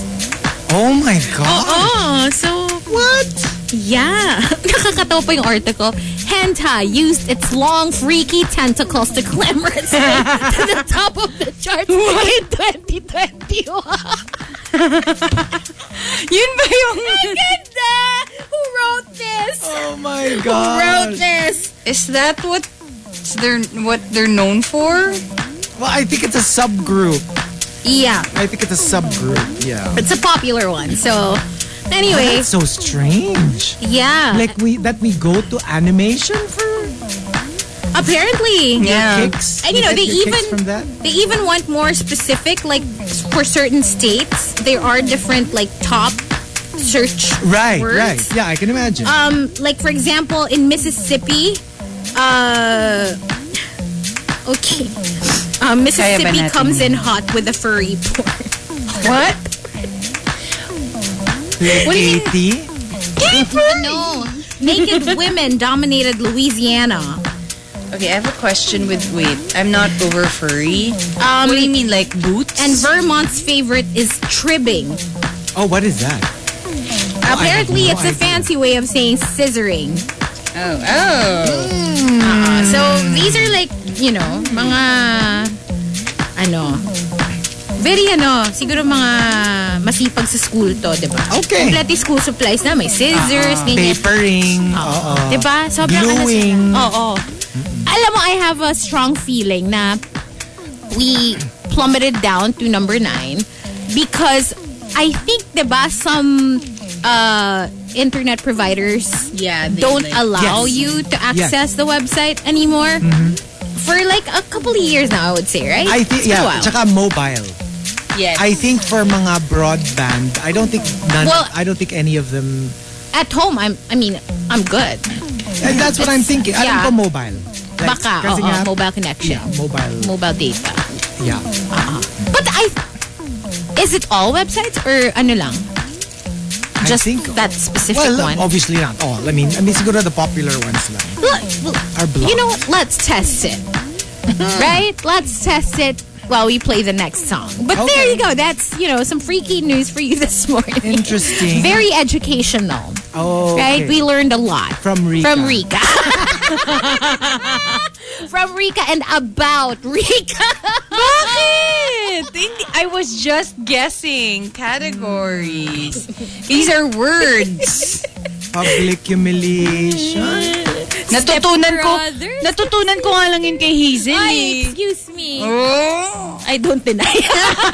Speaker 6: Oh my God.
Speaker 4: Oh, so
Speaker 6: What?
Speaker 4: yeah. Nakakatawa pa yung article. Hentai used its long freaky tentacles to clamber its way to the top of the charts in 2021.
Speaker 9: Yun ba yung...
Speaker 4: Ang ganda! Who wrote this?
Speaker 6: Oh my
Speaker 4: Who wrote
Speaker 6: God.
Speaker 4: this?
Speaker 9: Is that what they're what they're known for?
Speaker 6: Well, I think it's a subgroup.
Speaker 4: Yeah,
Speaker 6: I think it's a subgroup. Yeah.
Speaker 4: it's a popular one. So, anyway,
Speaker 6: That's so strange.
Speaker 4: yeah.
Speaker 6: Like we that we go to animation for
Speaker 4: Apparently.
Speaker 9: Yeah.
Speaker 6: kicks.
Speaker 4: Uh, And you know,
Speaker 6: get
Speaker 4: they
Speaker 6: your kicks
Speaker 4: even-
Speaker 6: from that.
Speaker 4: They even want more specific, like for certain states, there are different like top search
Speaker 6: Right,
Speaker 4: words.
Speaker 6: right. Yeah, I can imagine.
Speaker 4: Um, like for example, in Mississippi, uh, okay, um, Mississippi
Speaker 9: natin
Speaker 4: comes in hot with a furry porn.
Speaker 9: What?
Speaker 6: what do you mean?
Speaker 4: No, naked women dominated Louisiana.
Speaker 9: Okay, I have a question with wait. I'm not over furry.
Speaker 4: Um,
Speaker 9: what do you mean, like boots?
Speaker 4: And Vermont's favorite is tribbing.
Speaker 6: Oh, what is that?
Speaker 4: Apparently,
Speaker 6: no
Speaker 4: it's a
Speaker 6: idea.
Speaker 4: fancy way of saying scissoring.
Speaker 9: oh, oh.
Speaker 4: Uh, so these are like, you know, mga ano, very ano, siguro mga masipag sa school to, 'di ba?
Speaker 6: Okay.
Speaker 4: Complete school supplies na may scissors, ganyan.
Speaker 6: Papering. Uh-oh.
Speaker 4: Oh. 'Di ba? Sobrang ano
Speaker 6: Gluing.
Speaker 4: sila. Oo. Alam mo, I have a strong feeling na we plummeted down to number nine because I think, 'di ba, some uh, internet providers
Speaker 9: Yeah. They,
Speaker 4: don't
Speaker 9: like-
Speaker 4: allow
Speaker 6: Yes. Mm-hmm.
Speaker 4: you to access the website anymore for like a couple of years now, I would say, right?
Speaker 6: I
Speaker 4: It's
Speaker 6: think
Speaker 4: been a
Speaker 6: yeah,
Speaker 4: while.
Speaker 6: tsaka mobile.
Speaker 9: Yes.
Speaker 6: I think for mga broadband, I don't think none,
Speaker 4: Well-
Speaker 6: I don't think any of them.
Speaker 4: At home, I'm. I mean, I'm good.
Speaker 6: And that's what I'm thinking. I
Speaker 4: yeah.
Speaker 6: Alam ko mobile. Like,
Speaker 4: Baka,
Speaker 6: kasi
Speaker 4: oo,
Speaker 6: nga,
Speaker 4: mobile connection,
Speaker 6: Yeah, mobile.
Speaker 4: mobile data.
Speaker 6: yeah.
Speaker 4: But I, is it all websites or ano lang?
Speaker 6: I
Speaker 4: Just
Speaker 6: think-
Speaker 4: that specific
Speaker 6: Well,
Speaker 4: one.
Speaker 6: obviously not all. I mean, I mean, siguro the popular ones lang.
Speaker 4: Look,
Speaker 6: Are blocked.
Speaker 4: you know, what? let's test it, right? Let's test it while we play the next song. But there
Speaker 6: Okay.
Speaker 4: you go. That's you know some freaky news for you this morning.
Speaker 6: Interesting.
Speaker 4: Very educational.
Speaker 6: oh,
Speaker 4: Right? We learned a lot.
Speaker 6: From Rika.
Speaker 4: From Rika. From Rika and about Rika.
Speaker 9: Bakit? Hindi- I was just guessing categories. These are words.
Speaker 6: public humiliation.
Speaker 9: natutunan ko.
Speaker 4: Stepbrothers?
Speaker 9: Natutunan ko nga lang yun kay Hazel.
Speaker 4: Ay,
Speaker 9: eh.
Speaker 4: excuse me.
Speaker 9: Oh.
Speaker 4: I don't deny.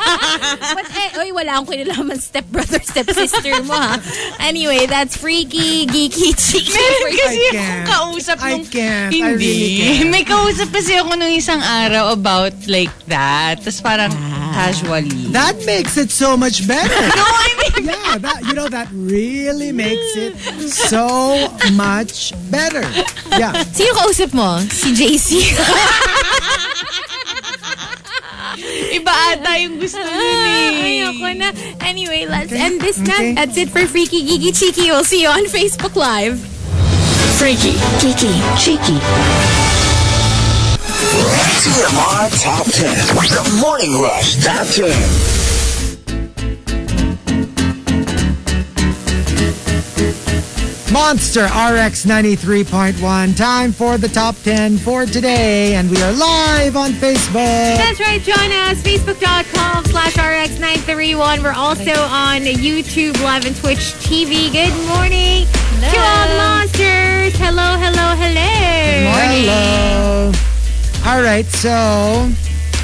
Speaker 4: But eh, oy, wala akong kinalaman stepbrother, stepsister mo ha. Anyway, that's freaky, geeky, cheeky.
Speaker 9: Meron
Speaker 4: freaky.
Speaker 9: kasi
Speaker 6: I
Speaker 9: akong
Speaker 6: can't.
Speaker 9: kausap
Speaker 6: I
Speaker 9: nung...
Speaker 6: can't. I
Speaker 9: Hindi.
Speaker 6: really can't.
Speaker 9: May kausap kasi ako nung isang araw about like that. Tapos parang, casually.
Speaker 6: Ah. That makes it so much better.
Speaker 9: no, I mean,
Speaker 6: yeah, that you know that really makes it so much better. Yeah.
Speaker 4: Sino kausap mo? Si JC.
Speaker 9: iba ata yung gusto nun eh.
Speaker 4: Ah, Ayoko na. Anyway, let's end this
Speaker 6: Okay.
Speaker 4: na. That's it for Freaky Gigi Cheeky. We'll see you on Facebook Live.
Speaker 7: Freaky, geeky, cheeky.
Speaker 8: TMR Top 10. The Morning Rush Top 10.
Speaker 6: Monster RX 93.1. Time for the top 10 for today. And we are live on Facebook.
Speaker 4: That's right, join us. Facebook.com slash RX931. We're also on YouTube Live and Twitch TV. Good morning to all monsters. Hello, hello, hello.
Speaker 6: Hello. All right, so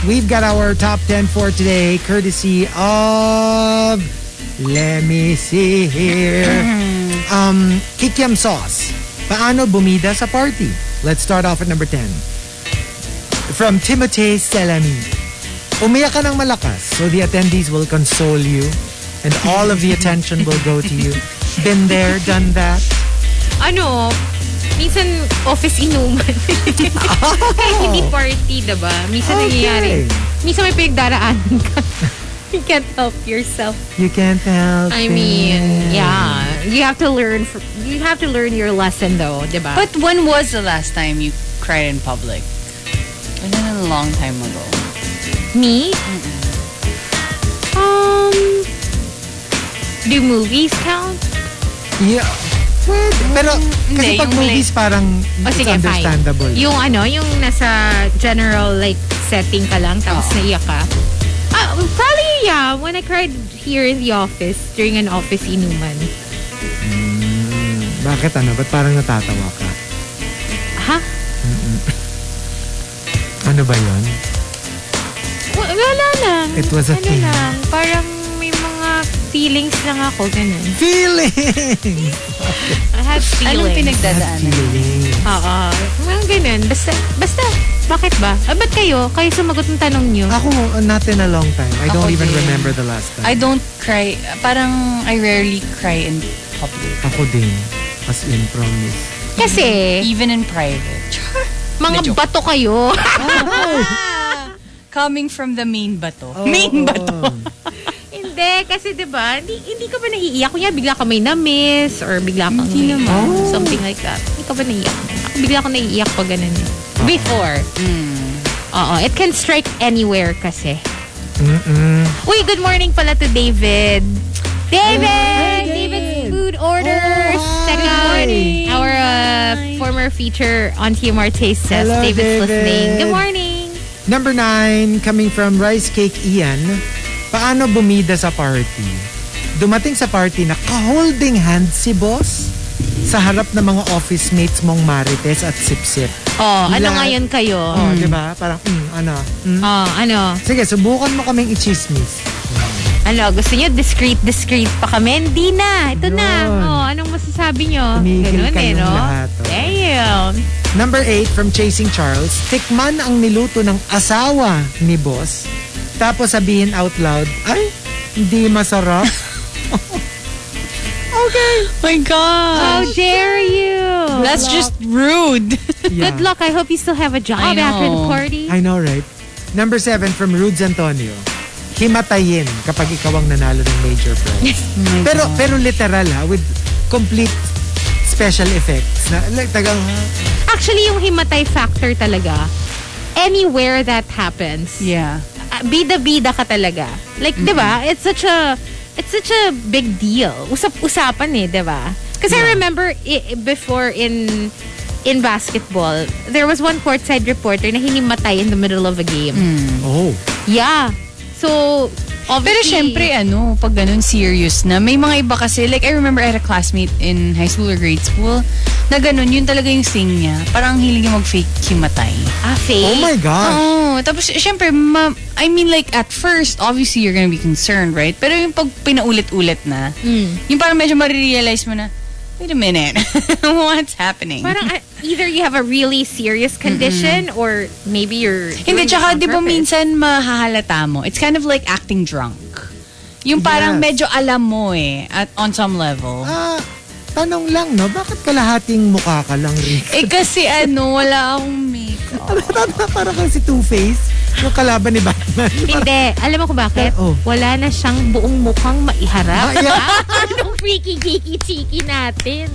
Speaker 6: we've got our top 10 for today, courtesy of Let me see here. Um, Kikiam sauce. Paano bumida sa party? Let's start off at number 10. From Timotei Selami. Umiyak ka ng malakas so the attendees will console you and all of the attention will go to you. Been there, done that.
Speaker 4: Ano, minsan office inuman. Kahit hindi party, diba? Minsan nangyayari.
Speaker 6: Okay.
Speaker 4: Minsan may pinagdaraanan ka. You can't help yourself.
Speaker 6: You can't help
Speaker 4: I
Speaker 6: it.
Speaker 4: mean, yeah. You have to learn. fr- you have to learn your lesson, though, diba?
Speaker 9: But when was the last time you cried in public? Wasn't it a long time ago?
Speaker 4: Me? Um, do movies count?
Speaker 6: Yeah. Pwede. Pero kasi
Speaker 9: Hindi,
Speaker 6: pag
Speaker 9: yung Oh,
Speaker 6: movies parang
Speaker 4: O
Speaker 6: it's
Speaker 4: sige,
Speaker 6: understandable.
Speaker 4: fine. Yung ano, yung nasa general like setting ka lang tapos
Speaker 9: Oo.
Speaker 6: Oh.
Speaker 4: naiyak ka. Ah, probably yeah, when I cried here in the office during an office inuman.
Speaker 6: Bakit ano? Ba't parang natatawa ka?
Speaker 4: Ha?
Speaker 6: Ano ba yon?
Speaker 4: W- wala lang.
Speaker 6: It was a
Speaker 4: ano
Speaker 6: thing.
Speaker 4: lang, parang may mga feelings lang ako, ganun.
Speaker 6: Feeling!
Speaker 4: I had
Speaker 9: Anong
Speaker 4: feelings.
Speaker 9: pinagdadaanan?
Speaker 6: Feeling.
Speaker 4: Oo. Mga ganun. Basta, basta, bakit ba? Ah, ba't kayo? Kayo sumagot ng tanong nyo.
Speaker 6: Ako, not in a long time. I don't
Speaker 9: Ako
Speaker 6: even
Speaker 9: din.
Speaker 6: remember the last time.
Speaker 9: I don't cry. Parang I rarely cry in public.
Speaker 6: Ako din. As in, promise.
Speaker 4: Kasi,
Speaker 9: Even in private. Char. Medyo-
Speaker 4: Mga bato kayo.
Speaker 9: Coming from the main bato. main bato.
Speaker 6: Oh.
Speaker 4: hindi, kasi di ba, hindi, hindi ka ba naiiyak? Kunya, bigla ka may na-miss or bigla kang may, something like that. Hindi ka ba naiiyak? Ako bigla ako naiiyak pag ganun. eh. Before. Oo, it can strike anywhere kasi.
Speaker 6: Mm-mm.
Speaker 4: Uy, good morning pala to David. David! David's food orders. Check out our uh, former feature on TMR Taste Test.
Speaker 6: Hello,
Speaker 4: David's
Speaker 6: David.
Speaker 4: listening. Good morning.
Speaker 6: Number nine, coming from Rice Cake Ian. Paano bumida sa party? Dumating sa party na ka-holding hand si boss sa harap ng mga office mates mong marites at sip-sip.
Speaker 4: Oh, ano
Speaker 6: Lahat-
Speaker 4: nga yun Hmm. kayo?
Speaker 6: Oh, di ba? Parang, mm, ano. Mm.
Speaker 4: Oh, ano?
Speaker 6: Sige, subukan mo kaming i-chismis.
Speaker 4: Ano, gusto nyo discreet, discreet pa kami? Hindi na. Ito na.
Speaker 6: Yun.
Speaker 4: Oh, anong masasabi nyo?
Speaker 6: Tumigil
Speaker 4: Ganun eh,
Speaker 6: kayong
Speaker 4: no?
Speaker 6: lahat, oh.
Speaker 4: Damn.
Speaker 6: Number 8 from Chasing Charles, tikman ang niluto ng asawa ni boss, tapos sabihin out loud, ay, hindi masarap.
Speaker 9: my
Speaker 4: How
Speaker 9: God.
Speaker 4: dare you?
Speaker 9: That's just rude.
Speaker 6: Yeah.
Speaker 4: Good luck. I hope you still have a job
Speaker 9: I know.
Speaker 4: after the party.
Speaker 6: I know, right? Number 7 from Rudes Antonio, himatayin kapag ikaw ang nanalo ng major prize. pero pero literal ha, with complete special effects. Na, like, tagang,
Speaker 4: Actually, yung himatay factor talaga, anywhere that happens,
Speaker 9: yeah.
Speaker 4: ah, bida-bida ka talaga. Like, di ba? It's such a, it's such a big deal. Usap-usapan eh, di ba? Because I remember i- before in in basketball, there was one courtside reporter na hinimatay in the middle of a game.
Speaker 10: Mm.
Speaker 6: oh.
Speaker 4: Yeah. So,
Speaker 9: Pero
Speaker 4: obviously...
Speaker 9: syempre, ano, pag ganun serious na, may mga iba kasi, like, I remember I had a classmate in high school or grade school, na ganun, yun talaga yung thing niya. Parang hilig niya mag-fake himatay.
Speaker 4: Ah, fake.
Speaker 6: Oh my God.
Speaker 9: Oo. Tapos, syempre, ma- I mean, like, at first, obviously, you're gonna be concerned, right? Pero yung pag pinaulit-ulit na, yung parang medyo marirealize mo na, wait a minute, what's happening?
Speaker 4: Parang, ah,
Speaker 11: either you have a really serious condition or maybe you're
Speaker 9: Hindi,
Speaker 11: doing
Speaker 9: tsaka
Speaker 11: this on
Speaker 9: di ba
Speaker 11: purpose.
Speaker 9: minsan mahahalata mo. It's kind of like acting drunk. Yung parang
Speaker 6: Yes.
Speaker 9: medyo alam mo eh, at on some level.
Speaker 6: Ah, tanong lang, no? Bakit kalahating mukha ka lang rin?
Speaker 9: Eh kasi ano, wala akong makeup.
Speaker 6: Para kang si Two-Face, yung kalaban ni Batman.
Speaker 11: Hindi. Alam mo kung bakit?
Speaker 6: Oh.
Speaker 11: Wala na siyang buong mukhang
Speaker 6: Ah,
Speaker 11: maiharap.
Speaker 6: yeah.
Speaker 11: Ah, Anong freaky kiki chiki natin?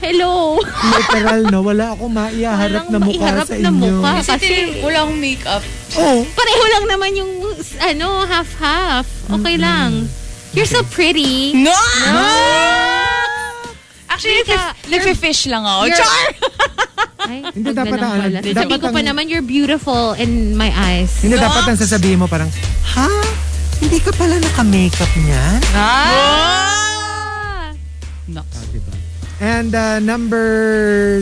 Speaker 11: Hello.
Speaker 6: Literal, no? Wala akong maiharap
Speaker 11: Walang
Speaker 6: na mukha
Speaker 11: maiharap
Speaker 6: sa
Speaker 11: na
Speaker 6: inyo.
Speaker 11: mukha.
Speaker 9: Kasi,
Speaker 11: Kasi-
Speaker 9: tin- wala akong makeup.
Speaker 6: Oh,
Speaker 11: Pareho lang naman yung ano, half-half. Okay lang. You're so pretty.
Speaker 9: No! Actually,
Speaker 11: Tita,
Speaker 9: nagfi- nagfi-fish lang ako.
Speaker 11: you're-
Speaker 9: Char!
Speaker 11: Ay,
Speaker 6: Hindi,
Speaker 11: wag
Speaker 6: dapat
Speaker 11: na lang
Speaker 6: ang-
Speaker 11: pala.
Speaker 6: dapat
Speaker 11: Sasabihin ko pa
Speaker 6: ang-
Speaker 11: naman, you're beautiful in my eyes.
Speaker 6: hindi dapat ang sasabihin mo parang, ha? Hindi ka pala naka-makeup niyan?
Speaker 11: Ah!
Speaker 9: Naks.
Speaker 6: And uh, number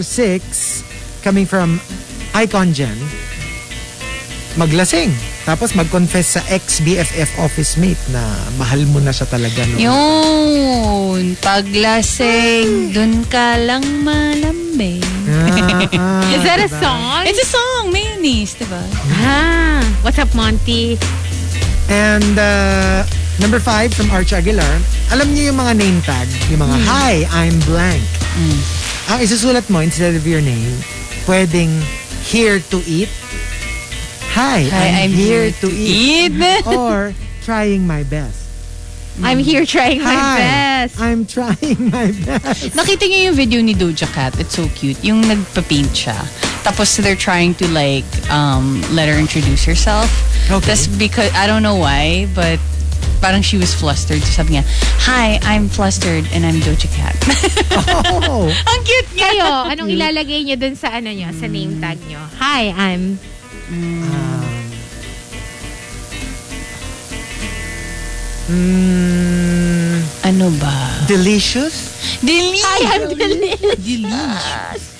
Speaker 6: six, coming from Icon Jen, maglasing. Tapos mag-confess sa ex-BFF office mate na mahal mo na siya talaga. No?
Speaker 9: Yun, paglasing, dun ka lang malambing.
Speaker 6: Ah,
Speaker 11: Is that a song?
Speaker 9: It's a song, mayonnaise, diba?
Speaker 11: Ah, what's up, Monty?
Speaker 6: And uh, number five from Arch Aguilar, alam niyo yung mga name tag, yung mga, Hi, I'm blank. Ang isusulat mo instead of your name, pwedeng here to eat. Hi, I'm, here, to eat. Or trying my best.
Speaker 11: I'm here trying my
Speaker 6: Hi,
Speaker 11: best.
Speaker 6: I'm trying my best.
Speaker 9: Nakita niyo yung video ni Doja Cat. It's so cute. Yung nagpa-paint siya. Tapos they're trying to like um, let her introduce herself.
Speaker 6: Okay.
Speaker 9: That's because, I don't know why, but parang she was flustered. So Sabi niya, Hi, I'm flustered and I'm Doja Cat.
Speaker 6: Oh,
Speaker 9: Ang cute niya.
Speaker 11: Kayo, Oh, anong ilalagay niyo dun sa ano niyo, sa name tag niyo? Hi, I'm...
Speaker 6: mm,
Speaker 9: Ano ba?
Speaker 6: delicious?
Speaker 9: Delicious.
Speaker 11: Hi, I'm Delin.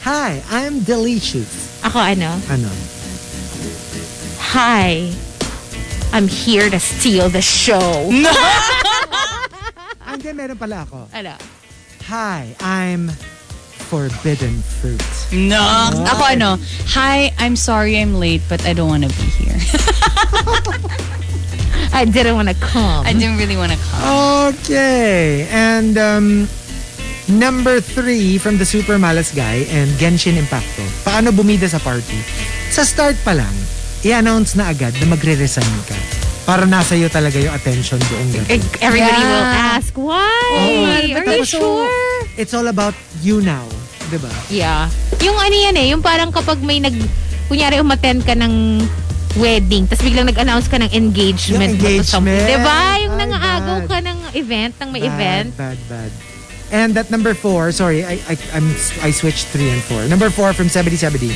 Speaker 6: Hi, I'm delicious.
Speaker 11: Ako ano?
Speaker 6: Ano?
Speaker 11: Hi, I'm here to steal the show.
Speaker 6: Ang meron pala ako.
Speaker 11: Ano?
Speaker 6: Hi, I'm forbidden fruit.
Speaker 9: No. Ako ano, Hi, I'm sorry I'm late but I don't want to be here.
Speaker 11: I didn't want to come.
Speaker 9: I didn't really want to come.
Speaker 6: Okay. And um, number three from the Super Malas Guy and Genshin Impacto. Paano bumida sa party? Sa start pa lang, i-announce na agad na magre-resign ka. Para nasa iyo talaga yung attention buong gabi.
Speaker 11: Everybody will ask, why?
Speaker 6: Oo,
Speaker 11: Are you
Speaker 6: tapos, so,
Speaker 11: sure?
Speaker 6: It's all about you now. Diba?
Speaker 11: Yeah. Yung ano yan eh, yung parang kapag may nag... Kunyari, umattend ka ng wedding, tapos biglang nag-announce ka ng engagement.
Speaker 6: Yung
Speaker 11: mo to something.
Speaker 6: engagement.
Speaker 11: Diba? Yung
Speaker 6: Ay,
Speaker 11: nangaagaw
Speaker 6: bad.
Speaker 11: ka ng event, ng may
Speaker 6: bad,
Speaker 11: event.
Speaker 6: Bad, bad. And that number four, sorry, I, I, I'm, I switched three and four. Number four from 7070.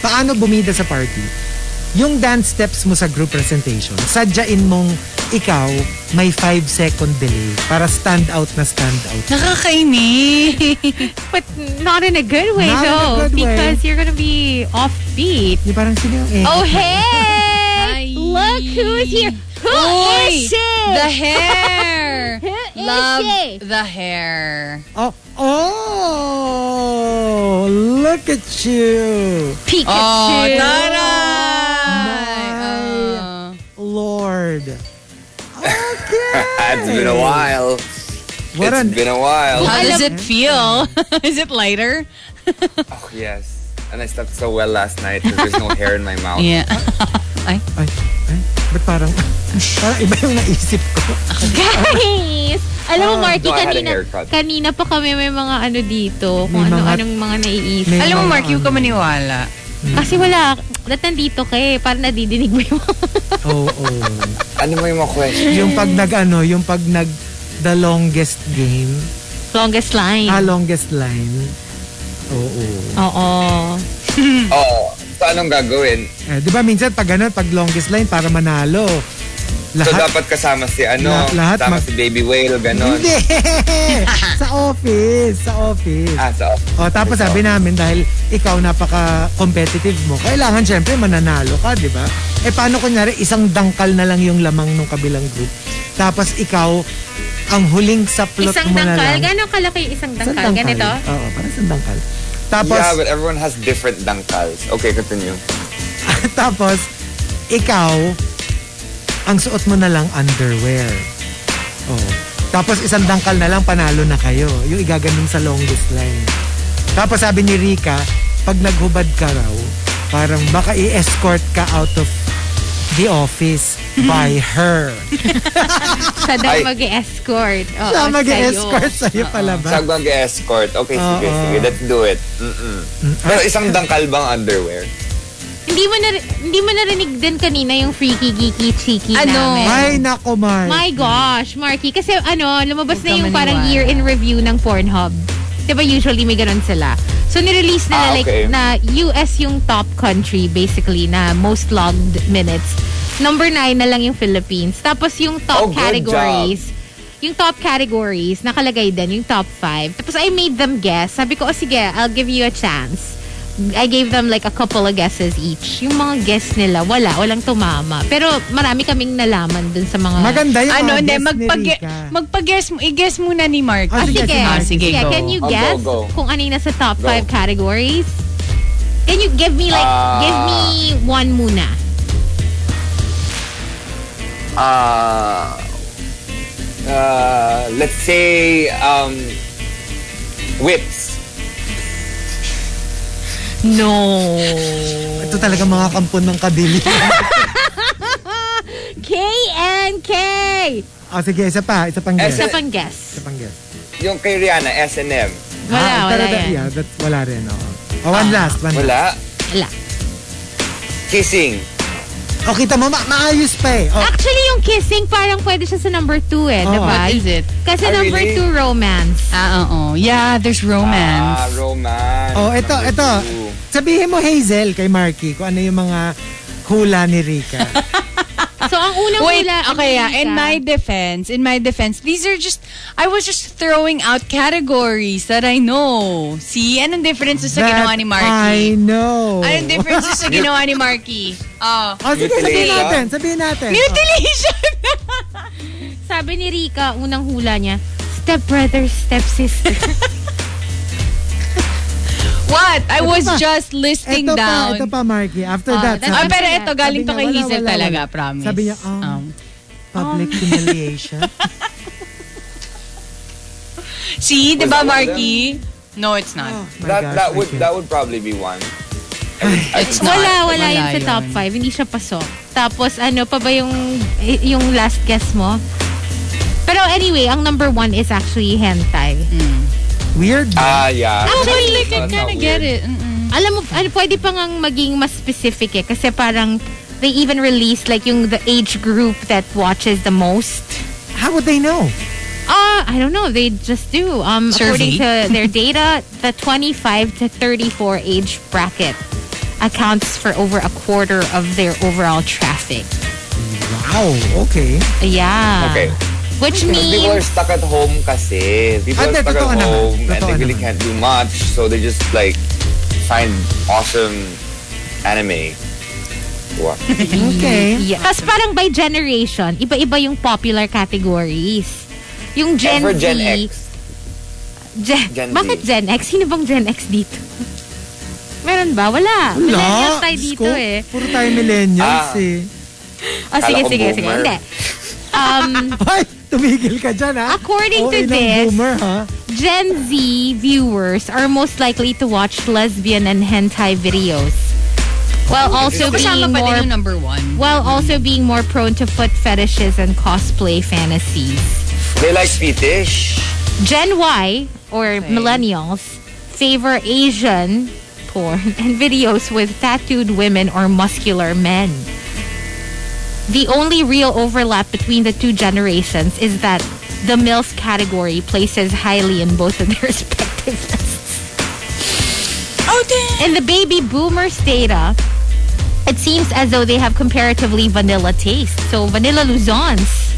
Speaker 6: Paano bumida sa party? Yung dance steps mo sa group presentation, sadyain mong ikaw may five second delay para stand out na stand out.
Speaker 9: Nakakainis.
Speaker 11: But not in a good way,
Speaker 6: Not in a
Speaker 11: though.
Speaker 6: good way.
Speaker 11: oh, because you're gonna be offbeat.
Speaker 6: Yung parang sino yung eh?
Speaker 11: Oh,
Speaker 9: Ay.
Speaker 11: hey! Look who's here. Who
Speaker 9: Oy!
Speaker 11: is she?
Speaker 9: The hair.
Speaker 11: Who is she?
Speaker 9: Love the hair.
Speaker 6: Oh, oh, look at you.
Speaker 9: Oh,
Speaker 11: Pikachu.
Speaker 6: My Lord.
Speaker 10: Ah, It's been a while.
Speaker 6: What
Speaker 10: It's
Speaker 6: an
Speaker 10: been a while.
Speaker 9: How does it feel? Is it lighter?
Speaker 10: Oh, yes. And I slept so well last night because there's no hair in my mouth.
Speaker 9: Yeah.
Speaker 6: Ay, ay, ba't parang, parang iba yung naisip ko.
Speaker 11: Guys! Alam mo, Marky,
Speaker 10: No, I had a
Speaker 11: kanina,
Speaker 10: haircut.
Speaker 11: kanina pa kami may mga ano dito. Kung
Speaker 6: May mga-
Speaker 11: ano-anong mga naiisip.
Speaker 6: May
Speaker 9: Alam mo,
Speaker 6: mga
Speaker 9: Mark, yung ka
Speaker 6: ano.
Speaker 9: maniwala.
Speaker 11: Kasi wala. Ba't nandito ka eh? Parang nadidinig mo yung...
Speaker 6: Oo. Oh,
Speaker 10: Ano mo yung mga question?
Speaker 6: yung pag nag ano, yung pag nag the longest game,
Speaker 11: Longest line.
Speaker 6: ah, longest line. Oo.
Speaker 11: Oo.
Speaker 10: Oo. Oh, So, anong gagawin?
Speaker 6: Eh, 'Di ba minsan pag ano, pag longest line para manalo.
Speaker 10: So,
Speaker 6: Lahat
Speaker 10: dapat kasama si ano?
Speaker 6: Lahat- lahat
Speaker 10: kasama
Speaker 6: mag-
Speaker 10: si Baby Whale, ganon.
Speaker 6: hindi. sa office, sa office.
Speaker 10: Ah, so,
Speaker 6: O, tapos sabi namin dahil ikaw napaka-competitive mo, kailangan syempre mananalo ka, di ba? Eh paano kunyari isang dangkal na lang yung lamang ng kabilang group, tapos ikaw ang huling saplot
Speaker 11: Isang
Speaker 6: mo na
Speaker 11: dangkal.
Speaker 6: lang.
Speaker 11: Gano'ng kalaki isang
Speaker 6: Isang
Speaker 11: dangkal? Ganito?
Speaker 6: Oo, parang isang dangkal. Tapos,
Speaker 10: yeah, but everyone has different dangkals. Okay, continue.
Speaker 6: tapos, ikaw, ang suot mo na lang underwear. Oh. Tapos isang dangkal na lang, panalo na kayo. Yung igaganon sa longest line. Tapos sabi ni Rika, pag naghubad ka raw, parang baka i-escort ka out of the office by her.
Speaker 4: Siya daw
Speaker 10: Ay.
Speaker 4: mag-escort. Oo,
Speaker 6: Siya
Speaker 4: sa'yo.
Speaker 6: mag-escort sa'yo palabas.
Speaker 10: Sag mag-escort. Okay, sige,
Speaker 6: Oo.
Speaker 10: sige. Let's do it. Mm-mm. Pero isang dangkal bang underwear?
Speaker 4: Hindi mo, na, hindi mo narinig din kanina yung freaky, geeky, cheeky
Speaker 9: Ano?
Speaker 4: namin.
Speaker 6: Ay, nako, Mark.
Speaker 4: My gosh, Marky. Kasi ano, lumabas
Speaker 9: Huwag
Speaker 4: na
Speaker 9: ka
Speaker 4: yung
Speaker 9: maniwala.
Speaker 4: parang year in review ng Pornhub. Diba usually may ganun sila? So nirelease nila
Speaker 10: Ah, okay.
Speaker 4: like na US yung top country basically na most logged minutes. Number 9 na lang yung Philippines. Tapos yung
Speaker 10: Oh,
Speaker 4: top
Speaker 10: good
Speaker 4: categories, yung top categories, nakalagay din yung top 5. Tapos I made them guess. Sabi ko, oh sige, I'll give you a chance. I gave them like a couple of guesses each. Yung mga guess nila, wala, walang tumama. Pero marami kaming nalaman dun sa mga...
Speaker 6: Maganda yung
Speaker 9: Ano,
Speaker 6: mga
Speaker 9: hindi,
Speaker 6: guest ni
Speaker 9: magpag
Speaker 6: Rika.
Speaker 9: magpag-guess mo. I-guess muna ni Mark.
Speaker 6: Ah, sige, sige.
Speaker 9: Ah, sige,
Speaker 4: yeah,
Speaker 9: go.
Speaker 4: can you
Speaker 10: Oh, go,
Speaker 4: guess
Speaker 10: go.
Speaker 4: kung ano yung nasa top
Speaker 10: Go.
Speaker 4: 5 categories? Can you give me like,
Speaker 10: Ah.
Speaker 4: give me one muna.
Speaker 10: Uh, uh, let's say, um, whips.
Speaker 9: No.
Speaker 6: Ito talaga mga kampon ng kadili.
Speaker 4: K and K!
Speaker 6: Ah, sige, isa pa. Isa pang guess.
Speaker 4: Isa
Speaker 10: Eh, Isa-
Speaker 4: pang guess.
Speaker 6: Isa pang guess.
Speaker 10: Yung kay Rihanna, S&M.
Speaker 6: Ah,
Speaker 4: Wala,
Speaker 6: pero
Speaker 4: wala
Speaker 6: that-
Speaker 4: yan.
Speaker 6: yeah, that, wala rin. Oo. Oh, one last, one last.
Speaker 10: Ah, Wala.
Speaker 4: Wala.
Speaker 10: Kissing.
Speaker 6: Oh, kita mo, ma- maayos pa eh. Oh,
Speaker 4: Actually, yung kissing, parang pwede siya sa number 2 eh,
Speaker 6: Oh.
Speaker 4: di ba?
Speaker 9: What is it?
Speaker 4: Kasi
Speaker 10: Ah,
Speaker 4: number 2,
Speaker 10: really?
Speaker 4: romance.
Speaker 9: Ah, oo. Yeah, there's
Speaker 10: Ah,
Speaker 9: romance.
Speaker 10: romance.
Speaker 6: oh ito,
Speaker 10: Number
Speaker 6: ito.
Speaker 10: two.
Speaker 6: Sabihin mo, Hazel, kay Marky, kung ano yung mga hula ni Rika.
Speaker 4: So, ang unang
Speaker 9: Wait,
Speaker 4: hula,
Speaker 9: okay, yeah.
Speaker 4: Angelica.
Speaker 9: In my defense, in my defense, these are just, I was just throwing out categories that I know. See, anong difference sa ginawa ni
Speaker 6: I
Speaker 9: Marky?
Speaker 6: know.
Speaker 9: Anong difference sa ginawa ni Marky? Oh.
Speaker 6: Oh, sige, sabihin
Speaker 10: Mutilation.
Speaker 6: natin. Sabihin natin.
Speaker 9: Mutilation!
Speaker 4: Sabi ni Rika, unang hula niya, stepbrother, stepsister.
Speaker 9: What? I was
Speaker 6: pa.
Speaker 9: just listing
Speaker 6: Ito pa,
Speaker 9: down.
Speaker 6: ito pa, Marky. After
Speaker 4: Oh,
Speaker 6: that,
Speaker 4: that's
Speaker 9: Ah,
Speaker 6: sabi,
Speaker 9: pero ito, galing to
Speaker 6: Sabi
Speaker 9: kay
Speaker 6: niya, wala,
Speaker 9: Hazel
Speaker 6: wala,
Speaker 9: talaga,
Speaker 6: wala.
Speaker 9: promise.
Speaker 6: Sabi niya, um, public
Speaker 4: um,
Speaker 6: humiliation.
Speaker 9: See, di
Speaker 10: Was
Speaker 9: ba,
Speaker 10: that one of
Speaker 9: Marky? No, it's not.
Speaker 6: Oh, my
Speaker 10: That,
Speaker 6: gosh,
Speaker 10: that,
Speaker 6: I
Speaker 10: would,
Speaker 6: can't.
Speaker 10: that would probably be one. I- I-
Speaker 9: It's not.
Speaker 4: Wala, wala yun sa
Speaker 9: yun.
Speaker 4: top 5. Hindi siya pasok. Tapos ano pa ba yung eh, yung last guess mo? Pero anyway, ang number one is actually hentai.
Speaker 6: Weird.
Speaker 10: Ah, yeah.
Speaker 4: Ah, but like,
Speaker 10: I kinda
Speaker 9: get
Speaker 10: get
Speaker 9: it.
Speaker 10: it.
Speaker 4: Alam mo, ano, pwede pa ngang maging mas specific eh. Kasi parang they even release like yung the age group that watches the most.
Speaker 6: How would they know?
Speaker 4: Uh, I don't know. They just do. Um, according to their data, the 25 to 34 age bracket accounts for over a quarter of their overall traffic.
Speaker 6: Wow, okay.
Speaker 4: Yeah.
Speaker 10: Okay.
Speaker 4: Which
Speaker 10: Because people are
Speaker 4: means
Speaker 10: stuck at home kasi. People
Speaker 6: Ate,
Speaker 10: are stuck
Speaker 6: Ah, totoo
Speaker 10: at
Speaker 6: naman.
Speaker 10: home and
Speaker 6: Totoo
Speaker 10: they really
Speaker 6: naman.
Speaker 10: can't do much. So they just like find awesome anime. What?
Speaker 6: Okay.
Speaker 4: Yeah. Tapos parang by generation, iba-iba yung popular categories. Yung Gen Z.
Speaker 10: Ever Gen X.
Speaker 4: Gen-
Speaker 10: Gen Z.
Speaker 4: Bakit Gen X? Sino bang Gen X dito? Meron ba? Wala. Millennials tayo
Speaker 6: Diyos
Speaker 4: dito
Speaker 6: ko,
Speaker 4: eh.
Speaker 6: Puro tayo millennials
Speaker 10: Ah.
Speaker 6: eh.
Speaker 4: Oh,
Speaker 10: Kala
Speaker 4: sige,
Speaker 10: ko
Speaker 4: sige, sige.
Speaker 10: boomer.
Speaker 4: Hindi. Um,
Speaker 6: Ay, tumigil ka dyan ha.
Speaker 4: According
Speaker 6: Oo,
Speaker 4: to
Speaker 6: ilang
Speaker 4: this-
Speaker 6: boomer ha.
Speaker 4: Gen Z viewers are most likely to watch lesbian and hentai videos. While also being more
Speaker 9: number one.
Speaker 4: while also being more prone to foot fetishes and cosplay fantasies.
Speaker 10: They like fetish.
Speaker 4: Gen Y or millennials favor Asian porn and videos with tattooed women or muscular men. The only real overlap between the two generations is that the MILF category places highly in both of their respective lists. Oh, damn. In the baby boomers data, it seems as though they have comparatively vanilla taste. So, Vanilla Luzons,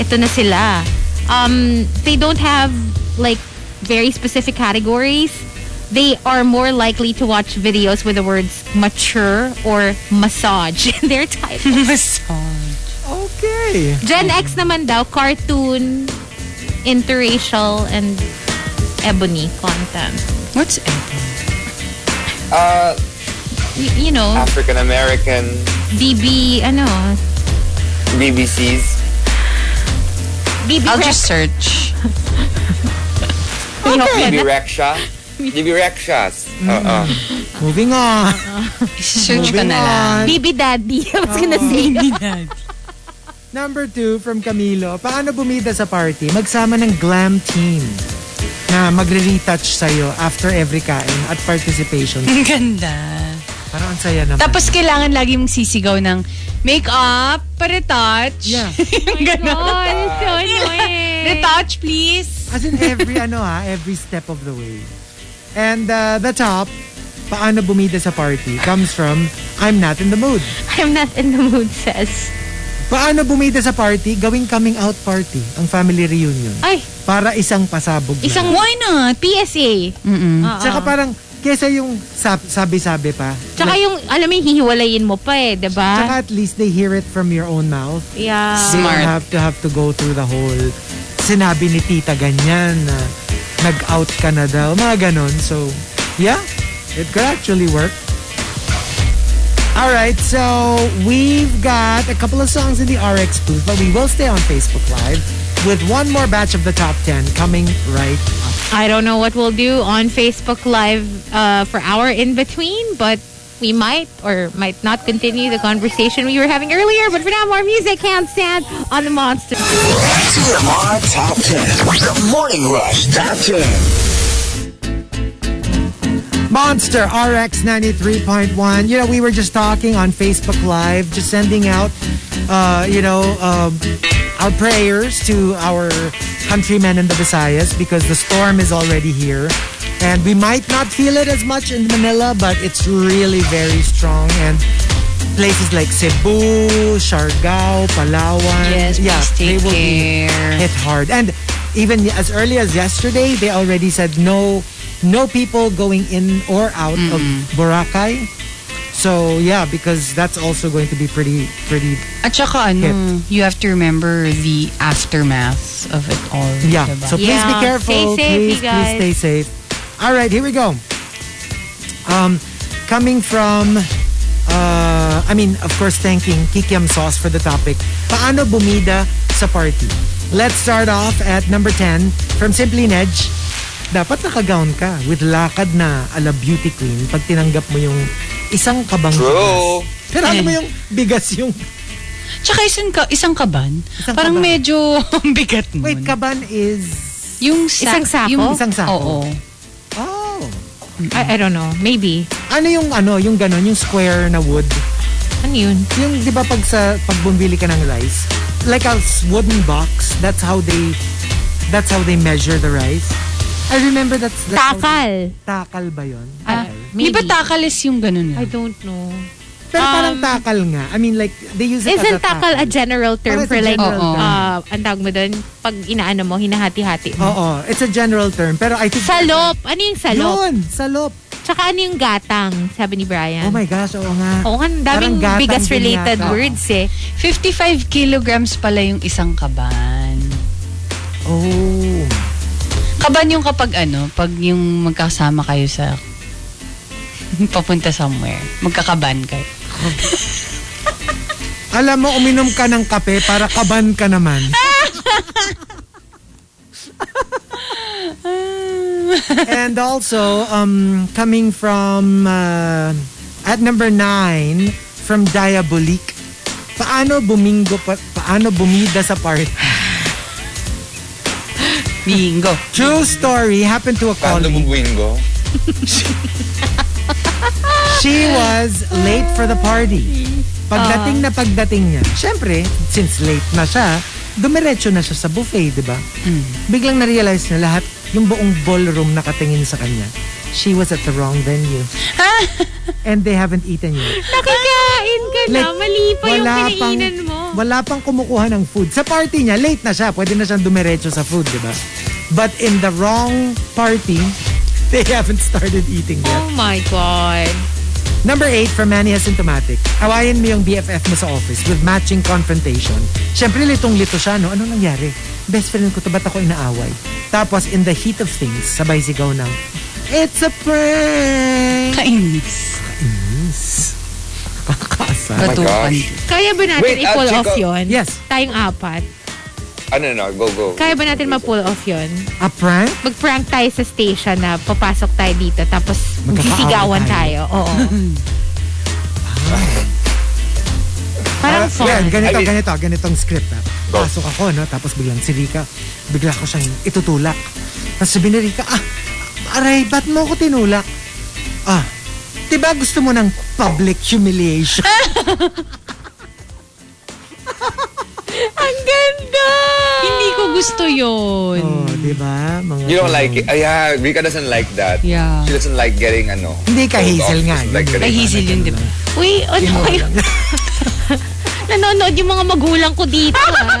Speaker 4: ito na sila. Um, they don't have, like, very specific categories. They are more likely to watch videos with the words mature or massage in their title.
Speaker 6: Okay.
Speaker 4: Gen X naman daw, cartoon, interracial, and ebony content.
Speaker 9: What's it?
Speaker 10: Uh,
Speaker 9: Y- you know,
Speaker 10: African American
Speaker 9: BB, ano,
Speaker 10: BBCs.
Speaker 4: BB
Speaker 9: I'll
Speaker 4: rec.
Speaker 9: just search.
Speaker 10: BB Reksha. BB Rekshas. Uh-uh.
Speaker 6: Mm-hmm. Moving on.
Speaker 9: Search ka
Speaker 6: Moving
Speaker 9: na lang.
Speaker 6: on.
Speaker 4: BB daddy. I was gonna say.
Speaker 6: Number two from Camilo. Paano bumida sa party? Magsama ng glam team na magre-retouch sa'yo after every kain at participation.
Speaker 9: Ang ganda.
Speaker 6: Parang ang saya naman.
Speaker 9: Tapos kailangan lagi mong sisigaw ng makeup, pa-retouch.
Speaker 6: Yeah.
Speaker 9: Yung ganon.
Speaker 4: Oh, so annoying.
Speaker 9: Retouch, please.
Speaker 6: As in every ano ha, every step of the way. And uh, the top, paano bumida sa party, comes from I'm not in the mood.
Speaker 4: I'm not in the mood, says.
Speaker 6: Paano bumida sa party, gawing coming out party, ang family reunion.
Speaker 4: Ay,
Speaker 6: Para isang pasabog lang.
Speaker 4: isang why not? PSA.
Speaker 9: Mm-mm.
Speaker 4: Oo.
Speaker 6: Tsaka parang, kesa yung sab- sabi-sabi pa.
Speaker 4: Tsaka yung, alam mo, yung hihiwalayin mo pa eh, diba?
Speaker 6: Tsaka at least they hear it from your own mouth.
Speaker 4: Yeah.
Speaker 6: They don't
Speaker 9: Smart.
Speaker 6: have to have to go through the whole sinabi ni tita ganyan na nag-out ka na daw. Mga ganun. So, yeah. It could actually work. Alright, so we've got a couple of songs in the RX booth, but we will stay on Facebook Live with one more batch of the top 10 coming right
Speaker 4: I don't know what we'll do on Facebook Live uh, for our in-between, but we might or might not continue the conversation we were having earlier. But for now, more music can't stand on the monster.
Speaker 8: TMR Top 10. The Morning Rush Top 10.
Speaker 6: Monster RX 93.1. You know, we were just talking on Facebook Live, just sending out, uh, you know, um, our prayers to our countrymen in the Visayas because the storm is already here. And we might not feel it as much in Manila, but it's really very strong. And places like Cebu, Siargao, Palawan.
Speaker 9: Yes, please
Speaker 6: yeah,
Speaker 9: take
Speaker 6: they will be
Speaker 9: care.
Speaker 6: hit hard. And even as early as yesterday, they already said no, no people going in or out of Boracay. So yeah, because that's also going to be pretty, pretty.
Speaker 9: At saka ano, you have to remember the aftermath of it all.
Speaker 6: Yeah.
Speaker 9: diba?
Speaker 6: So please be
Speaker 4: Yeah,
Speaker 6: careful.
Speaker 4: stay safe,
Speaker 6: please,
Speaker 4: you guys.
Speaker 6: please stay safe. All right, here we go. Um, coming from. Uh, I mean, of course, thanking Kikiam Sauce for the topic. Paano bumida sa party? Let's start off at number 10 from Simply Nedge. dapat nakagown ka with lakad na ala beauty queen pag tinanggap mo yung isang kabang
Speaker 10: True.
Speaker 6: bigas. Pero alam mo
Speaker 4: Eh.
Speaker 6: yung bigas yung...
Speaker 9: Tsaka isang, ka, isang kaban.
Speaker 6: Isang
Speaker 9: parang
Speaker 6: kaban.
Speaker 9: medyo ang bigat nun.
Speaker 6: Wait, kaban is...
Speaker 9: Yung sa,
Speaker 4: Isang sako?
Speaker 9: Yung,
Speaker 6: Isang sako.
Speaker 9: Oo.
Speaker 6: Oh.
Speaker 4: I, I don't know. Maybe.
Speaker 6: Ano yung ano, yung ganon, yung square na wood?
Speaker 4: Ano yun?
Speaker 6: Yung, di ba pag sa, pag bumili ka ng rice, like a s- wooden box, that's how they, that's how they measure the rice. I remember that's... that's how they-
Speaker 4: Takal.
Speaker 6: takal ba yun?
Speaker 4: Ah,
Speaker 6: Takal.
Speaker 9: Di
Speaker 4: maybe.
Speaker 9: ba takalis yung ganun na?
Speaker 4: I don't know.
Speaker 6: Pero parang takal nga. I mean like, they use
Speaker 4: Um,
Speaker 6: it as
Speaker 4: Isn't
Speaker 6: a takal.
Speaker 4: takal a general term
Speaker 6: Parang it's
Speaker 4: for
Speaker 6: a
Speaker 4: like,
Speaker 6: general
Speaker 9: Oo.
Speaker 6: term.
Speaker 4: uh, ang tawag mo dun, pag inaano mo, hinahati-hati mo?
Speaker 6: Oo, it's a general term. Pero I think...
Speaker 4: Salop. Ano yung salop?
Speaker 6: Yun, salop.
Speaker 4: Tsaka ano yung gatang, sabi ni Brian?
Speaker 6: Oh my gosh, oo nga.
Speaker 4: Oo, ang daming
Speaker 6: Parang gatang
Speaker 4: bigas-related
Speaker 6: din yata.
Speaker 4: words eh.
Speaker 9: 55 kilograms pala yung isang kaban.
Speaker 6: Oh.
Speaker 9: Kaban yung kapag ano, pag yung magkasama kayo sa papunta somewhere. Magkakaban kayo.
Speaker 6: Alam mo, uminom ka ng kape para kaban ka naman. And also, um, coming from uh, at number nine from Diabolik, paano bumingo pa, paano bumida sa party?
Speaker 9: Bingo.
Speaker 6: True story happened to a
Speaker 10: Paano
Speaker 6: colleague.
Speaker 10: bubwingo?
Speaker 6: She was late for the party. Pagdating na pagdating niya, syempre, since late na siya, dumiretso na siya sa buffet, di ba? Biglang na-realize niya lahat, yung buong ballroom nakatingin sa kanya. She was at the wrong venue. And they haven't eaten yet.
Speaker 4: Nakakain ka na.
Speaker 6: Like,
Speaker 4: Mali pa yung kinainan mo.
Speaker 6: Wala pang kumukuha ng food. Sa party niya, late na siya. Pwede na siyang dumiretso sa food, di ba? But in the wrong party, they haven't started eating yet.
Speaker 4: Oh my God.
Speaker 6: Number 8 from Manny Asymptomatic. Awayan mo yung BFF mo sa office with matching confrontation. Siyempre, litong-lito siya, no? Ano nangyari? Best friend ko to, ba't ako inaaway? Tapos, in the heat of things, sabay sigaw ng, It's a prank.
Speaker 9: Kainis.
Speaker 6: Kainis. Pakasa.
Speaker 9: Oh my Batukan. gosh.
Speaker 11: Kaya ba natin
Speaker 10: Wait, ah,
Speaker 11: i-pull
Speaker 10: Chico.
Speaker 11: off yun?
Speaker 6: Yes.
Speaker 11: Tayong apat.
Speaker 10: I don't know. Go, go.
Speaker 11: Kaya ba natin ma-pull off yun?
Speaker 6: A prank?
Speaker 11: Mag-prank tayo sa station na papasok tayo dito tapos
Speaker 6: Magkakaawa
Speaker 11: sisigawan
Speaker 6: tayo.
Speaker 11: tayo. Oo. Parang
Speaker 6: Ah,
Speaker 11: fun.
Speaker 6: Well, ganito,
Speaker 10: I mean-
Speaker 6: ganito, ganitong script. Ha?
Speaker 10: Go.
Speaker 6: Pasok ako, no? Tapos biglang si Rika, bigla ko siyang itutulak. Tapos sabi ni Rika, ah, aray, ba't mo ko tinulak? Ah, di ba gusto mo ng public humiliation?
Speaker 11: Ang ganda!
Speaker 9: Hindi ko gusto yun.
Speaker 6: oh, di ba? Mga
Speaker 10: You don't like it. Ah, yeah, Rika doesn't like that.
Speaker 9: Yeah.
Speaker 10: She doesn't like getting ano.
Speaker 6: Hindi ka
Speaker 10: told
Speaker 6: Hazel
Speaker 10: off.
Speaker 6: nga.
Speaker 10: Doesn't Like
Speaker 6: Hindi.
Speaker 10: getting,
Speaker 9: Ay, hazel yun, di ba?
Speaker 11: Uy, ano kayo? Nanonood yung mga magulang ko dito, ah. ha?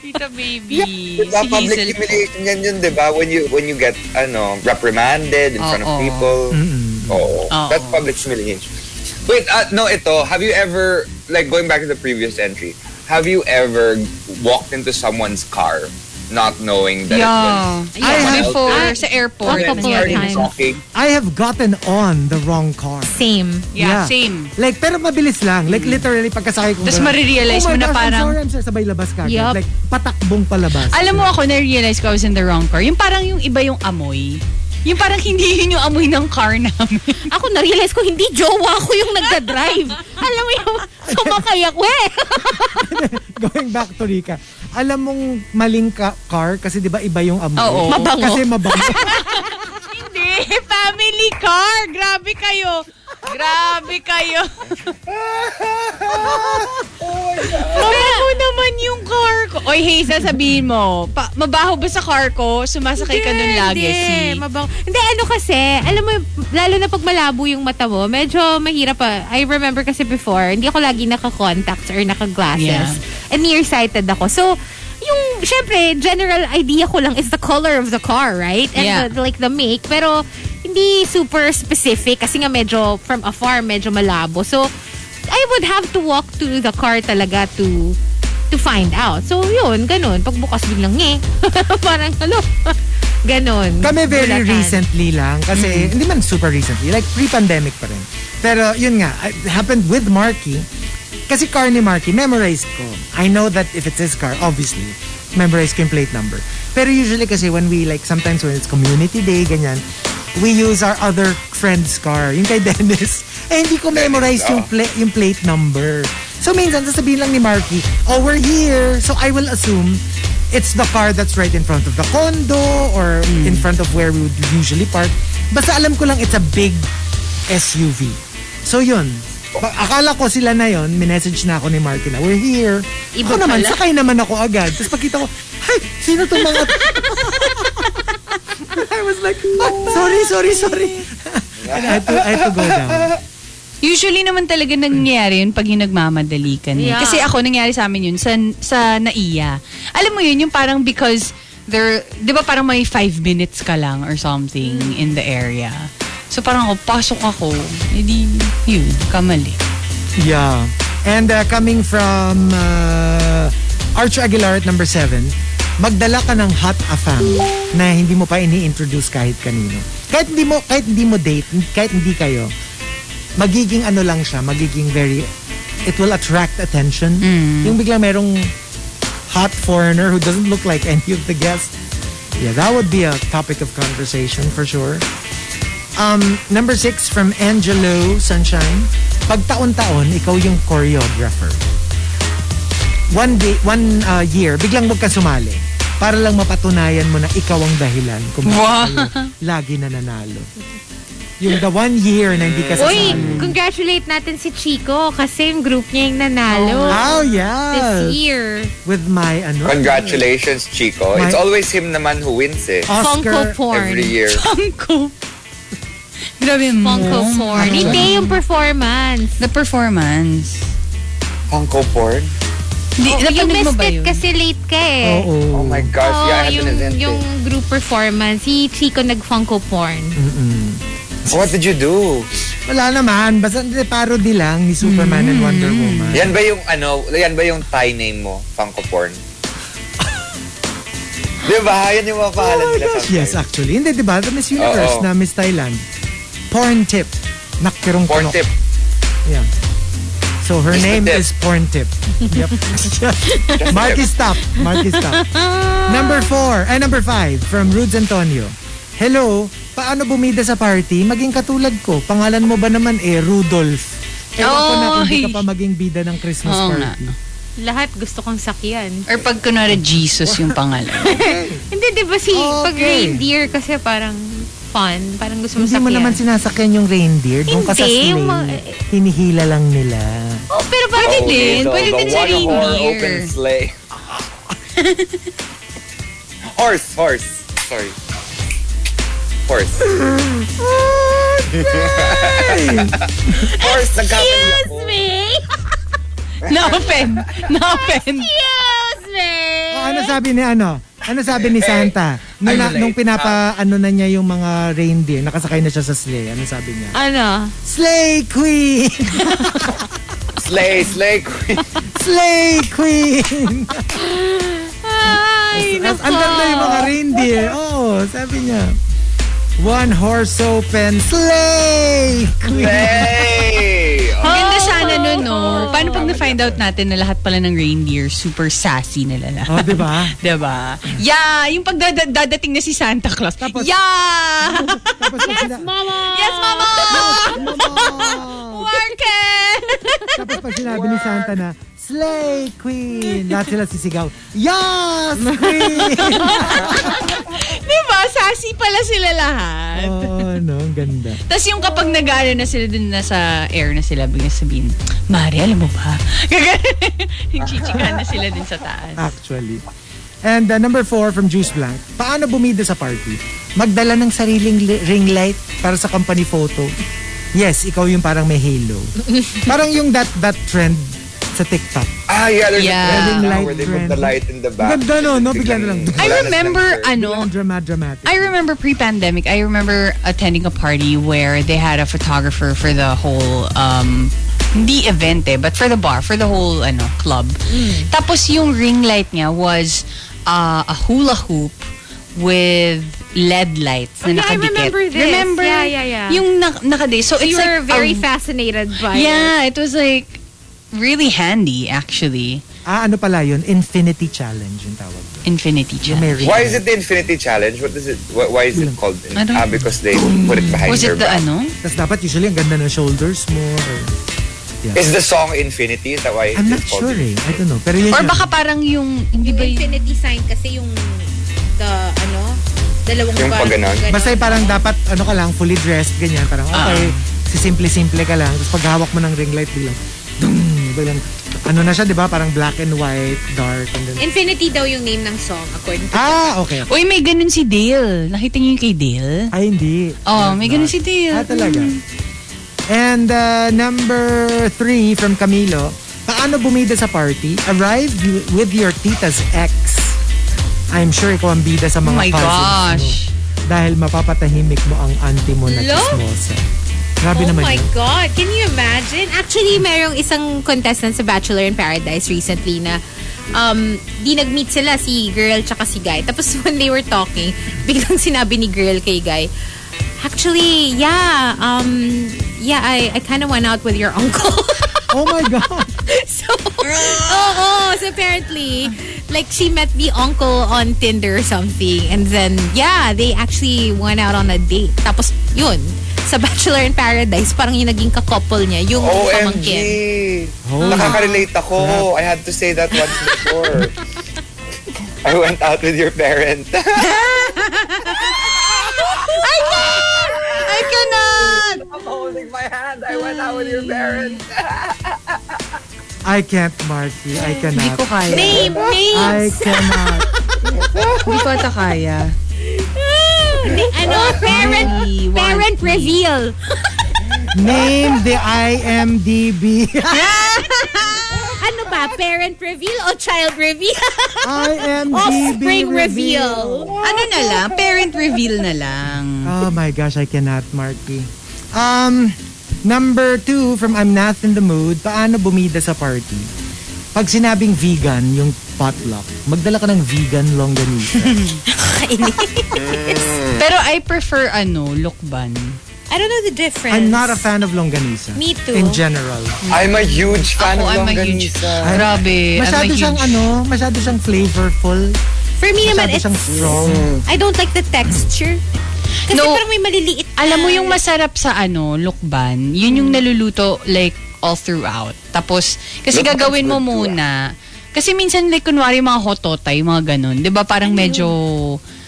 Speaker 9: Tita baby.
Speaker 10: Diba, public humiliation yan yun, di ba? When you, when you get, ano, reprimanded in front of
Speaker 9: Oo.
Speaker 10: people. Oo.
Speaker 9: Oo.
Speaker 10: That's public humiliation. Wait, uh, no, ito. Have you ever, like, going back to the previous entry, have you ever walked into someone's car not knowing that
Speaker 9: Yeah.
Speaker 10: it was
Speaker 9: Ay,
Speaker 10: someone else's?
Speaker 9: before,
Speaker 11: Ah,
Speaker 9: sa airport.
Speaker 11: a couple of
Speaker 9: nangyari
Speaker 11: times.
Speaker 9: yun.
Speaker 10: Talking.
Speaker 6: I have gotten on the wrong car.
Speaker 11: Same.
Speaker 9: Yeah, same.
Speaker 6: Like, pero mabilis lang. Like,
Speaker 10: Mm.
Speaker 6: literally, pagkasakay ko.
Speaker 9: Tapos
Speaker 6: ganun,
Speaker 9: marirealize
Speaker 6: oh
Speaker 9: mo
Speaker 6: my
Speaker 9: na
Speaker 6: gosh,
Speaker 9: parang-
Speaker 6: I'm sorry, I'm sorry. Sabay labas ka.
Speaker 11: Yup.
Speaker 6: Like, patakbong palabas.
Speaker 9: Alam mo ako, na-realize ko I was in the wrong car. Yung parang yung iba yung amoy. Yung parang hindi yun yung amoy ng car namin.
Speaker 11: Ako, narealize ko, hindi jowa ko yung nagda-drive. Alam mo yung sumakay ako eh.
Speaker 6: going back to Rika, alam mong maling ka- car kasi 'di ba iba yung amoy.
Speaker 9: Oo.
Speaker 11: Mabango.
Speaker 6: Kasi mabango.
Speaker 9: hindi, family car. Grabe kayo. Grabe kayo. Mabaho naman yung car ko. Oy, Hazel, sabihin mo. Pa- mabaho ba sa car ko? Sumasakay ka dun lagi.
Speaker 11: Hindi,
Speaker 9: Si-
Speaker 11: mabango. Hindi, ano kasi, alam mo, lalo na pag malabo yung mata mo, medyo mahirap pa. I remember kasi before, hindi ako lagi naka-contacts or naka-glasses. And nearsighted ako. So, yung, syempre, general idea ko lang is the color of the car, right? And
Speaker 9: Yeah.
Speaker 11: the- like the make. Pero, hindi super specific kasi nga medyo, from afar, medyo malabo. So, I would have to walk to the car talaga to to find out. So, yun, ganun. Pagbukas biglang, eh. Parang, hello. ganun.
Speaker 6: Kami very
Speaker 11: Bulatan.
Speaker 6: recently lang kasi hindi man super recently, like pre-pandemic pa rin. Pero yun nga, it happened with Marky. Kasi car ni Marky, memorize ko. I know that if it's his car, obviously, memorize ko yung plate number. Pero usually kasi when we like, sometimes when it's community day, ganyan, we use our other friend's car. Yung kay Dennis. Eh, hindi ko memorize yung, pla- yung plate number. So minsan, sasabihin lang ni Marky, oh, we're here. So I will assume it's the car that's right in front of the condo or in front of where we would usually park. Basta alam ko lang it's a big SUV. So yun. Ba- Akala ko sila na yon, minessage na ako ni Marky na, we're here. ako
Speaker 11: Iba
Speaker 6: naman,
Speaker 11: pala.
Speaker 6: sakay naman ako agad. Tapos pagkita ko, hey, sino tong mga... I was like, "Ah, sorry, sorry, sorry. And I had to, I had to go down.
Speaker 9: Usually naman talaga nangyayari yun pag yung nagmamadali ka na.
Speaker 11: Yeah.
Speaker 9: Kasi ako nangyari sa amin yun sa, sa naiya. Alam mo yun, yung parang because there, di ba parang may five minutes ka lang or something
Speaker 11: Mm.
Speaker 9: in the area. So parang ako, pasok ako, edi yun, kamali.
Speaker 6: Yeah. And uh, coming from uh, Arch Aguilar at number 7, magdala ka ng hot afam na hindi mo pa ini-introduce kahit kanino. Kahit hindi mo kahit hindi mo date, kahit hindi kayo, magiging ano lang siya, magiging very it will attract attention. Yung biglang merong hot foreigner who doesn't look like any of the guests. Yeah, that would be a topic of conversation for sure. Um, number six from Angelo Sunshine. Pag taon-taon, ikaw yung choreographer. One day, one uh, year, biglang huwag ka sumali. Para lang mapatunayan mo na ikaw ang dahilan kung bakit
Speaker 9: Wow.
Speaker 6: kayo lagi nananalo. Yung the one year na hindi ka
Speaker 11: Uy,
Speaker 6: sasali.
Speaker 11: congratulate natin si Chico kasi yung group niya yung nanalo
Speaker 6: Oh,
Speaker 11: this e-
Speaker 6: yes.
Speaker 11: year.
Speaker 6: With my, ano?
Speaker 10: Congratulations, Chico.
Speaker 6: My-
Speaker 10: It's always him naman who wins eh.
Speaker 11: Funko
Speaker 6: Oscar.
Speaker 11: porn.
Speaker 10: Every year.
Speaker 9: Funko. Grabe mo.
Speaker 11: Funko porn.
Speaker 6: Ano
Speaker 11: Hindi yung performance.
Speaker 9: The performance.
Speaker 10: Funko porn?
Speaker 9: Hindi,
Speaker 11: Oh, you
Speaker 9: napanood mo
Speaker 11: missed
Speaker 9: ba
Speaker 11: it
Speaker 9: yun?
Speaker 11: kasi late ka eh.
Speaker 6: Oo.
Speaker 10: Oh my gosh,
Speaker 11: Oo,
Speaker 10: yeah, I had
Speaker 11: yung,
Speaker 10: an event
Speaker 11: yung
Speaker 10: eh.
Speaker 11: group performance. Si Chico nag-funko porn.
Speaker 10: eh. What did you do?
Speaker 6: Wala naman. Basta parody lang ni Superman
Speaker 11: Mm.
Speaker 6: and Wonder Woman.
Speaker 10: Yan ba yung ano, yan ba yung Thai name mo? Funko porn? Diba? Yan yung mga pangalan
Speaker 6: Oh my
Speaker 10: nila
Speaker 6: gosh,
Speaker 10: sometimes.
Speaker 6: yes, actually. Hindi, di ba? The Miss Universe
Speaker 10: Oo.
Speaker 6: na Miss Thailand. Porn tip. Nakpirong
Speaker 10: Porn
Speaker 6: kunok.
Speaker 10: tip.
Speaker 6: Yeah. So her
Speaker 10: Miss
Speaker 6: name
Speaker 10: Tip.
Speaker 6: is Porn Tip. Yep. Marky stop. Marky stop. Number four, ay number five, from Rudes Antonio. Hello, paano bumida sa party? Maging katulad ko. Pangalan mo ba naman eh, Rudolph? Ewan ko na kung di ka
Speaker 9: Oy.
Speaker 6: pa maging bida ng Christmas
Speaker 11: Oh.
Speaker 9: Oo nga.
Speaker 6: party.
Speaker 4: Lahat gusto kong sakyan.
Speaker 9: Or pag kunwari Jesus yung pangalan.
Speaker 4: Hindi, di ba si pag
Speaker 6: Okay.
Speaker 4: reindeer kasi parang fun. Parang gusto mo
Speaker 6: Hindi
Speaker 4: sakyan.
Speaker 6: mo naman sinasakyan yung reindeer. Doon ka sa
Speaker 4: Hindi,
Speaker 6: sleigh.
Speaker 4: ma-
Speaker 6: Hinihila lang nila.
Speaker 4: oh, pero pwede
Speaker 10: Okay,
Speaker 4: din.
Speaker 10: so
Speaker 4: Pwede
Speaker 10: the
Speaker 4: din sa
Speaker 10: one horse
Speaker 4: reindeer.
Speaker 10: open sleigh. horse, horse. Sorry. Horse. horse, nagkakamali ako.
Speaker 4: Excuse me!
Speaker 9: Na-offend. Na-offend.
Speaker 4: Excuse me!
Speaker 6: Oh, ano sabi ni ano? Ano sabi ni Santa? Nung,
Speaker 10: I'm
Speaker 6: na-
Speaker 10: late.
Speaker 6: nung pinapa ano na niya yung mga reindeer, nakasakay na siya sa sleigh. Ano sabi niya?
Speaker 4: Ano?
Speaker 6: Sleigh queen!
Speaker 10: Sleigh, sleigh queen.
Speaker 6: Sleigh queen!
Speaker 4: Ay,
Speaker 6: As,
Speaker 4: nako.
Speaker 6: ang ganda yung mga reindeer. Oo, sabi niya. One horse open sleigh queen!
Speaker 10: Sleigh. Oh,
Speaker 9: Maganda sana nun, no? Paano pag na-find out natin na lahat pala ng reindeer, super sassy nila lahat?
Speaker 6: Oh,
Speaker 10: Ah,
Speaker 6: di ba?
Speaker 9: Diba? Yeah! Yung pagdadating na si Santa Claus. yeah!
Speaker 6: Tapos pag sina-
Speaker 9: yes, mama!
Speaker 6: Mama!
Speaker 9: Work it!
Speaker 6: Tapos pag sinabi ni Santa na, Sleigh Queen! Lahat sila sisigaw, Yes! Queen!
Speaker 9: diba? Sassy pala sila lahat.
Speaker 6: Oo, Ah, no, ang ganda.
Speaker 9: Tapos yung kapag nag-ano na sila dun nasa air na sila, bigla sabihin, Mari, alam mo ba? Gagano'n. Chichikahan na sila dun sa taas.
Speaker 6: Actually. And uh, number four from Juice Blank, paano bumida sa party? Magdala ng sariling li- ring light para sa company photo. Yes, ikaw yung parang may halo. parang yung that that trend sa TikTok.
Speaker 10: Ah, yeah, there's
Speaker 9: Yeah.
Speaker 10: a trend
Speaker 6: Wedding
Speaker 10: now
Speaker 6: light
Speaker 10: where they put
Speaker 6: trend.
Speaker 10: the light in the back.
Speaker 6: Ganda no, no? Bigla na lang.
Speaker 10: Biglang-
Speaker 9: I
Speaker 10: wala na
Speaker 9: remember,
Speaker 10: silang
Speaker 9: ano,
Speaker 6: Drama, dramatic.
Speaker 9: I remember pre-pandemic, I remember attending a party where they had a photographer for the whole um hindi event eh, but for the bar, for the whole ano club.
Speaker 4: Mm.
Speaker 9: Tapos yung ring light niya was uh, a hula hoop with LED lights
Speaker 4: Okay,
Speaker 9: na
Speaker 4: I
Speaker 9: nakadikit.
Speaker 4: remember this.
Speaker 9: Remember?
Speaker 4: Yeah, yeah, yeah.
Speaker 9: Yung na nakadikit. So it's
Speaker 4: You were
Speaker 9: like
Speaker 4: very
Speaker 9: a-
Speaker 6: um,
Speaker 4: fascinated by it.
Speaker 9: Yeah, it was like really handy actually.
Speaker 6: Ah, ano pala yun? Infinity Challenge yung tawag. doon.
Speaker 9: Infinity
Speaker 6: Yung may
Speaker 9: Challenge.
Speaker 6: ring
Speaker 10: Why is
Speaker 6: light.
Speaker 10: it the Infinity Challenge? What is it? Why, why is it called?
Speaker 9: I don't
Speaker 10: Ah, because they put it behind
Speaker 9: Was
Speaker 10: your
Speaker 9: it the
Speaker 10: back.
Speaker 9: ano?
Speaker 6: Tapos dapat usually ang ganda ng shoulders mo. or-
Speaker 10: Is the song Infinity? Is that why
Speaker 6: I'm not
Speaker 10: it's
Speaker 6: sure
Speaker 10: called
Speaker 6: eh. I don't know. Pero yun
Speaker 9: Or
Speaker 6: yun.
Speaker 9: baka parang yung hindi ba yun?
Speaker 11: Yung infinity sign kasi yung the ano, dalawang
Speaker 10: Yung
Speaker 11: parang
Speaker 10: pag-ganon?
Speaker 11: ganon.
Speaker 6: Basta yung parang dapat, ano ka lang, fully dressed, ganyan. Parang,
Speaker 9: Ah.
Speaker 6: okay, si simple-simple ka lang. Tapos paghawak mo ng ring light, bilang, dung, bilang, ano na siya, di ba? Parang black and white, dark, and then,
Speaker 11: Infinity daw yung name ng song according to
Speaker 6: ah, okay.
Speaker 9: Uy, may ganun si Dale. Nakita niyo yung kay Dale?
Speaker 6: Ay, hindi.
Speaker 9: Oh, may ganun si Mm. Dale.
Speaker 6: Ah, talaga. And uh, number three from Camilo, paano bumida sa party? Arrive you- with your tita's ex. I'm sure ikaw ang bida sa
Speaker 9: Oh
Speaker 6: mga
Speaker 9: my
Speaker 6: cousins mo.
Speaker 9: gosh.
Speaker 6: Dahil mapapatahimik mo ang auntie mo na
Speaker 11: Lo?
Speaker 6: chismosa. Grabe
Speaker 11: Oh
Speaker 6: naman
Speaker 11: my
Speaker 6: yun.
Speaker 11: God! Can you imagine?
Speaker 4: Actually, merong isang contestant sa Bachelor in Paradise recently na
Speaker 11: Um, di nag-meet sila si girl tsaka si guy. Tapos when they were talking, biglang sinabi ni girl kay guy, Actually, yeah, um, yeah, I, I kind of went out with your uncle.
Speaker 6: Oh my God.
Speaker 11: so, oh, so apparently, like she met the uncle on Tinder or something. And then, yeah, they actually went out on a date. Tapos, yun, sa Bachelor in Paradise, parang yung naging ka-couple niya, yung
Speaker 10: OMG!
Speaker 11: pamangkin.
Speaker 9: Oh.
Speaker 10: Nakaka-relate ako. I had to say that once before. I went out with your parent.
Speaker 9: I cannot!
Speaker 10: I'm holding my hand. I went out with your parent.
Speaker 6: I can't, Marky. I
Speaker 9: Hindi
Speaker 6: cannot.
Speaker 9: ko kaya.
Speaker 11: Name, name!
Speaker 6: I cannot.
Speaker 9: Hindi ko ata kaya.
Speaker 11: Ano? Parent, parent reveal.
Speaker 6: Name the IMDB.
Speaker 11: Ano ba? Parent reveal o child reveal?
Speaker 6: IMDB
Speaker 11: Offspring reveal.
Speaker 9: Ano na lang? Parent reveal na lang.
Speaker 6: Oh my gosh, I cannot, Marky. Um, number two from I'm Not in the Mood, paano bumida sa party? Pag sinabing vegan, yung potluck, magdala ka ng vegan longganisa.
Speaker 9: Hmm. Pero I prefer, ano, lukban.
Speaker 11: I don't know the difference.
Speaker 6: I'm not a fan of longganisa.
Speaker 11: Me too.
Speaker 6: In general.
Speaker 10: I'm a huge
Speaker 9: Ako,
Speaker 10: fan of
Speaker 9: I'm a huge-
Speaker 10: longganisa.
Speaker 9: Grabe,
Speaker 11: Eh,
Speaker 9: I'm a
Speaker 6: Masyado siyang,
Speaker 9: huge-
Speaker 6: ano, masyado siyang flavorful.
Speaker 11: For me naman,
Speaker 6: Masyado
Speaker 11: it's...
Speaker 6: siyang strong.
Speaker 11: I don't like the texture. Kasi parang may maliliit na-
Speaker 9: Alam mo yung masarap sa ano, lukban, yun yung naluluto like all throughout. Tapos, kasi
Speaker 11: Lukban's
Speaker 9: gagawin mo
Speaker 11: good too,
Speaker 9: muna. Kasi minsan like kunwari mga hototay, mga ganun. 'Di ba parang medyo...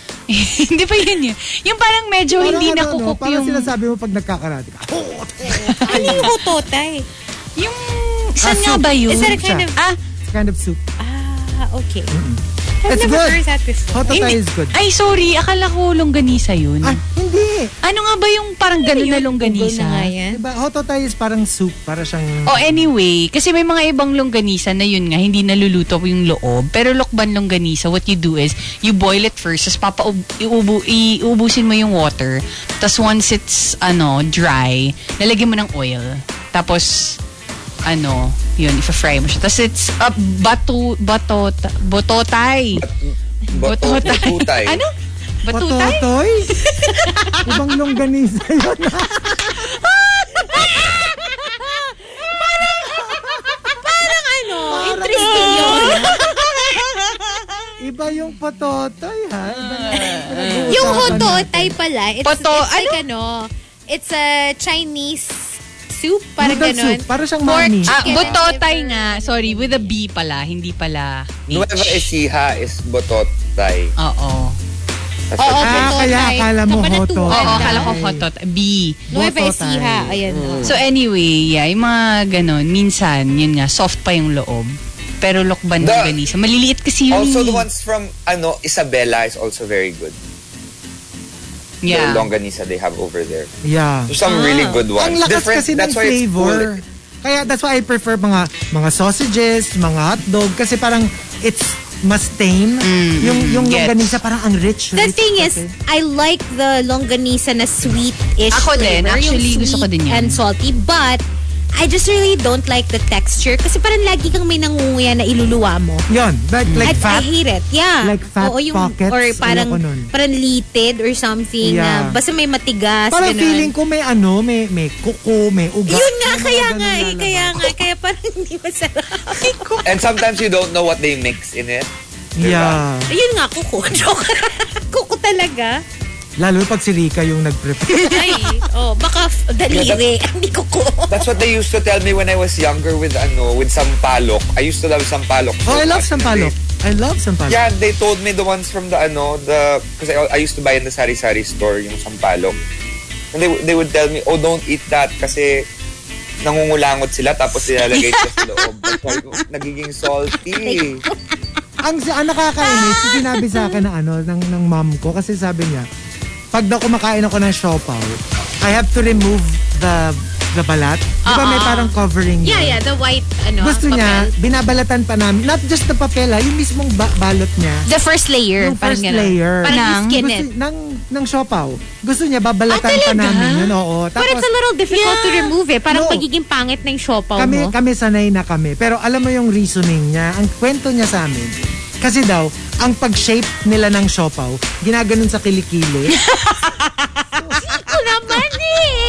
Speaker 9: Hindi pa yun yun. Yung parang medyo
Speaker 6: Parang
Speaker 9: hindi
Speaker 6: ano,
Speaker 9: na
Speaker 6: no?
Speaker 9: nakukook
Speaker 6: Parang
Speaker 9: yung...
Speaker 6: sinasabi mo pag nagkakarate ka.
Speaker 11: Ano yung hototay?
Speaker 9: Yung... Saan nga ba yun?
Speaker 11: Ah, Is that a kind of...
Speaker 9: Ah,
Speaker 6: It's kind of soup.
Speaker 11: ah, okay. I've
Speaker 6: It's
Speaker 11: never
Speaker 6: good.
Speaker 11: heard that before.
Speaker 6: Hototay
Speaker 9: Hindi.
Speaker 6: is good. Ah,
Speaker 9: Ay, sorry. Akala ko longganisa yun.
Speaker 11: Ah.
Speaker 6: Hindi.
Speaker 9: ano nga ba yung parang ganun na longganisa?
Speaker 6: Diba, hototay is parang soup. Para siyang...
Speaker 9: Oh,
Speaker 11: eh,
Speaker 9: anyway, kasi may mga ibang longganisa na yun nga, hindi naluluto yung loob. Pero lokban longganisa, what you do is, you boil it first, tapos papa, iubu, iubusin mo yung water. Tapos once it's, ano, dry, nalagyan mo ng oil. Tapos, ano, yun, ifa-fry mo siya. Tapos it's, uh, bato, bato, bototay.
Speaker 10: Boto-
Speaker 9: Bototay.
Speaker 10: Botutay.
Speaker 9: ano? Batutay?
Speaker 6: Hototoy? Ibang longganisa yun.
Speaker 11: Parang ano, interesting yun.
Speaker 6: Iba yung pototoy, ha? Iba na-
Speaker 11: yung hototay pala, it's,
Speaker 9: Poto-
Speaker 11: it's like ano? it's a Chinese soup, parang
Speaker 6: Noodle
Speaker 11: ganun.
Speaker 6: soup, para siyang
Speaker 11: Pork,
Speaker 6: mami.
Speaker 9: Ah,
Speaker 11: chicken,
Speaker 9: bototay nga. Sorry, with a B pala, hindi pala H.
Speaker 10: Nueva Ecija is bototay.
Speaker 9: Oo.
Speaker 10: That's
Speaker 11: Oo,
Speaker 10: what-
Speaker 6: Ah, kaya
Speaker 11: hototay.
Speaker 6: akala mo
Speaker 11: Kapanatuan
Speaker 6: hototay.
Speaker 9: Oo,
Speaker 11: lang.
Speaker 9: akala ko hotot. B.
Speaker 11: Nueva
Speaker 6: Bototay.
Speaker 11: Ecija, ayan. oh.
Speaker 9: So anyway, yeah, yung mga ganun, minsan, yun nga, soft pa yung loob. Pero lokban ng
Speaker 10: The-
Speaker 9: ganisa. Maliliit kasi yun.
Speaker 10: Also, the
Speaker 9: eh.
Speaker 10: ones from ano Isabela is also very good.
Speaker 9: yeah.
Speaker 10: The longanisa they have over there.
Speaker 6: Yeah.
Speaker 10: So, some really good ones.
Speaker 6: Ah, Ang lakas
Speaker 10: Different-
Speaker 6: kasi ng
Speaker 10: that's why it's
Speaker 6: flavor.
Speaker 10: cool.
Speaker 6: Kaya that's why I prefer mga mga sausages, mga hotdog kasi parang it's mas tame.
Speaker 9: Mm.
Speaker 6: yung yung
Speaker 9: gets.
Speaker 6: longganisa parang ang rich.
Speaker 11: The
Speaker 6: rich
Speaker 11: thing is,
Speaker 6: kasi.
Speaker 11: I like the longganisa na sweet-ish
Speaker 9: Ako din.
Speaker 11: flavor. Yung
Speaker 9: Actually, gusto ko din
Speaker 11: sweet
Speaker 9: yun.
Speaker 11: and salty. But, I just really don't like the texture kasi parang lagi kang may nangunguya na iluluwa mo.
Speaker 6: yun, but like
Speaker 11: At
Speaker 6: fat.
Speaker 11: I hate it. Yeah.
Speaker 6: Like fat pockets,
Speaker 11: Or
Speaker 6: ayoko
Speaker 11: parang,
Speaker 6: nun.
Speaker 11: parang litid or something
Speaker 6: Yeah.
Speaker 11: na basta may matigas.
Speaker 6: parang
Speaker 11: ganun.
Speaker 6: feeling ko may ano, may may kuko, may ugat.
Speaker 11: Yun nga,
Speaker 6: Yung mga
Speaker 11: kaya
Speaker 6: ganun
Speaker 11: nga eh,
Speaker 6: lalabas.
Speaker 11: kaya nga, kaya parang hindi masarap.
Speaker 10: And sometimes you don't know what they mix in it. Diba?
Speaker 6: Yeah.
Speaker 11: Ayun nga, kuko. Joke. kuko talaga.
Speaker 6: Lalo pag si Rika yung nag-prepare.
Speaker 11: Ay, oh, baka f- daliri. Hindi kuko.
Speaker 10: That's what they used to tell me when I was younger with ano with sampalok. I used to love sampalok.
Speaker 6: oh, I love
Speaker 10: much.
Speaker 6: sampalok. I love sampalok.
Speaker 10: Yeah, they told me the ones from the ano the because I, I used to buy in the sari sari store yung sampalok. And they they would tell me, oh don't eat that kasi nangungulangot sila tapos nilalagay sila sa loob. Nagiging salty.
Speaker 6: ang, ang nakakainis,
Speaker 11: Ah.
Speaker 6: sinabi sa akin na ano, ng, ng mom ko, kasi sabi niya, pag daw kumakain ako ng siopaw, I have to remove the the balat. Di ba may parang covering
Speaker 11: Ah, Yeah,
Speaker 6: yun?
Speaker 11: yeah, the white, ano,
Speaker 6: Gusto
Speaker 11: papel.
Speaker 6: niya, binabalatan pa namin. Not just the papel, ha, yung mismong ba- balot niya.
Speaker 11: The first layer.
Speaker 6: Yung first
Speaker 11: parang ganun.
Speaker 6: layer.
Speaker 11: Parang
Speaker 9: Ng-
Speaker 11: skin it.
Speaker 6: Gusto, ng, ng siopaw. Gusto niya,
Speaker 9: Ah,
Speaker 6: babalatan pa
Speaker 9: talaga?
Speaker 6: namin yun. Oo.
Speaker 11: But
Speaker 6: Tapos,
Speaker 11: it's a little difficult to remove eh. Parang
Speaker 6: No.
Speaker 11: pagiging pangit na yung siopaw
Speaker 6: kami,
Speaker 11: mo.
Speaker 6: kami sanay na kami. Pero alam mo yung reasoning niya, ang kwento niya sa amin, kasi daw, ang pag-shape nila ng siopaw, ginaganon sa kilikili.
Speaker 11: Ako naman eh.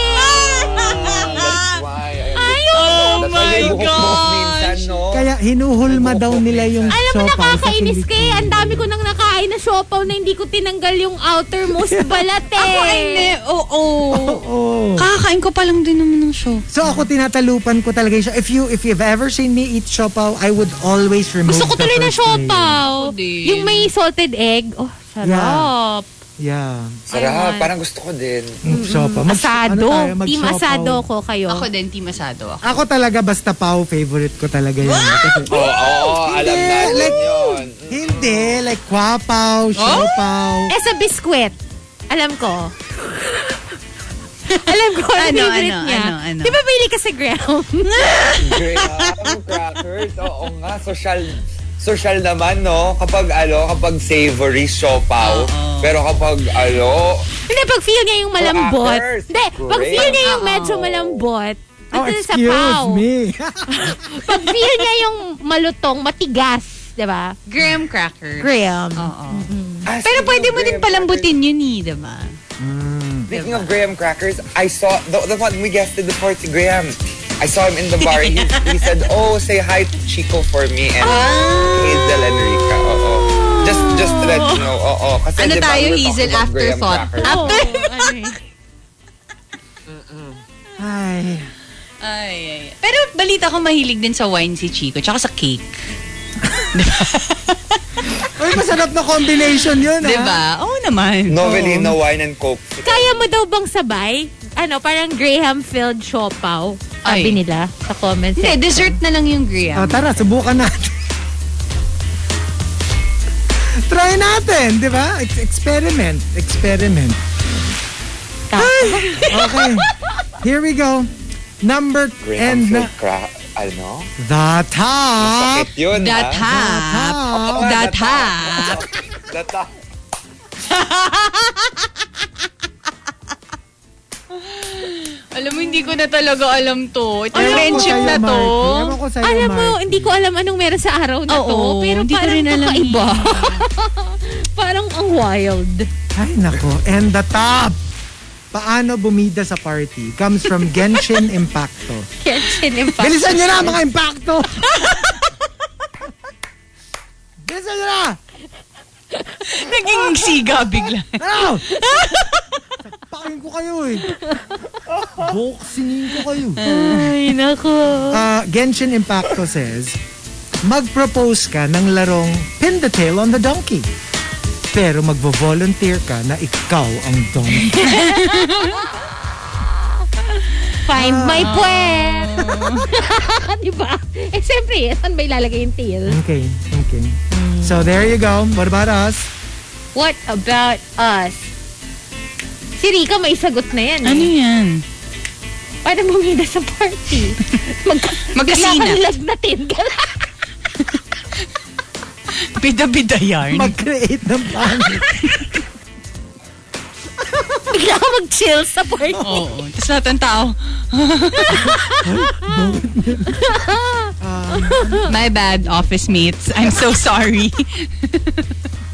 Speaker 10: That's why I
Speaker 11: Ayaw.
Speaker 10: That's why may
Speaker 9: Oh my
Speaker 10: buhok-buhok minsan, no?
Speaker 6: Kaya hinuhulma daw nila yung
Speaker 11: Alam
Speaker 6: siopaw
Speaker 11: mo,
Speaker 6: sa
Speaker 11: nakakainis ka eh.
Speaker 6: kilikili.
Speaker 11: Ang dami ko nang nakain na siopaw na hindi ko tinanggal yung outermost balat eh.
Speaker 9: Ako ay ne, oo.
Speaker 6: Oo.
Speaker 9: Kakakain ko pa lang din naman ng show.
Speaker 6: So ako tinatalupan ko talaga yung siopaw. If you if you've ever seen me eat siopaw, I would always remove
Speaker 11: Gusto ko
Speaker 6: the
Speaker 11: tuloy na
Speaker 6: first layer.
Speaker 11: siopaw.
Speaker 9: Ako din.
Speaker 11: Yung may salted egg. Oh, sarap.
Speaker 6: Yeah.
Speaker 10: Sarap. Parang gusto ko din.
Speaker 6: Mm, Siopaw. Mag-
Speaker 11: Asado.
Speaker 6: ano tayo,
Speaker 11: Team
Speaker 6: mag-siopaw.
Speaker 11: asado ko kayo.
Speaker 9: Ako din, team asado ako.
Speaker 6: Ako talaga basta pao favorite ko talaga yun. Kasi,
Speaker 10: Oo, oh, alam
Speaker 6: Hindi,
Speaker 10: natin
Speaker 6: like-
Speaker 10: yun.
Speaker 6: Hindi, like kwapaw, siopaw.
Speaker 11: Eh, sa biskwit. Alam ko. Alam ko, ano,
Speaker 9: Ano,
Speaker 11: favorite
Speaker 9: ano,
Speaker 11: niya.
Speaker 9: ano, ano?
Speaker 11: Di ba mahilig ka sa ground?
Speaker 10: Graham crackers. Oo nga, social social naman, no? Kapag, ano, kapag savory, siopaw. Pero kapag, ano,
Speaker 11: Hindi, pag feel niya yung malambot.
Speaker 10: Crackers.
Speaker 11: Hindi, pag feel niya yung
Speaker 9: Oo.
Speaker 11: medyo malambot.
Speaker 6: Oh,
Speaker 11: Eh, dito na sa
Speaker 6: excuse
Speaker 11: pao.
Speaker 6: me.
Speaker 11: Pag feel niya yung malutong, matigas. 'di ba?
Speaker 9: Graham crackers.
Speaker 11: Graham.
Speaker 9: Oo.
Speaker 10: ah,
Speaker 9: Pero pwede mo din palambutin yun eh, di ba?
Speaker 10: Speaking of Graham crackers, I saw the, the one we guested before to Graham. I saw him in the bar. He, he said, "Oh, say hi to Chico for me and
Speaker 9: Ah.
Speaker 10: Hazel and Rica." Oh, Just just to let you know. Oh, oh. Kasi
Speaker 12: Ano
Speaker 10: di ba,
Speaker 12: tayo,
Speaker 10: we were
Speaker 12: Hazel?
Speaker 10: talking about Graham
Speaker 12: Afterthought?
Speaker 10: crackers.
Speaker 12: After?
Speaker 6: Ay.
Speaker 9: Ay, ay, ay. Pero balita ko mahilig din sa wine si Chico, tsaka sa cake.
Speaker 6: Uy, masarap na combination yun, ah.
Speaker 9: Di
Speaker 11: Diba?
Speaker 9: ba? diba? Oo naman.
Speaker 10: Novelino wine and coke.
Speaker 11: Kaya mo daw bang sabay? Ano, parang Graham filled chopaw.
Speaker 9: Ay.
Speaker 11: Sabi nila sa comment
Speaker 9: Hindi,
Speaker 11: section.
Speaker 9: dessert na lang yung Graham.
Speaker 6: Ah, tara, subukan natin. Try natin, di ba? Ex- Experiment. Experiment. Ay, okay. Here we go. Number and
Speaker 10: Graham filled
Speaker 6: na-
Speaker 10: cra... Ano?
Speaker 6: the top.
Speaker 10: Sakit yun,
Speaker 9: That
Speaker 10: ha? Oh,
Speaker 9: hap. Oh,
Speaker 6: Top.
Speaker 9: Ah, That hap.
Speaker 10: That ha?
Speaker 9: Alam mo, hindi ko na talaga alam to. Ito
Speaker 6: Ewan ko
Speaker 9: friendship
Speaker 6: sa'yo,
Speaker 9: na to.
Speaker 6: Marky. Ewan ko sa'yo,
Speaker 11: Alam mo,
Speaker 6: Marky.
Speaker 11: hindi ko alam anong meron sa araw na
Speaker 9: Oo,
Speaker 11: to. Pero
Speaker 9: hindi ko
Speaker 11: parang
Speaker 9: rin alam
Speaker 11: kakaiba. parang ang wild.
Speaker 6: Ay, nako. And the top. Paano bumida sa party? Comes from Genshin Impacto.
Speaker 11: Kitchen impact.
Speaker 6: Bilisan nyo na, mga Impacto! Bilisan nyo na!
Speaker 9: Naging siga bigla.
Speaker 6: Ano? Pakin ko kayo eh. Boxingin ko kayo.
Speaker 11: Ay, nako.
Speaker 6: Uh, Genshin Impacto says, mag-propose ka ng larong pin the tail on the donkey. Pero magvo-volunteer ka na ikaw ang donkey.
Speaker 11: Find my puwet. diba? Eh, siyempre, saan ba ilalagay yung tail?
Speaker 6: Okay, okay. So there you go. What about us?
Speaker 11: What about us? Si Rika may sagot na yan.
Speaker 9: Ano
Speaker 11: Eh.
Speaker 9: yan?
Speaker 11: Paano bumida sa party? Mag
Speaker 9: Magkasina.
Speaker 11: Lagnatin ka lang.
Speaker 9: Bida-bida yarn.
Speaker 6: Mag-create ng panic.
Speaker 11: Bigla ka mag-chill sa party.
Speaker 9: Oo. Tapos lahat ng tao.
Speaker 6: um,
Speaker 9: My bad, office mates. I'm so sorry.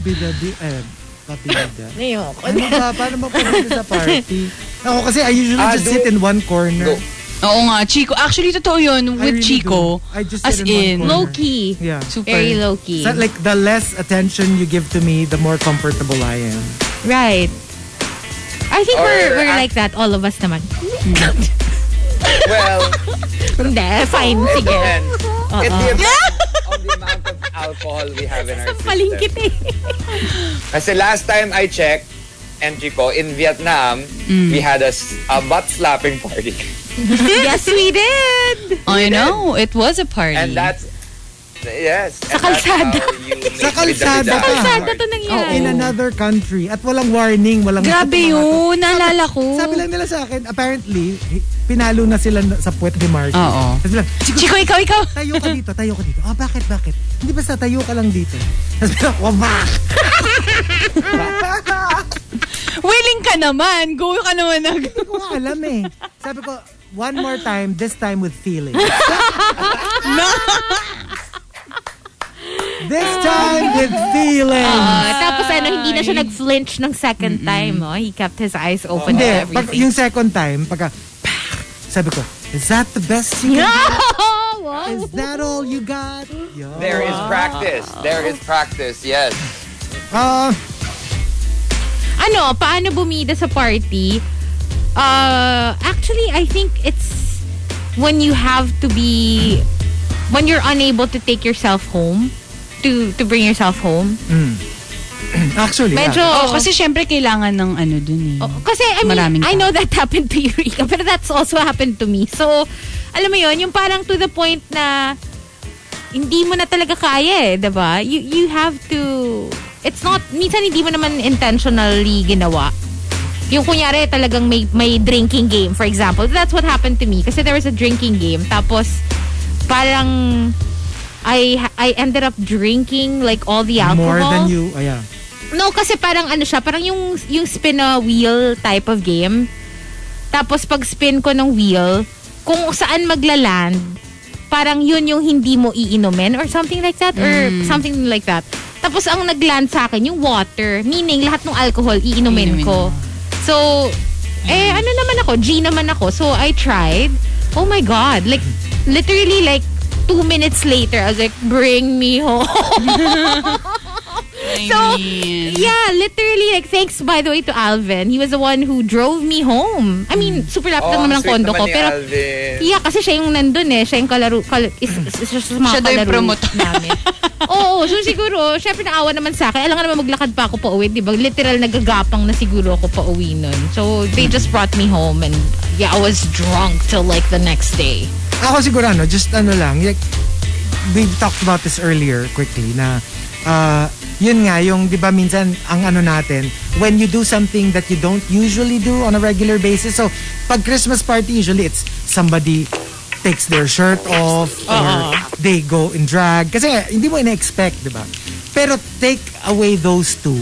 Speaker 6: Bidadi, eh, papidada.
Speaker 11: Ayoko.
Speaker 6: Ano ba? Paano magpunta sa party? Ako kasi I usually
Speaker 10: Ah,
Speaker 6: just
Speaker 10: do-
Speaker 6: sit in one corner.
Speaker 10: Go.
Speaker 9: Oo nga, Chico. Actually, totoo yun.
Speaker 6: I
Speaker 9: With
Speaker 6: really
Speaker 9: Chico.
Speaker 6: do. I just
Speaker 9: As
Speaker 6: sit
Speaker 9: in,
Speaker 6: in one corner.
Speaker 11: Low-key.
Speaker 6: Yeah.
Speaker 9: Super.
Speaker 11: Very low-key.
Speaker 6: So, like, the less attention you give to me, the more comfortable I am.
Speaker 9: Oh.
Speaker 11: Right. I think
Speaker 10: Or
Speaker 11: we're, we're
Speaker 10: act-
Speaker 11: like that, all of us naman.
Speaker 10: Well,
Speaker 11: Hindi, fine, sige.
Speaker 10: and it depends on the amount of alcohol we have in our
Speaker 11: Sa
Speaker 10: system.
Speaker 11: palingkit eh.
Speaker 10: Kasi last time I checked, entry ko, in Vietnam, we had a, s- a butt-slapping party.
Speaker 11: yes, we did.
Speaker 9: I know. It was a party.
Speaker 10: And that's, yes. Sa
Speaker 11: kalsada.
Speaker 6: Sa kalsada pa.
Speaker 11: Sada to nangyari.
Speaker 6: In another country. At walang warning, walang...
Speaker 9: Grabe
Speaker 6: At mga-
Speaker 9: yun. Naalala ko.
Speaker 6: Sabi lang nila sa akin, apparently, pinalo na sila sa puwet ni Mark.
Speaker 9: Oo.
Speaker 6: Sabi lang,
Speaker 9: Chico, ikaw, ikaw.
Speaker 6: tayo ka dito, tayo ka dito. Ah, bakit, bakit? Hindi basta tayo ka lang dito. Tapos bilang, wamak!
Speaker 9: Willing ka naman. Go ka naman. Nag-
Speaker 6: Hindi ko nga alam eh. Sabi ko, one more time, this time with feeling. This time with feeling.
Speaker 11: Ah, tapos ano, hindi na siya nag-flinch ng second time. Oh. He kept his eyes open
Speaker 6: Hindi,
Speaker 11: to
Speaker 6: pag,
Speaker 11: everything.
Speaker 6: yung second time, pagka, pah, sabi ko, is that the best you can
Speaker 11: Oh, wow.
Speaker 6: Is that all you got? Yo.
Speaker 10: There is practice. There is practice, yes.
Speaker 6: Ah,
Speaker 11: ano, paano bumida sa party? Uh, actually, I think it's when you have to be when you're unable to take yourself home to to bring yourself home.
Speaker 6: actually, yeah.
Speaker 11: Medyo
Speaker 9: Oo, Oh, kasi syempre kailangan ng ano dun eh.
Speaker 11: Oh, kasi I mean,
Speaker 9: Maraming
Speaker 11: I
Speaker 9: tao.
Speaker 11: know that happened to you, Rika, but that's also happened to me. So, alam mo yon yung parang to the point na hindi mo na talaga kaya eh, 'di ba? You, you have to, it's not, minsan hindi mo naman intentionally ginawa. Yung kunyari talagang may, may drinking game, for example. That's what happened to me. Kasi there was a drinking game. Tapos, parang, I, I ended up drinking like all the
Speaker 6: more
Speaker 11: alcohol.
Speaker 6: than you, oh, yeah.
Speaker 11: No, kasi parang ano siya, parang yung, yung spin a wheel type of game. Tapos pag spin ko ng wheel, kung saan maglaland,
Speaker 4: parang yun yung hindi mo iinumin or something like that or something like that. Tapos ang nagland sa akin yung water, meaning lahat ng alcohol iinumin, ko. So eh ano naman ako, G naman ako. So I tried. Oh my god, like literally like two minutes later, I was like, bring me home. so yeah, literally like thanks by the way to Alvin. He was the one who drove me home. I mean, super lapit lang
Speaker 10: ang
Speaker 4: naman ng
Speaker 10: Oh, sweet
Speaker 4: kondo ko
Speaker 10: naman ni
Speaker 4: pero
Speaker 10: Alvin.
Speaker 4: yeah, kasi siya yung nandun eh. Siya yung kalaro, kal, is, is, is, is, mga
Speaker 9: Siya daw yung
Speaker 4: kalaro
Speaker 9: promotor.
Speaker 4: namin. Oo, so siguro, syempre naawa naman sa akin. Alam nga naman maglakad pa ako pa uwi, di ba? Literal nagagapang na siguro ako pa uwi nun. So they just brought me home and yeah, I was drunk till like the next day.
Speaker 6: Ako siguro ano, just ano lang, like, we've talked about this earlier quickly na uh, yun nga yung 'di ba minsan ang ano natin when you do something that you don't usually do on a regular basis. So pag Christmas party usually it's somebody takes their shirt off or they go in drag kasi hindi mo ina-expect, 'di ba? Pero take away those two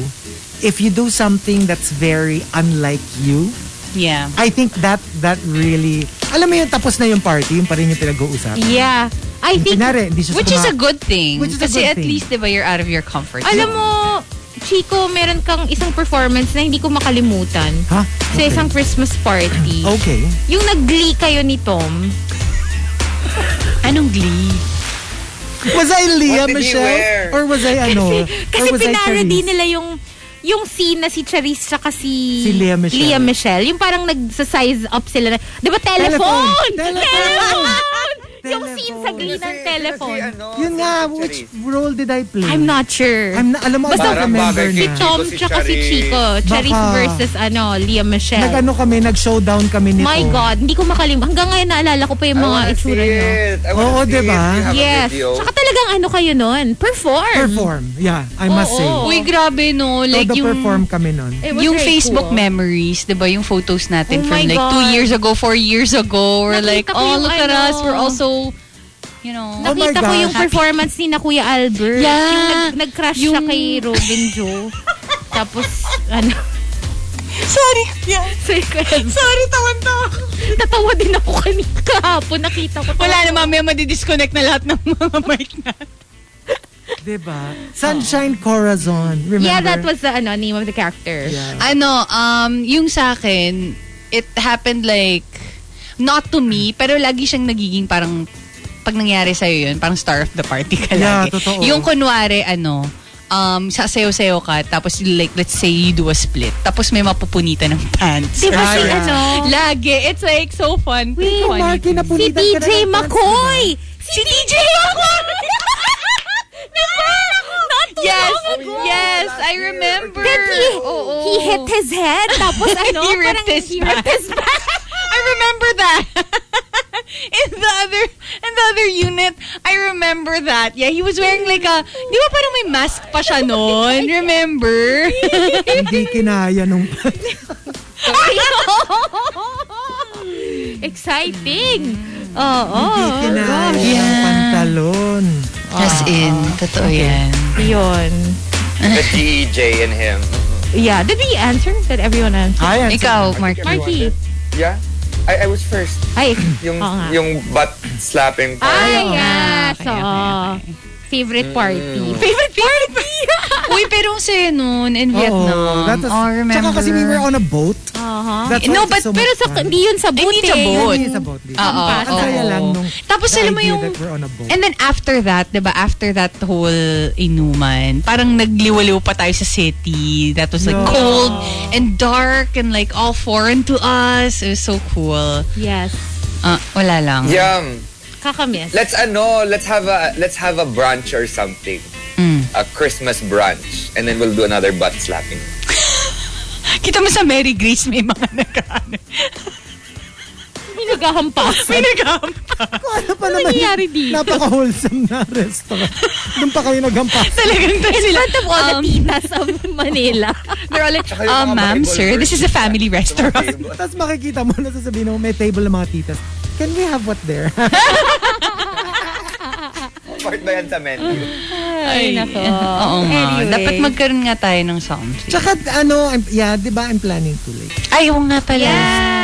Speaker 6: if you do something that's very unlike you.
Speaker 9: Yeah.
Speaker 6: I think that that really alam mo yun tapos na yung party, yung pa rin yung pinag-uusapan.
Speaker 4: Yeah. I think
Speaker 6: Kunyari, hindi siya
Speaker 9: Which is
Speaker 6: suma-
Speaker 9: a good thing.
Speaker 6: Which is a
Speaker 9: Kasi
Speaker 6: good
Speaker 9: at
Speaker 6: thing.
Speaker 9: least, di ba, you're out of your comfort zone.
Speaker 4: Alam mo, Chico, meron kang isang performance na hindi ko makalimutan.
Speaker 6: Ha?
Speaker 4: Sa
Speaker 6: Okay.
Speaker 4: isang Christmas party.
Speaker 6: Okay.
Speaker 4: Yung nag-glee kayo ni Tom.
Speaker 9: Anong glee?
Speaker 6: Was I Leah
Speaker 4: What did he
Speaker 6: Michelle?
Speaker 4: wear?
Speaker 6: Or was I ano?
Speaker 4: Kasi
Speaker 6: or was I
Speaker 4: pinarody
Speaker 6: Charisse?
Speaker 4: nila yung yung scene na si Charisse tsaka si,
Speaker 6: Si Lea Michele.
Speaker 4: Lea Michele. Yung parang nagsa-size up sila. Na, di ba
Speaker 6: Telephone!
Speaker 4: telephone?
Speaker 6: Telephone!
Speaker 4: Yung scene sa glee ng telephone.
Speaker 6: Yun nga, which role did I play?
Speaker 4: I'm not sure.
Speaker 6: I'm na, alam mo,
Speaker 4: Basta
Speaker 6: I don't remember
Speaker 4: si
Speaker 6: na.
Speaker 4: Tom tsaka si Chico. oh, Charisse
Speaker 6: Baka-
Speaker 4: versus ano, Lea Michele.
Speaker 6: Nag-ano kami, nag-showdown kami nito.
Speaker 4: My God, hindi ko makalimutan. Hanggang ngayon naalala ko pa yung
Speaker 10: Oh,
Speaker 4: mga itsura niyo.
Speaker 6: Oo, di ba?
Speaker 4: Yes. Tsaka talagang ano kayo nun? Perform.
Speaker 6: Perform. Yeah, I must say.
Speaker 9: Uy, grabe no. Like
Speaker 6: Todo
Speaker 9: yung...
Speaker 6: perform kami nun.
Speaker 4: It was
Speaker 9: yung
Speaker 4: very
Speaker 9: Facebook
Speaker 4: cool.
Speaker 9: memories, di ba? Yung photos natin
Speaker 4: Oh
Speaker 9: from
Speaker 4: my
Speaker 9: like two
Speaker 4: God.
Speaker 9: years ago, four years ago. We're
Speaker 4: Nakita
Speaker 9: like,
Speaker 4: ko
Speaker 9: oh,
Speaker 4: yung
Speaker 9: look at
Speaker 4: ano."
Speaker 9: us. We're also, you know.
Speaker 6: Oh my
Speaker 4: Nakita ko
Speaker 6: gosh.
Speaker 4: yung performance ni na Kuya Albert.
Speaker 9: Yeah.
Speaker 4: Yung nag- nag-crush siya
Speaker 9: Yung-
Speaker 4: kay Robin Joe. Tapos, ano,
Speaker 13: Sorry. Yeah.
Speaker 4: sorry,
Speaker 13: Sorry, tawan-tawa ako.
Speaker 4: tatawa din ako kanina kahapon. Nakita ko.
Speaker 9: Wala na, mamaya madidisconnect na lahat ng mga mic na.
Speaker 6: Di ba? Diba? Sunshine Corazon. Remember?
Speaker 4: Yeah, that was the ano, name of the character.
Speaker 6: Yeah.
Speaker 9: Ano, um, yung sa akin, it happened like, not to me, pero lagi siyang nagiging parang, pag nangyari sa'yo yun, parang star of the party ka
Speaker 6: Yeah,
Speaker 9: lagi.
Speaker 6: totoo.
Speaker 9: Yung kunwari, ano, um, sasayaw-sayaw ka, tapos like, let's say you do a split, tapos may mapupunitan ng pants.
Speaker 4: Di ba
Speaker 6: Ah,
Speaker 4: si
Speaker 6: yeah.
Speaker 4: ano?
Speaker 9: Lagi. It's like so fun.
Speaker 6: Hey,
Speaker 9: Funny.
Speaker 6: Marky,
Speaker 4: Si
Speaker 6: napunitan ka
Speaker 4: DJ
Speaker 6: na ng
Speaker 11: diba?
Speaker 6: pants,
Speaker 4: McCoy! Si DJ McCoy! Diba? Not too
Speaker 9: Yes.
Speaker 4: long ago.
Speaker 9: Yes, I remember.
Speaker 4: That he,
Speaker 9: Oo.
Speaker 4: he hit his head. Tapos ano,
Speaker 9: He ripped
Speaker 4: parang
Speaker 9: his
Speaker 4: he
Speaker 9: back.
Speaker 4: ripped his back.
Speaker 9: I remember that. in the other in the other unit, I remember that. Yeah, he was wearing like a, di ba parang may mask pa siya noon? Remember?
Speaker 6: Hindi kinaya nung...
Speaker 4: Exciting! Oo.
Speaker 6: Hindi kinaya ng pantalon.
Speaker 9: As in, totoo yan.
Speaker 4: Yun.
Speaker 10: The DJ and him.
Speaker 4: Yeah. Did we answer? Did everyone answer?
Speaker 6: Ay, ang-
Speaker 9: Ikaw, Mark.
Speaker 4: Marky.
Speaker 10: Yeah? I, I was first.
Speaker 4: Ay.
Speaker 10: Yung,
Speaker 4: Oo nga.
Speaker 10: yung butt slapping part.
Speaker 4: Ay, yes.
Speaker 9: okay, okay,
Speaker 4: Oo. Favorite party.
Speaker 11: Mm.
Speaker 4: Favorite party!
Speaker 9: Uy, pero ang saya noon in
Speaker 6: Oo,
Speaker 9: Vietnam.
Speaker 6: that was-
Speaker 9: oh, remember.
Speaker 6: Tsaka kasi we were on a boat.
Speaker 4: Aha.
Speaker 6: That's why
Speaker 9: No,
Speaker 6: it was
Speaker 9: but-
Speaker 6: so
Speaker 4: Pero
Speaker 6: much
Speaker 4: sa,
Speaker 6: fun.
Speaker 4: hindi Uh-huh. yun sa boat.
Speaker 9: Hindi sa
Speaker 4: eh.
Speaker 9: boat.
Speaker 6: Hindi sa boat. dito.
Speaker 9: Oo,
Speaker 6: Ang saya
Speaker 9: oo.
Speaker 6: lang nung
Speaker 9: Tapos
Speaker 6: the
Speaker 9: alam mo
Speaker 6: idea
Speaker 9: yung-
Speaker 6: that we're on a boat.
Speaker 9: And then after that, 'di ba, after that whole inuman, parang nagliwaliw pa tayo sa city. That was like
Speaker 6: Yeah.
Speaker 9: cold and dark and like all foreign to us. It was so cool.
Speaker 4: Yes.
Speaker 9: Ah, wala lang.
Speaker 10: Yum.
Speaker 4: Kakamiss.
Speaker 10: Let's ano, let's have a let's have a brunch or something.
Speaker 9: Mm.
Speaker 10: A Christmas brunch and then we'll do another butt slapping.
Speaker 9: Kita mo sa Mary Grace may mga nag-ano.
Speaker 4: May naghahampas.
Speaker 9: May naghahampa.
Speaker 6: Ano pa naman
Speaker 4: nangyayari dito?
Speaker 6: Napaka-wholesome na restaurant. Doon pa kayo naghampas.
Speaker 9: Talagang tayo sila.
Speaker 4: front of all the
Speaker 9: Um,
Speaker 4: titas of Manila.
Speaker 9: They're all like,
Speaker 10: Tsaka yung
Speaker 9: "Ah,
Speaker 10: mga
Speaker 9: ma'am,
Speaker 10: volleyball
Speaker 9: sir, this is a
Speaker 10: version
Speaker 9: family restaurant.
Speaker 6: Tapos makikita mo, nasasabihin mo, may table ng mga titas. Can we have what there?
Speaker 10: Part ba yan sa menu?
Speaker 4: Ay, nako.
Speaker 9: Oo nga.
Speaker 4: Anyway.
Speaker 9: Dapat magkaroon nga tayo ng something.
Speaker 6: Tsaka ano, I'm, yeah, di ba I'm planning to like.
Speaker 9: Ay, oo nga pala.
Speaker 4: Yes.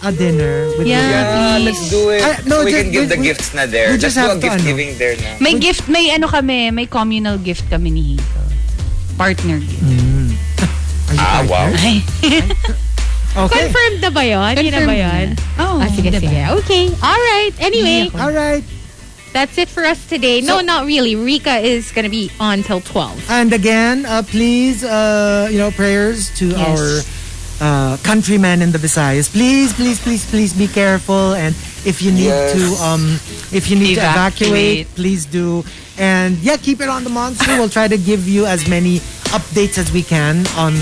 Speaker 6: a dinner with
Speaker 9: Yeah,
Speaker 6: you.
Speaker 10: Yeah, let's do it.
Speaker 6: Ah, no,
Speaker 10: so we
Speaker 6: ju-
Speaker 10: can give
Speaker 6: we-
Speaker 10: the
Speaker 6: we-
Speaker 10: gifts na there.
Speaker 6: we
Speaker 10: Let's
Speaker 6: just
Speaker 10: do
Speaker 6: have
Speaker 10: a
Speaker 6: to,
Speaker 10: gift
Speaker 6: ano.
Speaker 10: giving there na.
Speaker 9: May gift, may ano kami, may communal gift kami ni Hito. Partner gift.
Speaker 10: Ah, wow.
Speaker 6: Mm.
Speaker 9: Ay.
Speaker 6: Okay.
Speaker 11: Confirmed na ba yun? Yun na ba yun?
Speaker 9: Oh,
Speaker 11: Ah, sige,
Speaker 9: diba?
Speaker 11: sige. Okay. All right. Anyway,
Speaker 6: All right.
Speaker 11: that's it for us today. No,
Speaker 6: So-
Speaker 11: not really. Rika is going to be on till 12.
Speaker 6: And again, uh, please, uh, you know, prayers to
Speaker 9: Yes.
Speaker 6: our uh, countrymen in the Visayas. Please, please, please, please be careful. And if you need
Speaker 10: Yes.
Speaker 6: to, um, if you need to
Speaker 9: Evacuate.
Speaker 6: evacuate, please do. And yeah, keep it on the monster. we'll try to give you as many updates as we can on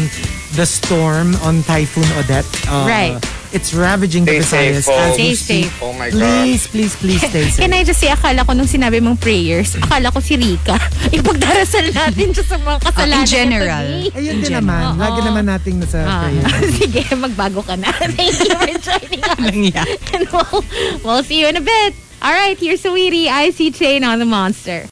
Speaker 6: the storm on Typhoon Odette. Uh,
Speaker 11: Right.
Speaker 6: It's ravaging the
Speaker 10: Stay
Speaker 6: Visayas.
Speaker 10: safe, folks.
Speaker 6: as we
Speaker 11: Stay
Speaker 6: speak.
Speaker 11: safe.
Speaker 10: Oh my God.
Speaker 6: Please, please, please stay safe.
Speaker 11: Can I just say, akala ko nung sinabi mong prayers, akala ko si Rika. Ipagdarasal natin siya sa
Speaker 4: Ah,
Speaker 11: mga kasalanan.
Speaker 9: In
Speaker 11: niya
Speaker 9: general.
Speaker 11: today.
Speaker 6: Ayun din naman. Lagi naman nating nasa
Speaker 11: Ah,
Speaker 6: prayers.
Speaker 11: sige, magbago ka na. Thank you for joining us.
Speaker 9: Lang yan.
Speaker 11: And we'll, we'll see you in a bit. All right, here's Sweetie, IC Chain on the Monster.